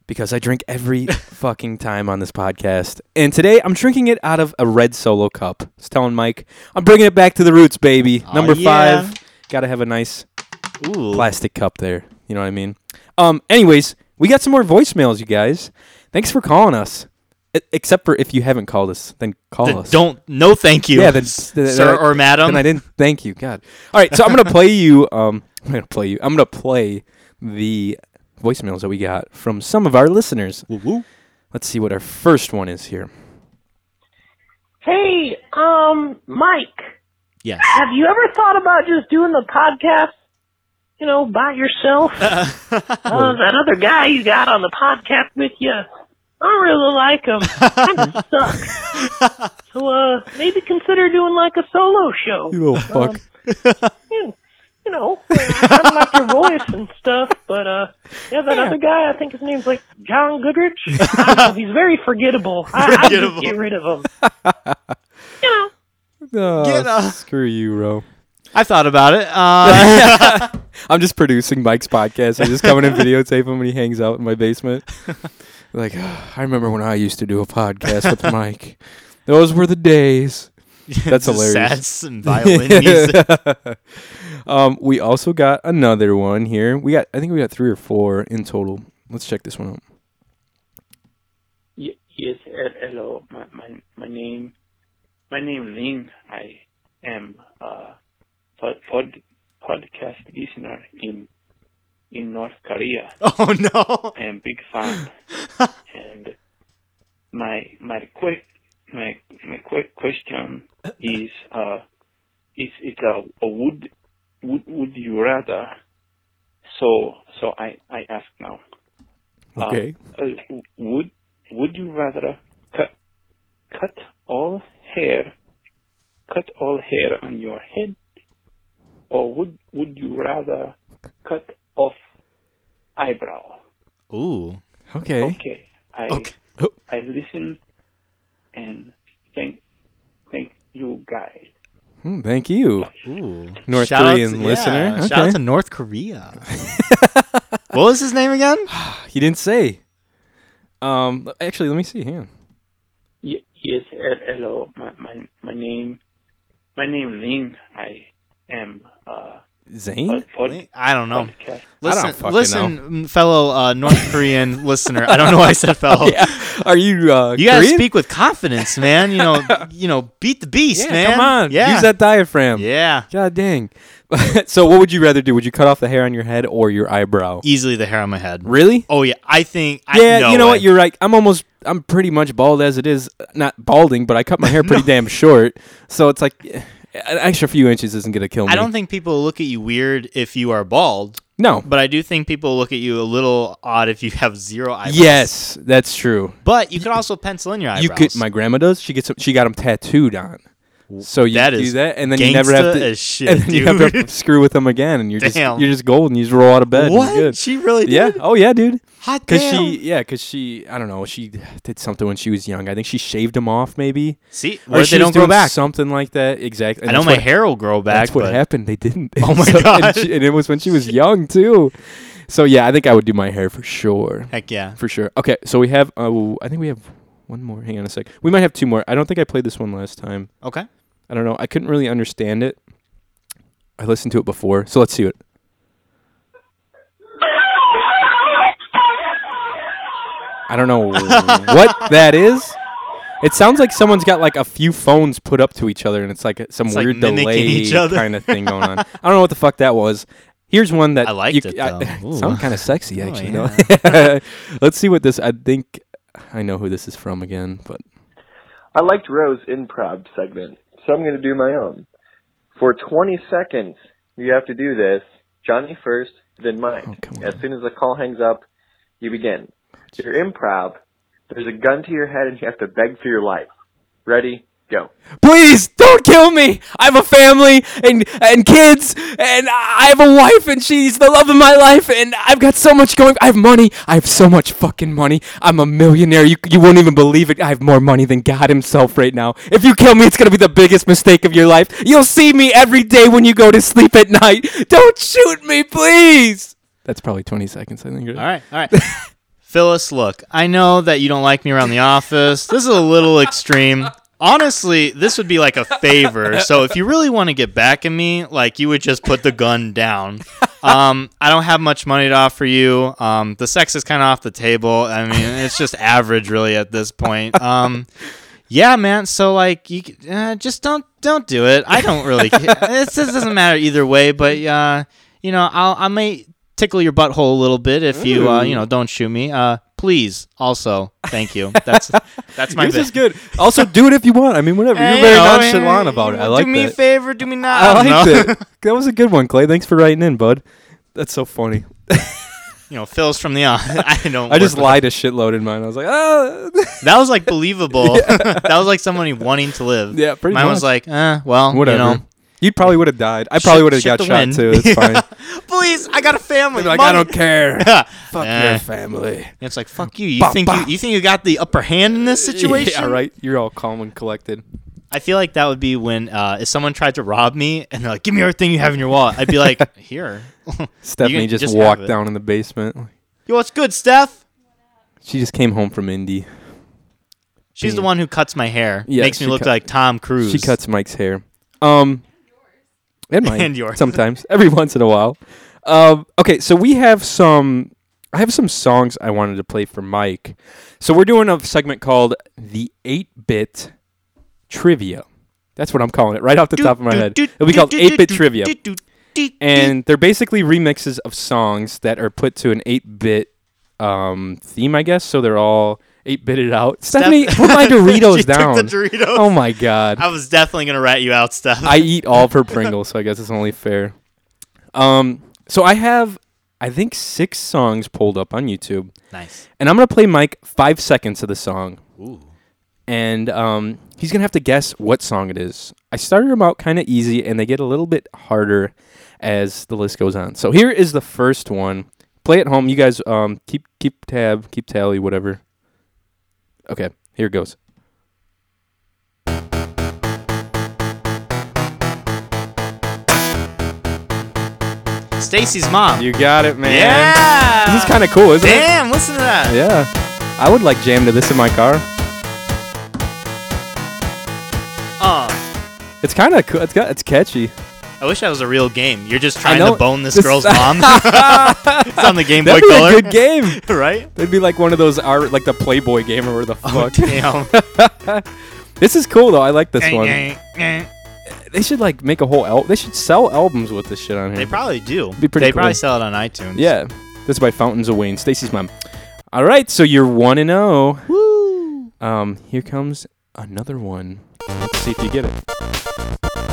[SPEAKER 1] because I drink every fucking time on this podcast. And today I'm drinking it out of a red solo cup. I was telling Mike, I'm bringing it back to the roots, baby. Number
[SPEAKER 2] yeah.
[SPEAKER 1] five. Gotta have a nice
[SPEAKER 2] Ooh.
[SPEAKER 1] plastic cup there. You know what I mean? Um, anyways, we got some more voicemails, you guys. Thanks for calling us. E- except for if you haven't called us, then call
[SPEAKER 2] Th-
[SPEAKER 1] us.
[SPEAKER 2] Don't. No, thank you.
[SPEAKER 1] Yeah, then, then-
[SPEAKER 2] sir
[SPEAKER 1] then I-
[SPEAKER 2] or madam.
[SPEAKER 1] Then I didn't. Thank you, God. All right, so I'm gonna play you. Um, I'm gonna play you. I'm gonna play the voicemails that we got from some of our listeners. Let's see what our first one is here.
[SPEAKER 4] Hey, um, Mike,
[SPEAKER 2] Yes.
[SPEAKER 4] have you ever thought about just doing the podcast, you know, by yourself? uh, that other guy you got on the podcast with you, I don't really like him. Kind of sucks. So, uh, maybe consider doing like a solo show.
[SPEAKER 1] You little fuck.
[SPEAKER 4] You, you know, I kinda like your voice and stuff, but, uh, yeah, that other guy, I think his name's like John Goodrich. I don't know, he's very forgettable. I, I
[SPEAKER 2] Forgettable.
[SPEAKER 4] just get rid of him. You know.
[SPEAKER 2] Get up.
[SPEAKER 1] Ah, screw you, bro.
[SPEAKER 2] I thought about it. Uh,
[SPEAKER 1] I'm just producing Mike's podcast. I just come in and videotape him when he hangs out in my basement. Like, I remember when I used to do a podcast with Mike. Those were the days. That's
[SPEAKER 2] just
[SPEAKER 1] hilarious.
[SPEAKER 2] Sass and violin music.
[SPEAKER 1] Um, we also got another one here. We got, I think we got three or four in total. Let's check this one out.
[SPEAKER 5] Ye- Yes, he- hello. My my my name my name Ling. I am a pod, pod podcast listener in in North Korea.
[SPEAKER 2] Oh no.
[SPEAKER 5] I am big fan. and my my quick my my quick question is uh is it's a, a would would would you rather so so I I ask now. Uh,
[SPEAKER 1] Okay.
[SPEAKER 5] uh, would would you rather cut cut all hair cut all hair on your head or would would you rather cut off eyebrow?
[SPEAKER 2] Ooh.
[SPEAKER 1] Okay.
[SPEAKER 5] Okay. I
[SPEAKER 2] Okay.
[SPEAKER 5] I listen and thank thank you guys.
[SPEAKER 1] Hmm, thanhank you.
[SPEAKER 2] Ooh.
[SPEAKER 1] North
[SPEAKER 2] Shout out
[SPEAKER 1] Korean
[SPEAKER 2] to-
[SPEAKER 1] listener.
[SPEAKER 2] yeah, Shout
[SPEAKER 1] Okay.
[SPEAKER 2] out to North Korea. what was his name again?
[SPEAKER 1] He didn't say. Um, actually, let me see. Hang on.
[SPEAKER 5] Ye- Yes, he- hello. My my my name, my name Ling. I am uh
[SPEAKER 1] Zane.
[SPEAKER 5] pod-
[SPEAKER 2] I don't know.
[SPEAKER 5] podcast.
[SPEAKER 1] don't
[SPEAKER 2] Listen,
[SPEAKER 1] fucking
[SPEAKER 2] listen, mm, fellow uh, North Korean listener. I don't know why I said fellow.
[SPEAKER 1] Yeah. Are you? Uh,
[SPEAKER 2] Oh. You gotta
[SPEAKER 1] Korean?
[SPEAKER 2] speak with confidence, man. You know, you know, beat the beast,
[SPEAKER 1] Yeah,
[SPEAKER 2] man.
[SPEAKER 1] come on.
[SPEAKER 2] yeah,
[SPEAKER 1] Use that diaphragm.
[SPEAKER 2] yeah.
[SPEAKER 1] God dang. so, what would you rather do? Would you cut off the hair on your head or your eyebrow?
[SPEAKER 2] Easily the hair on my head.
[SPEAKER 1] Really?
[SPEAKER 2] Oh yeah, I think. I,
[SPEAKER 1] yeah,
[SPEAKER 2] no
[SPEAKER 1] you know
[SPEAKER 2] way.
[SPEAKER 1] what? You're right. I'm almost, I'm pretty much bald as it is. Uh, Not balding, but I cut my hair pretty damn short. So it's like eh, an extra few inches isn't gonna kill me.
[SPEAKER 2] I don't think people look at you weird if you are bald,
[SPEAKER 1] No.
[SPEAKER 2] but I do think people look at you a little odd if you have zero eyebrows.
[SPEAKER 1] Yes, that's true.
[SPEAKER 2] but you could also pencil in your eyebrows.
[SPEAKER 1] You could. My grandma does. She gets. She got them tattooed on. So you
[SPEAKER 2] that
[SPEAKER 1] do
[SPEAKER 2] is
[SPEAKER 1] that, and then you never have
[SPEAKER 2] gangsta
[SPEAKER 1] to.
[SPEAKER 2] as shit,
[SPEAKER 1] and then you
[SPEAKER 2] dude.
[SPEAKER 1] never screw with them again, and you're
[SPEAKER 2] Damn.
[SPEAKER 1] just you're just golden. You just roll out of bed. and you're
[SPEAKER 2] what?
[SPEAKER 1] good.
[SPEAKER 2] She really did?
[SPEAKER 1] Yeah. Oh yeah, dude.
[SPEAKER 2] Hot
[SPEAKER 1] Cause
[SPEAKER 2] damn.
[SPEAKER 1] she, yeah, cause she, I don't know, she did something when she was young. I think she shaved them off, maybe.
[SPEAKER 2] See,
[SPEAKER 1] Or
[SPEAKER 2] what if
[SPEAKER 1] she
[SPEAKER 2] they
[SPEAKER 1] was
[SPEAKER 2] don't grow
[SPEAKER 1] doing
[SPEAKER 2] back?
[SPEAKER 1] Something like that, exactly. And
[SPEAKER 2] I know
[SPEAKER 1] that's
[SPEAKER 2] my
[SPEAKER 1] what-
[SPEAKER 2] hair will grow back.
[SPEAKER 1] That's what
[SPEAKER 2] but
[SPEAKER 1] happened. They didn't.
[SPEAKER 2] Oh my
[SPEAKER 1] So-
[SPEAKER 2] God.
[SPEAKER 1] And, she- and it was when she was young too. So yeah, I think I would do my hair for sure,
[SPEAKER 2] Heck yeah.
[SPEAKER 1] for sure. Okay, so we have. Oh, I think we have one more. Hang on a sec. We might have two more. I don't think I played this one last time.
[SPEAKER 2] Okay.
[SPEAKER 1] I don't know. I couldn't really understand it. I listened to it before, so let's see it. I don't know what that is. It sounds like someone's got like a few phones put up to each other, and it's like some
[SPEAKER 2] It's like
[SPEAKER 1] weird
[SPEAKER 2] mimicking
[SPEAKER 1] delay
[SPEAKER 2] each other.
[SPEAKER 1] kind of thing going on. I don't know what the fuck that was. Here's one that
[SPEAKER 2] I liked
[SPEAKER 1] you,
[SPEAKER 2] it,
[SPEAKER 1] I-
[SPEAKER 2] though.
[SPEAKER 1] it
[SPEAKER 2] Ooh. Oh,
[SPEAKER 1] sounded kind of sexy, actually.
[SPEAKER 2] yeah.
[SPEAKER 1] though. let's see what this. I think I know who this is from again, but
[SPEAKER 6] I liked Rose's improv segment, so I'm going to do my own. For 20 seconds, you have to do this. Johnny first, then
[SPEAKER 1] Oh,
[SPEAKER 6] mine.
[SPEAKER 1] come
[SPEAKER 6] as
[SPEAKER 1] on.
[SPEAKER 6] soon as the call hangs up, you begin. Your improv, there's a gun to your head and you have to beg for your life. Ready? Go.
[SPEAKER 1] please don't kill me. I have a family and and kids, and I have a wife, and she's the love of my life, and I've got so much going. I have money. I have so much fucking money. I'm a millionaire. You you won't even believe it. I have more money than God Himself right now. If you kill me, it's gonna be the biggest mistake of your life. You'll see me every day when you go to sleep at night. Don't shoot me, please. That's probably 20 seconds, I think.
[SPEAKER 2] All right. All right. Phyllis, look, I know that you don't like me around the office. This is a little extreme. Honestly, this would be like a favor. So if you really want to get back at me, like you would just put the gun down. Um, I don't have much money to offer you. Um, the sex is kind of off the table. I mean, it's just average really at this point. Um, yeah, man. So like, you c- uh, just don't don't do it. I don't really. care. It just doesn't matter either way. But uh, you know, I'll I may tickle your butthole a little bit if you uh, you know don't shoot me. Uh, please. Also, thank you. That's that's my. bit.
[SPEAKER 1] good. Also, do it if you want. I mean, whatever.
[SPEAKER 2] Hey,
[SPEAKER 1] You're very
[SPEAKER 2] you know,
[SPEAKER 1] nonchalant
[SPEAKER 2] hey,
[SPEAKER 1] about it.
[SPEAKER 2] you
[SPEAKER 1] I
[SPEAKER 2] know,
[SPEAKER 1] like
[SPEAKER 2] Do me
[SPEAKER 1] that.
[SPEAKER 2] a favor. Do me not.
[SPEAKER 1] I liked
[SPEAKER 2] don't know.
[SPEAKER 1] it. That was a good one, Clay. Thanks for writing in, bud. That's so funny.
[SPEAKER 2] you know, Phil's from the on. I don't.
[SPEAKER 1] I just
[SPEAKER 2] work with-
[SPEAKER 1] lied a shitload in mine. I was like, ah.
[SPEAKER 2] That was like believable. that was like somebody wanting to live.
[SPEAKER 1] Yeah, pretty
[SPEAKER 2] Mine was like, eh, well,
[SPEAKER 1] Whatever.
[SPEAKER 2] You know,
[SPEAKER 1] You probably would have died. I probably
[SPEAKER 2] shit-
[SPEAKER 1] would have got
[SPEAKER 2] shit the
[SPEAKER 1] shot
[SPEAKER 2] wind.
[SPEAKER 1] too. It's fine.
[SPEAKER 2] please, I got a family.
[SPEAKER 1] I'd be like, I
[SPEAKER 2] money.
[SPEAKER 1] don't care. Fuck
[SPEAKER 2] Eh.
[SPEAKER 1] your family.
[SPEAKER 2] And It's like fuck you. You
[SPEAKER 1] Bah,
[SPEAKER 2] think
[SPEAKER 1] bah.
[SPEAKER 2] you, you think you got the upper hand in this situation?
[SPEAKER 1] Yeah, right. You're all calm and collected.
[SPEAKER 2] I feel like that would be when uh, if someone tried to rob me and they're like, "Give me everything you have in your wallet," I'd be like, "Here,
[SPEAKER 1] Stephanie
[SPEAKER 2] can
[SPEAKER 1] just,
[SPEAKER 2] just have
[SPEAKER 1] walked
[SPEAKER 2] it.
[SPEAKER 1] down in the basement.
[SPEAKER 2] yo, what's good, Steph?"
[SPEAKER 1] She just came home from Indy.
[SPEAKER 2] She's the
[SPEAKER 1] Damn.
[SPEAKER 2] one who cuts my hair,
[SPEAKER 1] Yeah,
[SPEAKER 2] makes me
[SPEAKER 1] she
[SPEAKER 2] look
[SPEAKER 1] cut-
[SPEAKER 2] like Tom Cruise.
[SPEAKER 1] She cuts Mike's hair. Um, and mine.
[SPEAKER 2] And yours.
[SPEAKER 1] Sometimes, every once in a while. Um, okay, so we have some. I have some songs I wanted to play for Mike. So we're doing a segment called the 8-bit trivia. That's what I'm calling it, right off the top of my head. It'll be called 8-bit trivia, and they're basically remixes of songs that are put to an 8-bit um, theme, I guess. So they're all 8-bitted out. Stephanie, put my Doritos
[SPEAKER 2] She took the
[SPEAKER 1] down.
[SPEAKER 2] Doritos.
[SPEAKER 1] Oh my god.
[SPEAKER 2] I was definitely gonna rat you out, Steph.
[SPEAKER 1] I eat all of her Pringles, so I guess it's only fair. Um, so I have, I think, six songs pulled up on YouTube,
[SPEAKER 2] nice.
[SPEAKER 1] and I'm gonna play Mike five seconds of the song,
[SPEAKER 2] Ooh.
[SPEAKER 1] and um, he's gonna have to guess what song it is. I started them out kind of easy, and they get a little bit harder as the list goes on. So here is the first one. Play at home. You guys, um, keep keep tab, keep tally, whatever. Okay, here it goes.
[SPEAKER 2] Stacy's mom.
[SPEAKER 1] You got it, man.
[SPEAKER 2] yeah.
[SPEAKER 1] This is kind of cool, isn't it?
[SPEAKER 2] Damn. Listen to that.
[SPEAKER 1] Yeah. I would like jam to this in my car.
[SPEAKER 2] Uh,
[SPEAKER 1] It's kind of cool. It's got it's catchy.
[SPEAKER 2] I wish that was a real game. You're just trying
[SPEAKER 1] know-
[SPEAKER 2] to bone this
[SPEAKER 1] this-
[SPEAKER 2] girl's mom. it's on the Game Boy
[SPEAKER 1] That'd be
[SPEAKER 2] Color,
[SPEAKER 1] a good game.
[SPEAKER 2] right?
[SPEAKER 1] It'd be like one of those art, like the Playboy game or where the
[SPEAKER 2] Oh,
[SPEAKER 1] fuck.
[SPEAKER 2] damn.
[SPEAKER 1] this is cool though. I like this one.
[SPEAKER 2] they
[SPEAKER 1] They should like make a whole. El- they should sell albums with this shit on here.
[SPEAKER 2] probably do.
[SPEAKER 1] Be pretty
[SPEAKER 2] they
[SPEAKER 1] cool.
[SPEAKER 2] probably sell it on iTunes.
[SPEAKER 1] Yeah, this is by Fountains of Wayne, Stacy's mom. All right, so you're one and zero. Woo! Um, here comes another one. Let's see if you get it.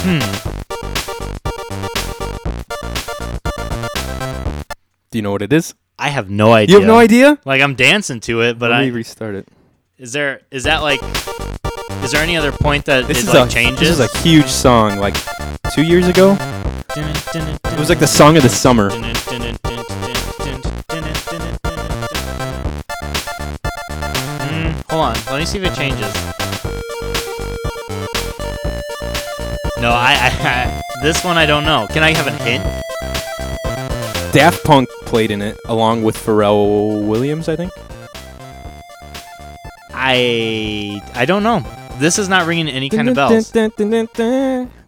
[SPEAKER 1] Hmm. Do you know what it is?
[SPEAKER 2] I have no idea.
[SPEAKER 1] You have no idea.
[SPEAKER 2] Like I'm dancing to it, but
[SPEAKER 1] Let
[SPEAKER 2] I
[SPEAKER 1] me restart it.
[SPEAKER 2] is there is that like is there any other point that
[SPEAKER 1] This
[SPEAKER 2] it
[SPEAKER 1] is
[SPEAKER 2] like
[SPEAKER 1] a This is
[SPEAKER 2] changes?
[SPEAKER 1] a huge song. Like two years ago, it was like the song of the summer.
[SPEAKER 2] Mm, hold on, let me see if it changes. No, I, I, I this one I don't know. Can I have a hint?
[SPEAKER 1] Daft Punk played in it along with Pharrell Williams, I think.
[SPEAKER 2] I I don't know. This is not ringing any kind of bells. Is
[SPEAKER 1] Is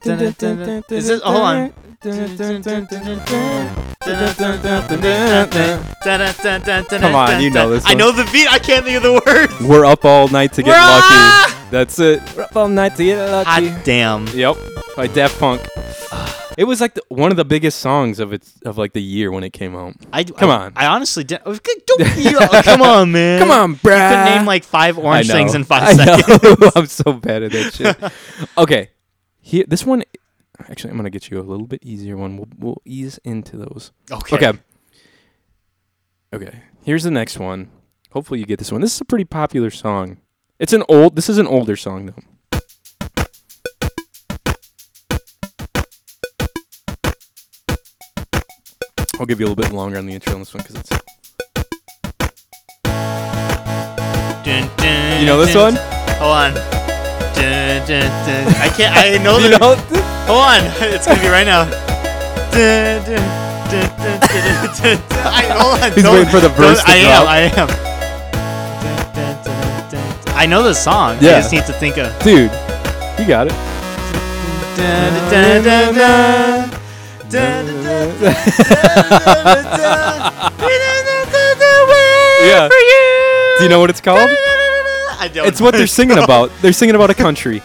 [SPEAKER 1] oh,
[SPEAKER 2] this- hold on. Come
[SPEAKER 1] on, you know this
[SPEAKER 2] I
[SPEAKER 1] one.
[SPEAKER 2] know the beat. I can't think of the words.
[SPEAKER 1] We're up all night to get
[SPEAKER 2] We're
[SPEAKER 1] lucky.
[SPEAKER 2] up!
[SPEAKER 1] That's it. We're up all night to get lucky.
[SPEAKER 2] Hot damn.
[SPEAKER 1] Yep, by Daft Punk. It was like the, one of the biggest songs of its of like the year when it came out.
[SPEAKER 2] I
[SPEAKER 1] Come
[SPEAKER 2] I-
[SPEAKER 1] on.
[SPEAKER 2] I honestly did. not Don't you, oh, come on, man.
[SPEAKER 1] Come on, bruh.
[SPEAKER 2] You could name like five orange
[SPEAKER 1] I know.
[SPEAKER 2] things in five
[SPEAKER 1] I know.
[SPEAKER 2] seconds.
[SPEAKER 1] I'm so bad at that shit. okay, here this one. Actually, I'm gonna get you a little bit easier one. We'll, we'll ease into those.
[SPEAKER 2] Okay.
[SPEAKER 1] Okay. Okay. Here's the next one. Hopefully you get this one. This is a pretty popular song. It's an old. This is an older song though. I'll give you a little bit longer on the intro on this one because it's.
[SPEAKER 2] Dun, dun,
[SPEAKER 1] You know this
[SPEAKER 2] dun.
[SPEAKER 1] one?
[SPEAKER 2] Hold on. Dun, dun, dun. I can't. I know
[SPEAKER 1] You
[SPEAKER 2] the.
[SPEAKER 1] know?
[SPEAKER 2] Hold on. It's gonna be right now. Dun, dun, dun, dun, dun, dun, dun. I, hold on.
[SPEAKER 1] He's
[SPEAKER 2] don't-
[SPEAKER 1] waiting for the
[SPEAKER 2] don't-
[SPEAKER 1] verse to
[SPEAKER 2] I
[SPEAKER 1] drop.
[SPEAKER 2] am. I am. Dun, dun, dun, dun, dun. I know the song.
[SPEAKER 1] Yeah.
[SPEAKER 2] I just need to think of.
[SPEAKER 1] Dude, you got it.
[SPEAKER 2] Dun, dun, dun, dun, dun. Dun, dun, dun.
[SPEAKER 1] Yeah. Do you know what it's called?
[SPEAKER 2] I don't
[SPEAKER 1] It's what they're singing about. They're singing about a country.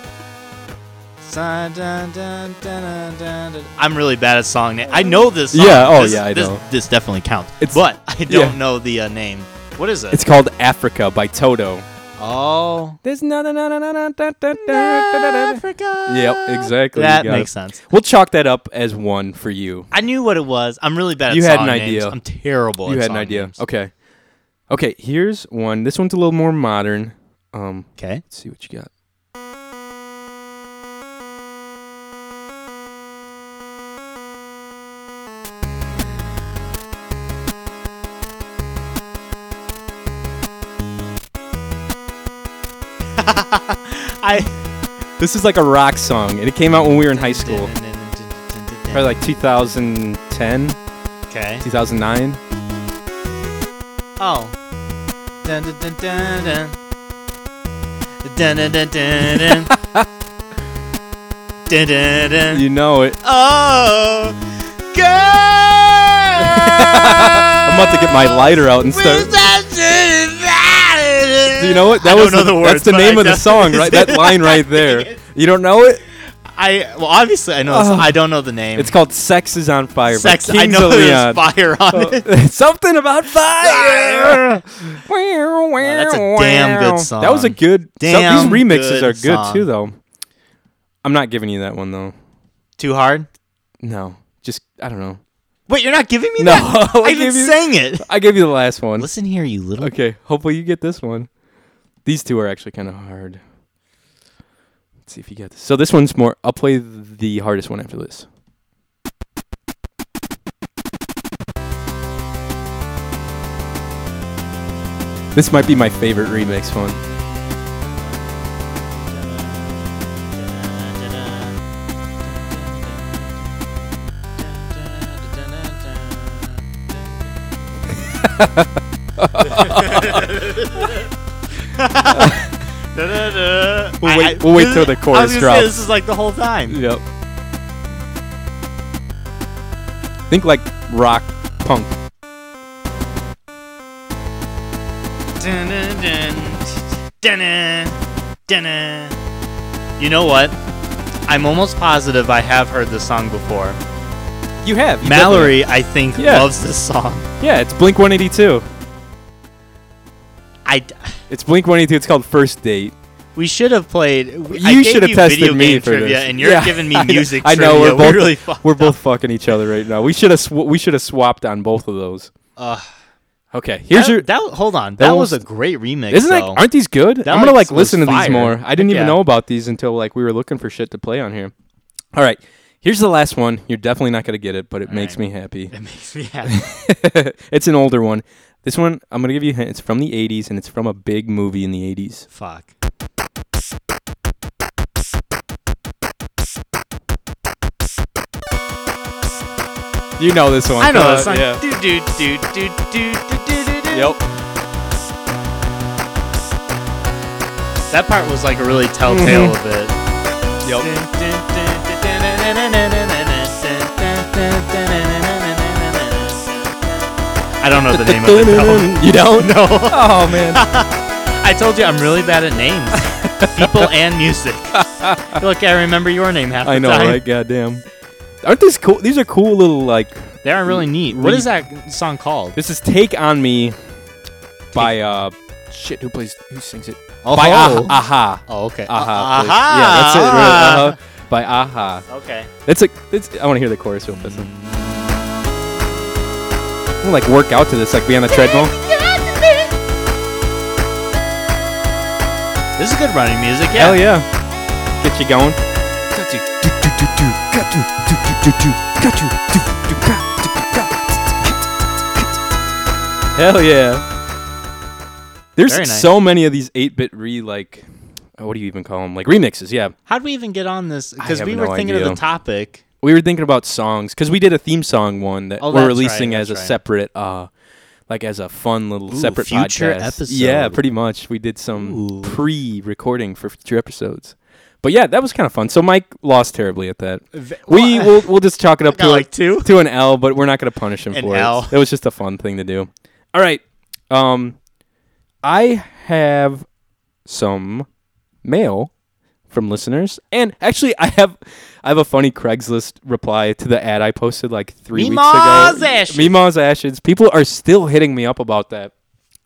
[SPEAKER 2] I'm really bad at song name. I know this. Song.
[SPEAKER 1] Yeah, oh,
[SPEAKER 2] This-
[SPEAKER 1] yeah, I
[SPEAKER 2] this,
[SPEAKER 1] know.
[SPEAKER 2] This definitely counts.
[SPEAKER 1] It's-
[SPEAKER 2] but I don't
[SPEAKER 1] yeah.
[SPEAKER 2] know the uh, name. What is it?
[SPEAKER 1] It's called Africa by Toto.
[SPEAKER 2] oh,
[SPEAKER 1] There's na na na na na na da da
[SPEAKER 2] Africa.
[SPEAKER 1] Yep, exactly. You
[SPEAKER 2] That
[SPEAKER 1] got
[SPEAKER 2] makes
[SPEAKER 1] it.
[SPEAKER 2] sense.
[SPEAKER 1] We'll chalk that up as one for you.
[SPEAKER 2] I knew what it was. I'm really bad at
[SPEAKER 1] You had
[SPEAKER 2] song
[SPEAKER 1] an
[SPEAKER 2] names.
[SPEAKER 1] idea.
[SPEAKER 2] I'm terrible.
[SPEAKER 1] you
[SPEAKER 2] at
[SPEAKER 1] had an
[SPEAKER 2] song
[SPEAKER 1] idea.
[SPEAKER 2] names.
[SPEAKER 1] Okay. Okay, here's one. This one's a little more modern. Um,
[SPEAKER 2] Okay.
[SPEAKER 1] let's see what you got.
[SPEAKER 2] I.
[SPEAKER 1] This is like a rock song, and it came out when we were in high school, probably like 2010,
[SPEAKER 2] Okay.
[SPEAKER 1] 2009.
[SPEAKER 2] Oh. Dun, dun, dun, dun, dun. Dun, dun, dun, dun, dun. Dun, dun, dun.
[SPEAKER 1] You know it.
[SPEAKER 2] Oh, girl. I'm
[SPEAKER 1] I'm about to get my lighter out and start. Do you know what?
[SPEAKER 2] I
[SPEAKER 1] That
[SPEAKER 2] don't
[SPEAKER 1] was
[SPEAKER 2] know
[SPEAKER 1] the,
[SPEAKER 2] the words,
[SPEAKER 1] that's the
[SPEAKER 2] but
[SPEAKER 1] name
[SPEAKER 2] I
[SPEAKER 1] of the song,
[SPEAKER 2] definitely
[SPEAKER 1] right? That
[SPEAKER 2] said-
[SPEAKER 1] line right there. You don't know it?
[SPEAKER 2] I well, obviously I know. This,
[SPEAKER 1] Ugh.
[SPEAKER 2] I don't know the name.
[SPEAKER 1] Oh. It's called "Sex Is on Fire"
[SPEAKER 2] Sex.
[SPEAKER 1] by
[SPEAKER 2] I
[SPEAKER 1] Kings
[SPEAKER 2] know
[SPEAKER 1] of
[SPEAKER 2] there's
[SPEAKER 1] Leon.
[SPEAKER 2] fire on it.
[SPEAKER 1] Oh, Something about fire.
[SPEAKER 2] that's a damn good song.
[SPEAKER 1] That was a good.
[SPEAKER 2] Damn
[SPEAKER 1] these remixes
[SPEAKER 2] good
[SPEAKER 1] are good
[SPEAKER 2] song.
[SPEAKER 1] too, though. I'm not giving you that one though.
[SPEAKER 2] Too hard.
[SPEAKER 1] No, just I don't know.
[SPEAKER 2] Wait, you're not giving me
[SPEAKER 1] No,
[SPEAKER 2] that.
[SPEAKER 1] I'll
[SPEAKER 2] I even
[SPEAKER 1] give you-
[SPEAKER 2] sang it.
[SPEAKER 1] I gave you the last one.
[SPEAKER 2] Listen here, you little.
[SPEAKER 1] Okay, hopefully you get this one. These two are actually kind of hard. Let's see if you get this. So this one's more. I'll play the hardest one after this. This might be my favorite remix one. We'll
[SPEAKER 2] we'll
[SPEAKER 1] wait- we'll wait till the chorus drops.
[SPEAKER 2] this is like the whole time.
[SPEAKER 1] Yep. Think like rock punk.
[SPEAKER 2] Dun, dun, dun, dun, dun, dun. You know what? I'm almost positive I have heard this song before.
[SPEAKER 1] You have you
[SPEAKER 2] Mallory, I think,
[SPEAKER 1] Yeah.
[SPEAKER 2] loves this song.
[SPEAKER 1] definitely- Yeah, it's Blink 182.
[SPEAKER 2] I, d-
[SPEAKER 1] It's Blink 182. It's called First Date.
[SPEAKER 2] we should have played. I
[SPEAKER 1] you
[SPEAKER 2] gave
[SPEAKER 1] should have tested
[SPEAKER 2] video
[SPEAKER 1] me
[SPEAKER 2] game
[SPEAKER 1] for
[SPEAKER 2] trivia,
[SPEAKER 1] this.
[SPEAKER 2] and you're
[SPEAKER 1] Yeah,
[SPEAKER 2] giving me
[SPEAKER 1] I know-
[SPEAKER 2] music.
[SPEAKER 1] I know,
[SPEAKER 2] trivia.
[SPEAKER 1] we're both-
[SPEAKER 2] really fucked
[SPEAKER 1] We're
[SPEAKER 2] up.
[SPEAKER 1] both fucking each other right now. We should have sw- we should have swapped on both of those.
[SPEAKER 2] Ugh.
[SPEAKER 1] Okay, here's
[SPEAKER 2] that,
[SPEAKER 1] your.
[SPEAKER 2] that- Hold on,
[SPEAKER 1] that
[SPEAKER 2] that was a
[SPEAKER 1] was-
[SPEAKER 2] great remix.
[SPEAKER 1] Isn't that?
[SPEAKER 2] though.
[SPEAKER 1] Aren't these good?
[SPEAKER 2] That,
[SPEAKER 1] I'm gonna
[SPEAKER 2] like,
[SPEAKER 1] like
[SPEAKER 2] was
[SPEAKER 1] listen to
[SPEAKER 2] fire.
[SPEAKER 1] these more. I didn't even
[SPEAKER 2] Heck yeah.
[SPEAKER 1] know about these until like we were looking for shit to play on here. All right, here's the last one. You're definitely not gonna get it, but it makes
[SPEAKER 2] right.
[SPEAKER 1] me happy.
[SPEAKER 2] It makes me happy.
[SPEAKER 1] it's an older one. This one I'm gonna give you a hint. It's from the '80s and it's from a big movie in the '80s.
[SPEAKER 2] Fuck.
[SPEAKER 1] You know this one.
[SPEAKER 2] I know
[SPEAKER 1] Uh,
[SPEAKER 2] that song.
[SPEAKER 1] yeah.
[SPEAKER 2] Do do do do do do do do.
[SPEAKER 1] Yep.
[SPEAKER 2] That part was like a really telltale of it.
[SPEAKER 1] Yep.
[SPEAKER 2] I don't know the name of it though.
[SPEAKER 1] You don't?
[SPEAKER 2] No.
[SPEAKER 1] Oh man.
[SPEAKER 2] I told you I'm really bad at names, people and music. Look, I remember your name half the
[SPEAKER 1] I know,
[SPEAKER 2] time.
[SPEAKER 1] right? Goddamn. Aren't these cool? These are cool little like.
[SPEAKER 2] They are really neat. What
[SPEAKER 1] Re-
[SPEAKER 2] is that song called?
[SPEAKER 1] This is "Take on Me" by uh, shit. Who plays? Who sings it?
[SPEAKER 2] Oh,
[SPEAKER 1] By Aha.
[SPEAKER 2] oh.
[SPEAKER 1] Aha.
[SPEAKER 2] Oh, okay.
[SPEAKER 1] Aha. please.
[SPEAKER 2] Aha.
[SPEAKER 1] Yeah, that's it. Right? Aha. By Aha.
[SPEAKER 2] Okay.
[SPEAKER 1] That's a. That's. I want to hear the chorus real fast. I'm gonna, like work out to this, like be on the treadmill.
[SPEAKER 2] This is good running music. Yeah.
[SPEAKER 1] Hell yeah. Get you going. Got you. Do, do, do, do. Got you. Do, do, do, do. Got you. Do, do, got, do, got, got. Hell yeah. There's
[SPEAKER 2] Very nice.
[SPEAKER 1] so many of these 8 bit re, like, oh, what do you even call them? Like remixes, yeah.
[SPEAKER 2] How'd we even get on this? Because
[SPEAKER 1] have
[SPEAKER 2] we
[SPEAKER 1] no
[SPEAKER 2] were thinking of
[SPEAKER 1] idea.
[SPEAKER 2] the topic.
[SPEAKER 1] We were thinking about songs because we did a theme song one that
[SPEAKER 2] Oh,
[SPEAKER 1] we're
[SPEAKER 2] that's
[SPEAKER 1] releasing
[SPEAKER 2] right,
[SPEAKER 1] as a
[SPEAKER 2] that's right.
[SPEAKER 1] separate, uh, like as a fun little
[SPEAKER 2] Ooh,
[SPEAKER 1] separate
[SPEAKER 2] future
[SPEAKER 1] podcast.
[SPEAKER 2] episode.
[SPEAKER 1] Yeah, pretty much. We did some
[SPEAKER 2] Ooh.
[SPEAKER 1] pre-recording for future episodes. But yeah, that was kind of fun. So Mike lost terribly at that.
[SPEAKER 2] V-
[SPEAKER 1] We
[SPEAKER 2] well,
[SPEAKER 1] will we'll just chalk it up to
[SPEAKER 2] got
[SPEAKER 1] a-
[SPEAKER 2] like two.
[SPEAKER 1] to an L, but we're not going to punish him
[SPEAKER 2] An
[SPEAKER 1] for
[SPEAKER 2] L.
[SPEAKER 1] it. It was just a fun thing to do. All right. Um I have some mail from listeners. And actually I have I have a funny Craigslist reply to the ad I posted like 3
[SPEAKER 2] Meemaw's
[SPEAKER 1] weeks ago.
[SPEAKER 2] Ashes.
[SPEAKER 1] Meemaw's Ashes. People are still hitting me up about that.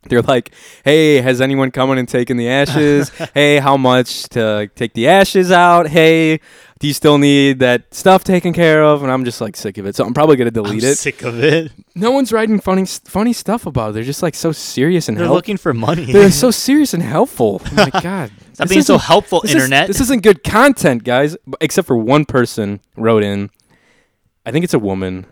[SPEAKER 1] They're like, "Hey, has anyone coming and taken the ashes? hey, how much to take the ashes out? Hey, do you still need that stuff taken care of?" And I'm just like sick of it, so I'm probably gonna delete
[SPEAKER 2] I'm
[SPEAKER 1] it.
[SPEAKER 2] sick of it.
[SPEAKER 1] No one's writing funny, funny stuff about it. They're just like so serious and
[SPEAKER 2] They're
[SPEAKER 1] helpful.
[SPEAKER 2] looking for money.
[SPEAKER 1] They're so serious and helpful. Oh my god,
[SPEAKER 2] Stop
[SPEAKER 1] This
[SPEAKER 2] being so
[SPEAKER 1] isn't-
[SPEAKER 2] helpful,
[SPEAKER 1] this is-
[SPEAKER 2] internet.
[SPEAKER 1] this isn't good content, guys. B- Except for one person wrote in. I think it's a woman.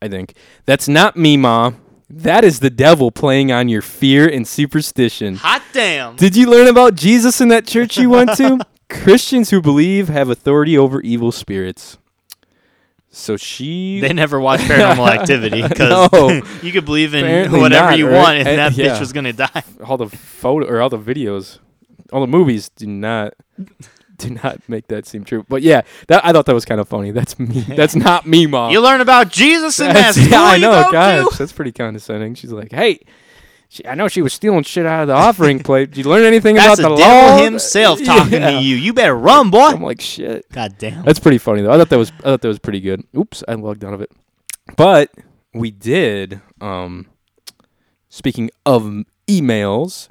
[SPEAKER 1] I think that's not me, ma. That is the devil playing on your fear and superstition.
[SPEAKER 2] hot damn.
[SPEAKER 1] Did you learn about Jesus in that church you went to? Christians who believe have authority over evil spirits. So she
[SPEAKER 2] They never watched Paranormal Activity because
[SPEAKER 1] No.
[SPEAKER 2] you could believe in
[SPEAKER 1] Apparently
[SPEAKER 2] whatever
[SPEAKER 1] not,
[SPEAKER 2] you
[SPEAKER 1] right?
[SPEAKER 2] want, and
[SPEAKER 1] Uh,
[SPEAKER 2] that
[SPEAKER 1] yeah.
[SPEAKER 2] bitch was gonna die.
[SPEAKER 1] all the photo or all the videos, all the movies do not do not make that seem true. But yeah, that I thought that was kind of funny. That's me. That's not me, mom.
[SPEAKER 2] You learn about Jesus in that
[SPEAKER 1] Oh. That's-
[SPEAKER 2] school
[SPEAKER 1] yeah, I
[SPEAKER 2] you
[SPEAKER 1] know.
[SPEAKER 2] go
[SPEAKER 1] gosh,
[SPEAKER 2] to.
[SPEAKER 1] that's pretty condescending. She's like, hey. She, I know she was stealing shit out of the offering plate. Did you learn anything
[SPEAKER 2] That's
[SPEAKER 1] about the
[SPEAKER 2] the
[SPEAKER 1] law?
[SPEAKER 2] devil himself talking
[SPEAKER 1] Yeah.
[SPEAKER 2] to you. You better run, boy.
[SPEAKER 1] I'm like, shit.
[SPEAKER 2] God damn.
[SPEAKER 1] That's pretty funny though. I thought that was I thought that was pretty good. Oops, I logged out of it. But we did. Um, speaking of m- emails,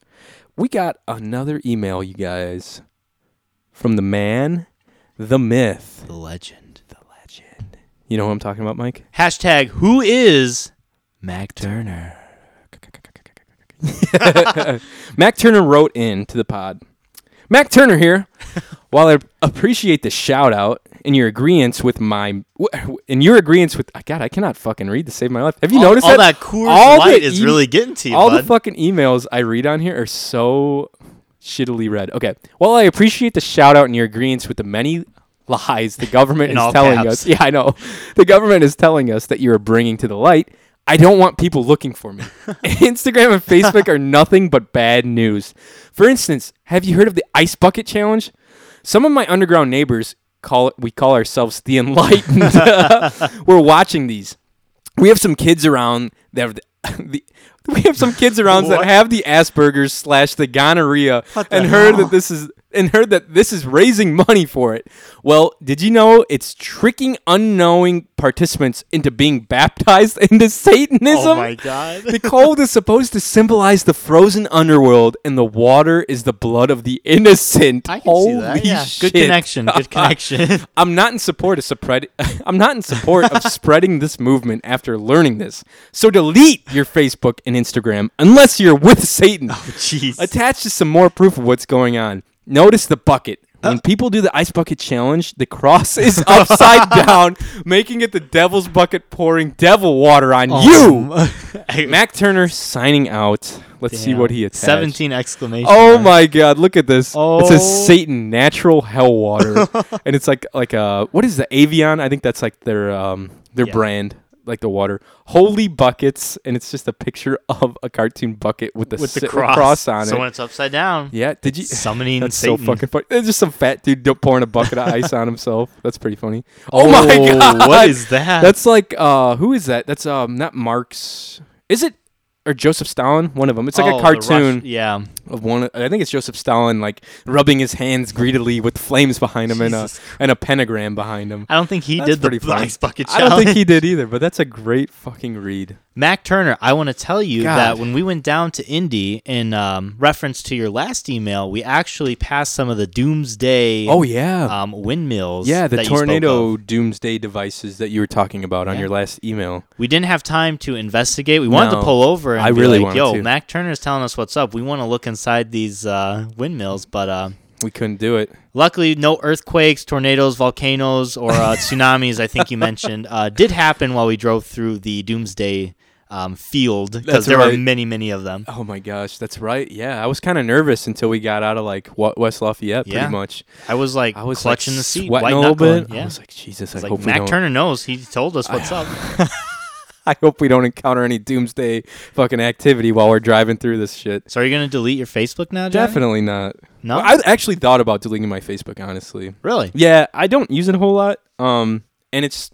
[SPEAKER 1] we got another email, you guys, from the man, the myth.
[SPEAKER 2] The legend. The legend.
[SPEAKER 1] You know who I'm talking about, Mike?
[SPEAKER 2] Hashtag who is Mac Turner?
[SPEAKER 1] Mac Turner wrote in to the pod. Mac Turner here. While I appreciate the shout out and your agreement with my and your agreement with God, I cannot fucking read to save my life. Have you
[SPEAKER 2] all,
[SPEAKER 1] noticed
[SPEAKER 2] all
[SPEAKER 1] that
[SPEAKER 2] that Coors
[SPEAKER 1] All the
[SPEAKER 2] Light is
[SPEAKER 1] e-
[SPEAKER 2] really getting to you,
[SPEAKER 1] all
[SPEAKER 2] bud.
[SPEAKER 1] the fucking emails I read on here are so shittily read. Okay. While I appreciate the shout out and your agreement with the many lies the government
[SPEAKER 2] In
[SPEAKER 1] is
[SPEAKER 2] all
[SPEAKER 1] telling
[SPEAKER 2] caps.
[SPEAKER 1] us. Yeah, I know. The government is telling us that you are bringing to the light. I don't want people looking for me. Instagram and Facebook are nothing but bad news. For instance, have you heard of the ice bucket challenge? Some of my underground neighbors call it, we call ourselves the enlightened. We're watching these. We have some kids around that have the, the we have some kids around that
[SPEAKER 2] What?
[SPEAKER 1] have the Asperger's slash the gonorrhea and heard that this is and heard that this is raising money for it. Well, did you know it's tricking unknowing participants into being baptized into Satanism?
[SPEAKER 2] Oh my God.
[SPEAKER 1] the cold is supposed to symbolize the frozen underworld, and the water is the blood of the innocent.
[SPEAKER 2] I can
[SPEAKER 1] Holy
[SPEAKER 2] see that. Yeah.
[SPEAKER 1] shit.
[SPEAKER 2] Good connection. Good connection.
[SPEAKER 1] I'm not in support of spread. I'm not in support of spreading this movement after learning this. So delete your Facebook and Instagram unless you're with Satan.
[SPEAKER 2] Oh, Jeez.
[SPEAKER 1] Attached to some more proof of what's going on. Notice the bucket. When people do the ice bucket challenge, the cross is upside down, making it the devil's bucket pouring devil water on
[SPEAKER 2] Oh,
[SPEAKER 1] you.
[SPEAKER 2] you.
[SPEAKER 1] Mac Turner signing out. Let's see what he attached.
[SPEAKER 2] 17 exclamation.
[SPEAKER 1] Oh
[SPEAKER 2] marks.
[SPEAKER 1] my god, look at this. It
[SPEAKER 2] Oh.
[SPEAKER 1] says Satan natural hell water. and it's like like uh what is the Avion? I think that's like their um their
[SPEAKER 2] Yeah.
[SPEAKER 1] brand, like the water. Holy buckets and it's just a picture of a cartoon bucket with the,
[SPEAKER 2] With the
[SPEAKER 1] sit-
[SPEAKER 2] cross.
[SPEAKER 1] on
[SPEAKER 2] so when
[SPEAKER 1] it.
[SPEAKER 2] it's upside down.
[SPEAKER 1] Yeah, did you
[SPEAKER 2] Summoning
[SPEAKER 1] That's so
[SPEAKER 2] Satan.
[SPEAKER 1] fucking funny. There's just some fat dude do- pouring a bucket of ice on himself. That's pretty funny. Oh, my
[SPEAKER 2] Oh,
[SPEAKER 1] god.
[SPEAKER 2] what is that?
[SPEAKER 1] That's like uh who is that? That's um not Marx. Is it or Joseph Stalin, one of them. It's like
[SPEAKER 2] Oh,
[SPEAKER 1] a
[SPEAKER 2] the Rush-
[SPEAKER 1] cartoon
[SPEAKER 2] yeah.
[SPEAKER 1] of one. I think it's Joseph Stalin, like rubbing his hands greedily with flames behind him and a
[SPEAKER 2] Jesus
[SPEAKER 1] and a pentagram behind him.
[SPEAKER 2] I don't think he
[SPEAKER 1] That's
[SPEAKER 2] did the
[SPEAKER 1] pretty funny.
[SPEAKER 2] ice bucket
[SPEAKER 1] I
[SPEAKER 2] challenge.
[SPEAKER 1] don't think he did either, but that's a great fucking read.
[SPEAKER 2] Mac Turner, I want to tell you
[SPEAKER 1] God.
[SPEAKER 2] that when we went down to Indy, in um, reference to your last email, we actually passed some of the doomsday
[SPEAKER 1] Oh yeah,
[SPEAKER 2] um, windmills.
[SPEAKER 1] yeah, the
[SPEAKER 2] that you spoke of.
[SPEAKER 1] tornado doomsday devices that you were talking about on
[SPEAKER 2] Yeah.
[SPEAKER 1] your last email.
[SPEAKER 2] We didn't have time to investigate. We wanted
[SPEAKER 1] No,
[SPEAKER 2] to pull over and
[SPEAKER 1] I
[SPEAKER 2] be
[SPEAKER 1] really
[SPEAKER 2] like,
[SPEAKER 1] wanted
[SPEAKER 2] "Yo,
[SPEAKER 1] to."
[SPEAKER 2] Mac Turner's telling us what's up. We want to look inside these uh, windmills." But uh,
[SPEAKER 1] We couldn't do it.
[SPEAKER 2] luckily, no earthquakes, tornadoes, volcanoes, or uh, tsunamis. I think you mentioned uh, did happen while we drove through the Doomsday um, field because
[SPEAKER 1] That's
[SPEAKER 2] there were
[SPEAKER 1] right.
[SPEAKER 2] many, many of them.
[SPEAKER 1] Oh my gosh, that's right. Yeah, I was kind of nervous until we got out of like Wa- West Lafayette,
[SPEAKER 2] Yeah.
[SPEAKER 1] pretty much.
[SPEAKER 2] I was like
[SPEAKER 1] I was
[SPEAKER 2] clutching
[SPEAKER 1] like,
[SPEAKER 2] the seat,
[SPEAKER 1] sweating
[SPEAKER 2] white
[SPEAKER 1] a little
[SPEAKER 2] knuckling.
[SPEAKER 1] bit.
[SPEAKER 2] Yeah.
[SPEAKER 1] I was like, Jesus, I
[SPEAKER 2] It's like,
[SPEAKER 1] hope we
[SPEAKER 2] Mac
[SPEAKER 1] don't-
[SPEAKER 2] Turner knows. He told us what's up.
[SPEAKER 1] I hope we don't encounter any doomsday fucking activity while we're driving through this shit.
[SPEAKER 2] So are you gonna delete your Facebook now, Johnny?
[SPEAKER 1] Definitely not.
[SPEAKER 2] No?
[SPEAKER 1] I actually thought about deleting my Facebook, honestly.
[SPEAKER 2] Really?
[SPEAKER 1] Yeah, I don't use it a whole lot. Um, and it's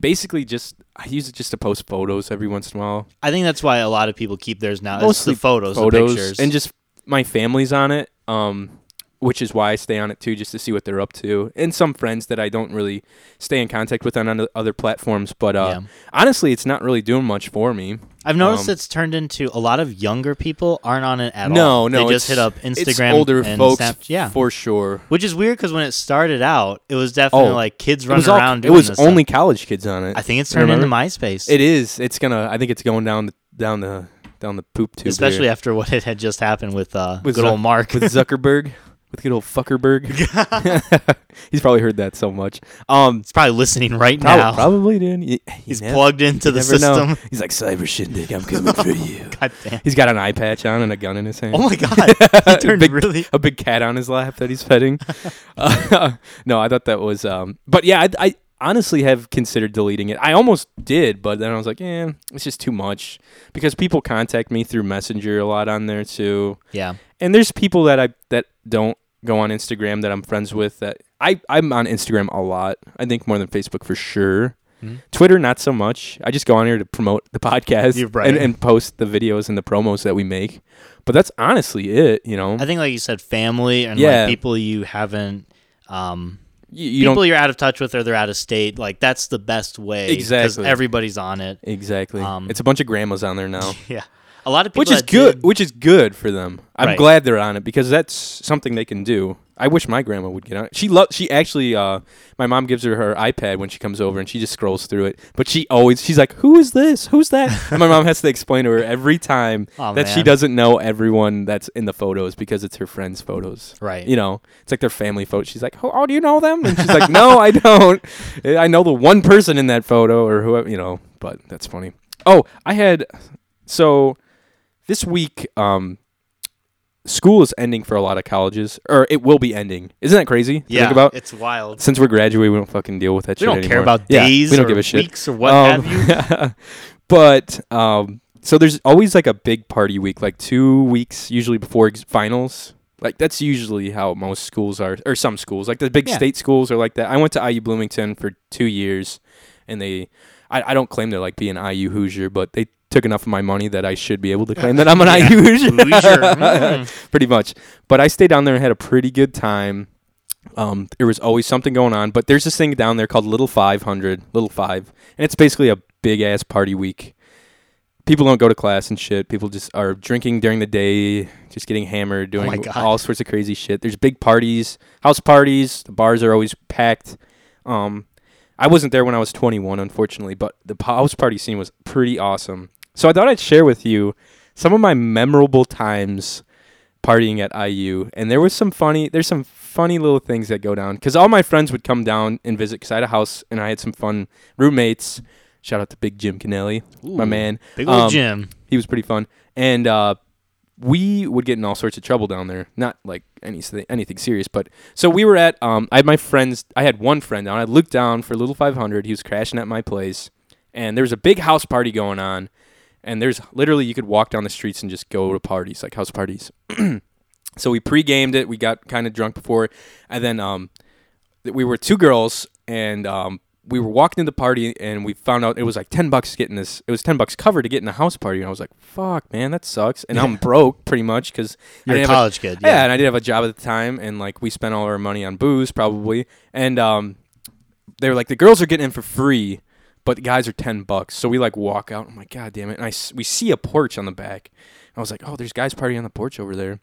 [SPEAKER 1] basically just I use it just to post photos every once in a while.
[SPEAKER 2] I think that's why a lot of people keep theirs now. Mostly
[SPEAKER 1] Mostly
[SPEAKER 2] it's the photos,
[SPEAKER 1] photos
[SPEAKER 2] the pictures,
[SPEAKER 1] and just my family's on it. Um, which is why I stay on it too, just to see what they're up to, and some friends that I don't really stay in contact with on other- other platforms. But uh,
[SPEAKER 2] Yeah.
[SPEAKER 1] honestly, it's not really doing much for me.
[SPEAKER 2] I've noticed
[SPEAKER 1] Um,
[SPEAKER 2] it's turned into a lot of younger people aren't on it at all.
[SPEAKER 1] no, no,
[SPEAKER 2] they just
[SPEAKER 1] it's-
[SPEAKER 2] hit up
[SPEAKER 1] it's
[SPEAKER 2] Instagram.
[SPEAKER 1] older
[SPEAKER 2] and
[SPEAKER 1] folks,
[SPEAKER 2] Snap- yeah,
[SPEAKER 1] for sure.
[SPEAKER 2] which is weird because when it started out, it was definitely
[SPEAKER 1] Oh.
[SPEAKER 2] like kids
[SPEAKER 1] It
[SPEAKER 2] running
[SPEAKER 1] was, all-
[SPEAKER 2] around.
[SPEAKER 1] it
[SPEAKER 2] doing
[SPEAKER 1] was
[SPEAKER 2] this
[SPEAKER 1] only
[SPEAKER 2] stuff.
[SPEAKER 1] college kids on it.
[SPEAKER 2] I think it's turned
[SPEAKER 1] Remember?
[SPEAKER 2] into MySpace,
[SPEAKER 1] It is. It's gonna. I think it's going down the down the down the poop tube.
[SPEAKER 2] especially
[SPEAKER 1] here.
[SPEAKER 2] after what it had just happened with, uh,
[SPEAKER 1] With
[SPEAKER 2] good
[SPEAKER 1] Zuck-
[SPEAKER 2] old Mark.
[SPEAKER 1] with Zuckerberg, with good old Fuckerberg. He's probably heard that so much. Um,
[SPEAKER 2] He's probably listening right
[SPEAKER 1] prob-
[SPEAKER 2] now.
[SPEAKER 1] probably dude. You- you
[SPEAKER 2] He's
[SPEAKER 1] never-
[SPEAKER 2] plugged into
[SPEAKER 1] you
[SPEAKER 2] the
[SPEAKER 1] never know.
[SPEAKER 2] system.
[SPEAKER 1] He's like cyber shindig. I'm coming for you.
[SPEAKER 2] God damn.
[SPEAKER 1] He's got an eye patch on and a gun in his hand.
[SPEAKER 2] Oh my god, he turned
[SPEAKER 1] Big-
[SPEAKER 2] really.
[SPEAKER 1] a big cat on his lap that he's petting. Uh, no, I thought that was. Um, but yeah, I, I honestly have considered deleting it. I almost did, but then I was like, eh, it's just too much because people contact me through Messenger a lot on there too,
[SPEAKER 2] Yeah,
[SPEAKER 1] and there's people that I that don't go on Instagram that I'm friends with that I I'm on Instagram a lot. I think more than Facebook for sure.
[SPEAKER 2] Hmm.
[SPEAKER 1] Twitter, not so much. I just go on here to promote the podcast
[SPEAKER 2] You're right.
[SPEAKER 1] and, and post the videos and the promos that we make. But that's honestly it, you know.
[SPEAKER 2] I think like you said, family and
[SPEAKER 1] Yeah.
[SPEAKER 2] like people you haven't. Um,
[SPEAKER 1] you, you
[SPEAKER 2] people
[SPEAKER 1] don't
[SPEAKER 2] you're out of touch with or they're out of state, like that's the best way. 'cause
[SPEAKER 1] Exactly.
[SPEAKER 2] everybody's on it.
[SPEAKER 1] exactly.
[SPEAKER 2] um,
[SPEAKER 1] it's a bunch of grandmas on there now,
[SPEAKER 2] Yeah. A lot of people.
[SPEAKER 1] which is
[SPEAKER 2] that
[SPEAKER 1] good.
[SPEAKER 2] did-
[SPEAKER 1] Which is good for them. I'm
[SPEAKER 2] Right.
[SPEAKER 1] glad they're on it because that's something they can do. I wish my grandma would get on. it. She lo- She actually, uh, my mom gives her her iPad when she comes over, and she just scrolls through it. But she always, she's like, "Who is this? Who's that?" and my mom has to explain to her every time
[SPEAKER 2] Aw,
[SPEAKER 1] that she
[SPEAKER 2] man.
[SPEAKER 1] doesn't know everyone that's in the photos because it's her friends' photos.
[SPEAKER 2] Right.
[SPEAKER 1] You know, it's like their family photo. She's like, "Oh, oh, do you know them?" And she's like, "No, I don't. I know the one person in that photo or whoever, you know." But that's funny. Oh, I had so this week um school is ending for a lot of colleges or it will be ending. Isn't that crazy? to
[SPEAKER 2] yeah,
[SPEAKER 1] Think about
[SPEAKER 2] it's wild.
[SPEAKER 1] since we're graduating, we don't fucking deal with that shit
[SPEAKER 2] We don't care
[SPEAKER 1] anymore.
[SPEAKER 2] about
[SPEAKER 1] Yeah,
[SPEAKER 2] days
[SPEAKER 1] we don't
[SPEAKER 2] or
[SPEAKER 1] give a shit.
[SPEAKER 2] weeks or what have
[SPEAKER 1] you. but um, so there's always like a big party week, like two weeks usually before ex- finals. Like that's usually how most schools are, or some schools, like the big
[SPEAKER 2] Yeah.
[SPEAKER 1] state schools are like that. I went to IU Bloomington for two years, and they, I, I don't claim to like be an IU Hoosier, but they took enough of my money that I should be able to claim that I'm an IU Hoosier,
[SPEAKER 2] Hoosier, mm.
[SPEAKER 1] pretty much. But I stayed down there and had a pretty good time. Um, there was always something going on, but there's this thing down there called Little Five Hundred, Little Five, and it's basically a big ass party week people don't go to class and shit. People just are drinking during the day, just getting hammered,
[SPEAKER 2] Oh my
[SPEAKER 1] doing
[SPEAKER 2] God.
[SPEAKER 1] all sorts of crazy shit. There's big parties, house parties. The bars are always packed. Um, I wasn't there when I was 21, unfortunately, but the po- house party scene was pretty awesome. So I thought I'd share with you some of my memorable times partying at IU, and there was some funny. There's some funny little things that go down because all my friends would come down and visit because I had a house and I had some fun roommates. Shout out to Big Jim Canelli, my man.
[SPEAKER 2] Big old
[SPEAKER 1] Um,
[SPEAKER 2] Jim.
[SPEAKER 1] He was pretty fun, and uh, we would get in all sorts of trouble down there. Not like anything anything serious, but so we were at. Um, I had my friends. I had one friend down. I had Luke down for Little Five Hundred. He was crashing at my place, and there was a big house party going on. And there's literally you could walk down the streets and just go to parties like house parties. So we pre-gamed it. We got kind of drunk before, and then um, th- we were two girls, and um, we were walking to the party, and we found out it was like ten bucks getting this. It was ten bucks cover to get in a house party, and I was like, "Fuck, man, that sucks." And I'm broke pretty much because
[SPEAKER 2] You're a college kid,
[SPEAKER 1] Yeah.
[SPEAKER 2] yeah.
[SPEAKER 1] and I did have a job at the time, and like we spent all our money on booze probably, and um, they were like, "The girls are getting in for free." But the guys are ten bucks, so we like walk out. I'm like, God damn it! And I s- we see a porch on the back. I was like, Oh, there's guys partying on the porch over there.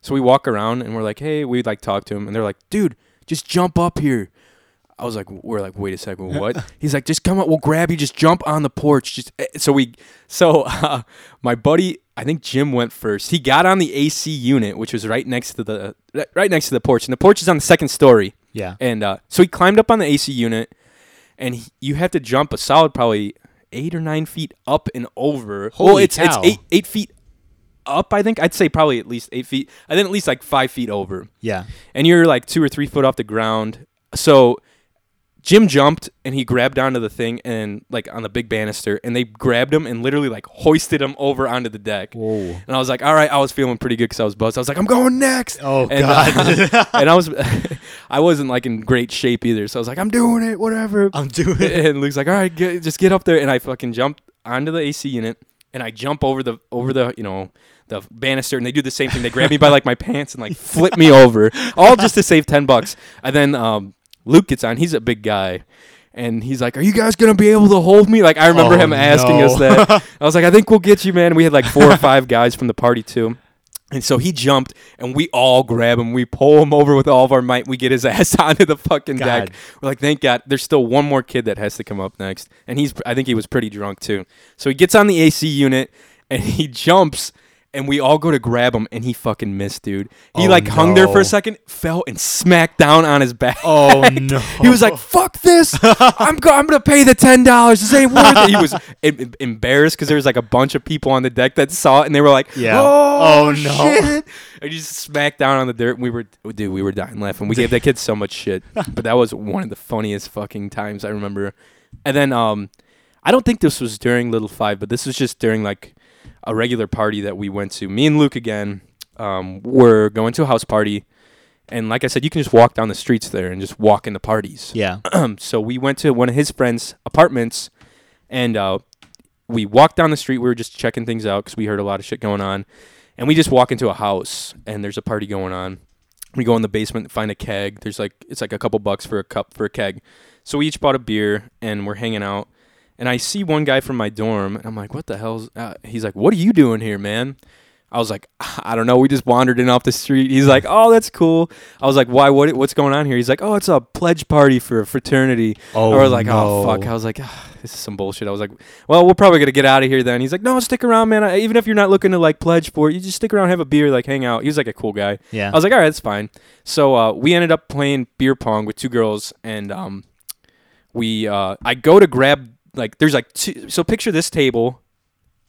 [SPEAKER 1] So we walk around and we're like, hey, we like talk to him, and they're like, dude, just jump up here. I was like, we're like, wait a second, what? He's like, just come up, we'll grab you, just jump on the porch. Just eh." so we, so uh, my buddy, I think Jim went first. He got on the AC unit, which was right next to the right- right next to the porch, and the porch is on the second story.
[SPEAKER 2] Yeah.
[SPEAKER 1] And uh, so he climbed up on the AC unit, and he, you have to jump a solid probably eight or nine feet up and over. well,
[SPEAKER 2] Holy
[SPEAKER 1] it's it's
[SPEAKER 2] cow.
[SPEAKER 1] eight eight feet up. I think I'd say probably at least eight feet, and then at least like five feet over.
[SPEAKER 2] Yeah.
[SPEAKER 1] And you're like two or three foot off the ground. So Jim jumped and he grabbed onto the thing and like on the big banister, and they grabbed him and literally like hoisted him over onto the deck.
[SPEAKER 2] Whoa.
[SPEAKER 1] And I was like, all right, I was feeling pretty good because I was buzzed. I was like, I'm going next.
[SPEAKER 2] Oh,
[SPEAKER 1] and,
[SPEAKER 2] God.
[SPEAKER 1] uh, and I was, I wasn't like in great shape either. So I was like, I'm doing it, whatever.
[SPEAKER 2] I'm doing it.
[SPEAKER 1] And Luke's like, all right, get, just get up there. And I fucking jumped onto the AC unit and I jump over the, over the, you know, the banister and they do the same thing. They grab me by like my pants and like flip me over all just to save 10 bucks. And then, um, Luke gets on, he's a big guy. And he's like, "Are you guys gonna be able to hold me?" Like I remember
[SPEAKER 2] Oh,
[SPEAKER 1] him asking
[SPEAKER 2] no.
[SPEAKER 1] us that. I was like, "I think we'll get you, man." We had like four or five guys from the party too. And so he jumped, and we all grab him. We pull him over with all of our might. We get his ass onto the fucking
[SPEAKER 2] God.
[SPEAKER 1] deck. We're like, thank God. There's still one more kid that has to come up next, and he's. I think he was pretty drunk too. So he gets on the AC unit, and he jumps, and we all go to grab him, and he fucking missed, dude. He
[SPEAKER 2] Oh,
[SPEAKER 1] like hung there for
[SPEAKER 2] no.
[SPEAKER 1] a second, fell, and smacked down on his back.
[SPEAKER 2] Oh, no.
[SPEAKER 1] He was like, "Fuck this! I'm go- I'm gonna pay the ten dollars. This ain't worth it." He was em- em- embarrassed because there was like a bunch of people on the deck that saw it, and they were like,
[SPEAKER 2] Yeah.
[SPEAKER 1] "Oh,
[SPEAKER 2] Oh, no."
[SPEAKER 1] shit!" And he just smacked down on the dirt. And we were, dude, we were dying laughing. We gave that kid so much shit, but that was one of the funniest fucking times I remember. And then, um, I don't think this was during Little Five, but this was just during like a regular party that we went to. Me and Luke again um, were going to a house party. And like I said, you can just walk down the streets there and just walk into parties. Um,
[SPEAKER 2] yeah.
[SPEAKER 1] so we went to one of his friends' apartments, and uh, we walked down the street. We were just checking things out because we heard a lot of shit going on, and we just walk into a house and there's a party going on. We go in the basement, find a keg. There's like it's like a couple bucks for a cup for a keg. So we each bought a beer and we're hanging out. And I see one guy from my dorm, and I'm like, "What the hell's?" Uh, he's like, "What are you doing here, man?" I was like, "Ah, I don't know. We just wandered in off the street. He's like, oh, that's cool. I was like, why? What? What's going on here? He's like, oh, it's a pledge party for a fraternity.
[SPEAKER 2] Oh,
[SPEAKER 1] I was like,
[SPEAKER 2] no.
[SPEAKER 1] oh fuck. I was like, ah, this is some bullshit. I was like, well, we're probably gonna get out of here then. He's like, no, stick around, man. I, even if you're not looking to like pledge for it, you just stick around, have a beer, like hang out. He was like a cool guy.
[SPEAKER 2] Yeah.
[SPEAKER 1] I was like, all right, that's fine. So uh, we ended up playing beer pong with two girls, and um, we uh, I go to grab like there's like two. So picture this table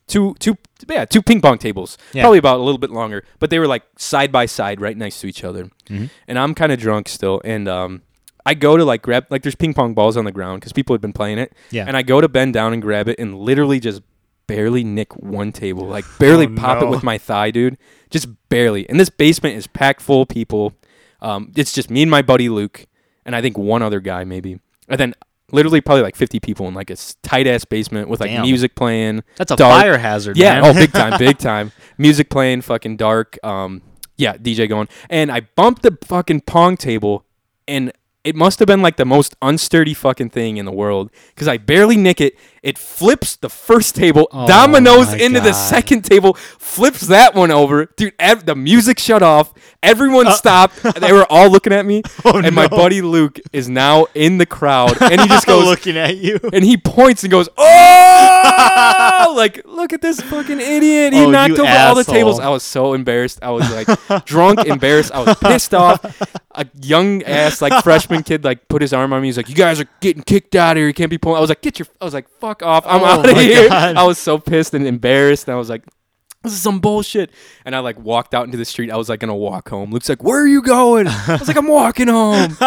[SPEAKER 1] two two yeah two ping pong tables
[SPEAKER 2] Yeah.
[SPEAKER 1] probably about a little bit longer but they were like side by side right next to each other
[SPEAKER 2] Mm-hmm.
[SPEAKER 1] and i'm kind of drunk still and um i go to like grab like there's ping pong balls on the ground because people had been playing it
[SPEAKER 2] Yeah.
[SPEAKER 1] and i go to bend down and grab it and literally just barely nick one table, like barely
[SPEAKER 7] Oh,
[SPEAKER 1] pop
[SPEAKER 7] no.
[SPEAKER 1] it with my thigh, dude. Just barely. And this basement is packed full of people. Um, it's just me and my buddy Luke, and I think one other guy maybe, and then literally probably like 50 people in like a tight ass basement with like
[SPEAKER 2] Damn.
[SPEAKER 1] music playing.
[SPEAKER 2] That's a
[SPEAKER 1] dark-
[SPEAKER 2] fire hazard.
[SPEAKER 1] yeah,
[SPEAKER 2] man.
[SPEAKER 1] oh, big time, big time. Music playing, fucking dark. Um, yeah, DJ going, and I bumped the fucking pong table, and it must have been like the most unsturdy fucking thing in the world because I barely nick it. It flips the first table,
[SPEAKER 2] Oh,
[SPEAKER 1] dominoes
[SPEAKER 2] my
[SPEAKER 1] into the
[SPEAKER 2] God.
[SPEAKER 1] second table, flips that one over, dude. Ev- the music shut off. Everyone
[SPEAKER 2] Uh.
[SPEAKER 1] stopped. they were all looking at me,
[SPEAKER 2] Oh,
[SPEAKER 1] and my buddy Luke is now in the crowd, and he just goes,
[SPEAKER 2] looking at you.
[SPEAKER 1] and he points and goes, "Oh!" like, look at this fucking idiot. He
[SPEAKER 2] Oh,
[SPEAKER 1] knocked
[SPEAKER 2] you
[SPEAKER 1] over all the
[SPEAKER 2] asshole.
[SPEAKER 1] tables. I was so embarrassed. I was like drunk, embarrassed. I was pissed off. A young ass like freshman kid like put his arm on me. He's like, "You guys are getting kicked out of here. You can't be pulling." I was like, "Get your!" I was like, "Fuck off! I'm
[SPEAKER 2] Oh
[SPEAKER 1] out of
[SPEAKER 2] my
[SPEAKER 1] here."
[SPEAKER 2] God.
[SPEAKER 1] I was so pissed and embarrassed. And I was like. This is some bullshit. And I like walked out into the street. I was like gonna walk home. Luke's like, "Where are you going?" I was like, "I'm walking home."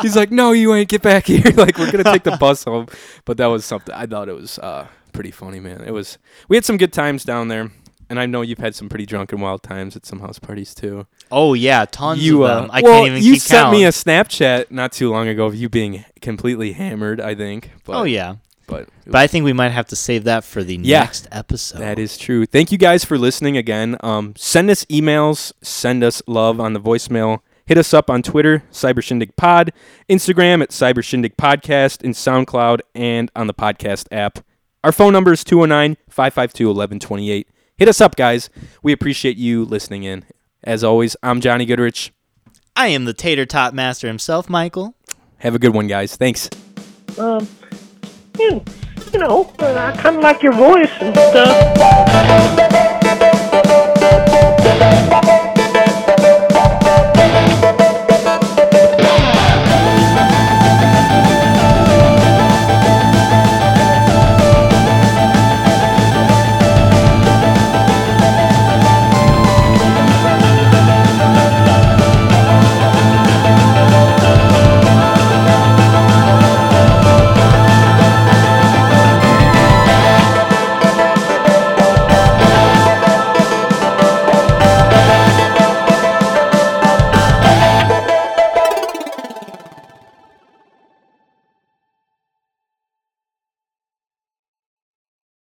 [SPEAKER 1] He's like, "No, you ain't. Get back here. like we're gonna take the bus home." But that was something. I thought it was uh, pretty funny, man. It was. We had some good times down there, and I know you've had some pretty drunk and wild times at some house parties too.
[SPEAKER 2] Oh yeah, tons
[SPEAKER 1] you, uh,
[SPEAKER 2] of them. I
[SPEAKER 1] well,
[SPEAKER 2] can't even
[SPEAKER 1] you
[SPEAKER 2] keep
[SPEAKER 1] sent
[SPEAKER 2] count.
[SPEAKER 1] me a Snapchat not too long ago of you being completely hammered. I think. But,
[SPEAKER 2] oh yeah,
[SPEAKER 1] but
[SPEAKER 2] but I think we might have to save that for the
[SPEAKER 1] Yeah.
[SPEAKER 2] next episode.
[SPEAKER 1] That is true. Thank you guys for listening again. Um, send us emails, send us love on the voicemail. Hit us up on Twitter, Cyber Shindig Pod, Instagram at Cyber Shindig Podcast, in SoundCloud, and on the podcast app. Our phone number is 209 552 1128. Hit us up, guys. We appreciate you listening in. As always, I'm Johnny Goodrich.
[SPEAKER 2] I am the tater tot master himself, Michael.
[SPEAKER 1] Have a good one, guys. Thanks.
[SPEAKER 4] Um, you, you know, uh, I kind of like your voice and stuff.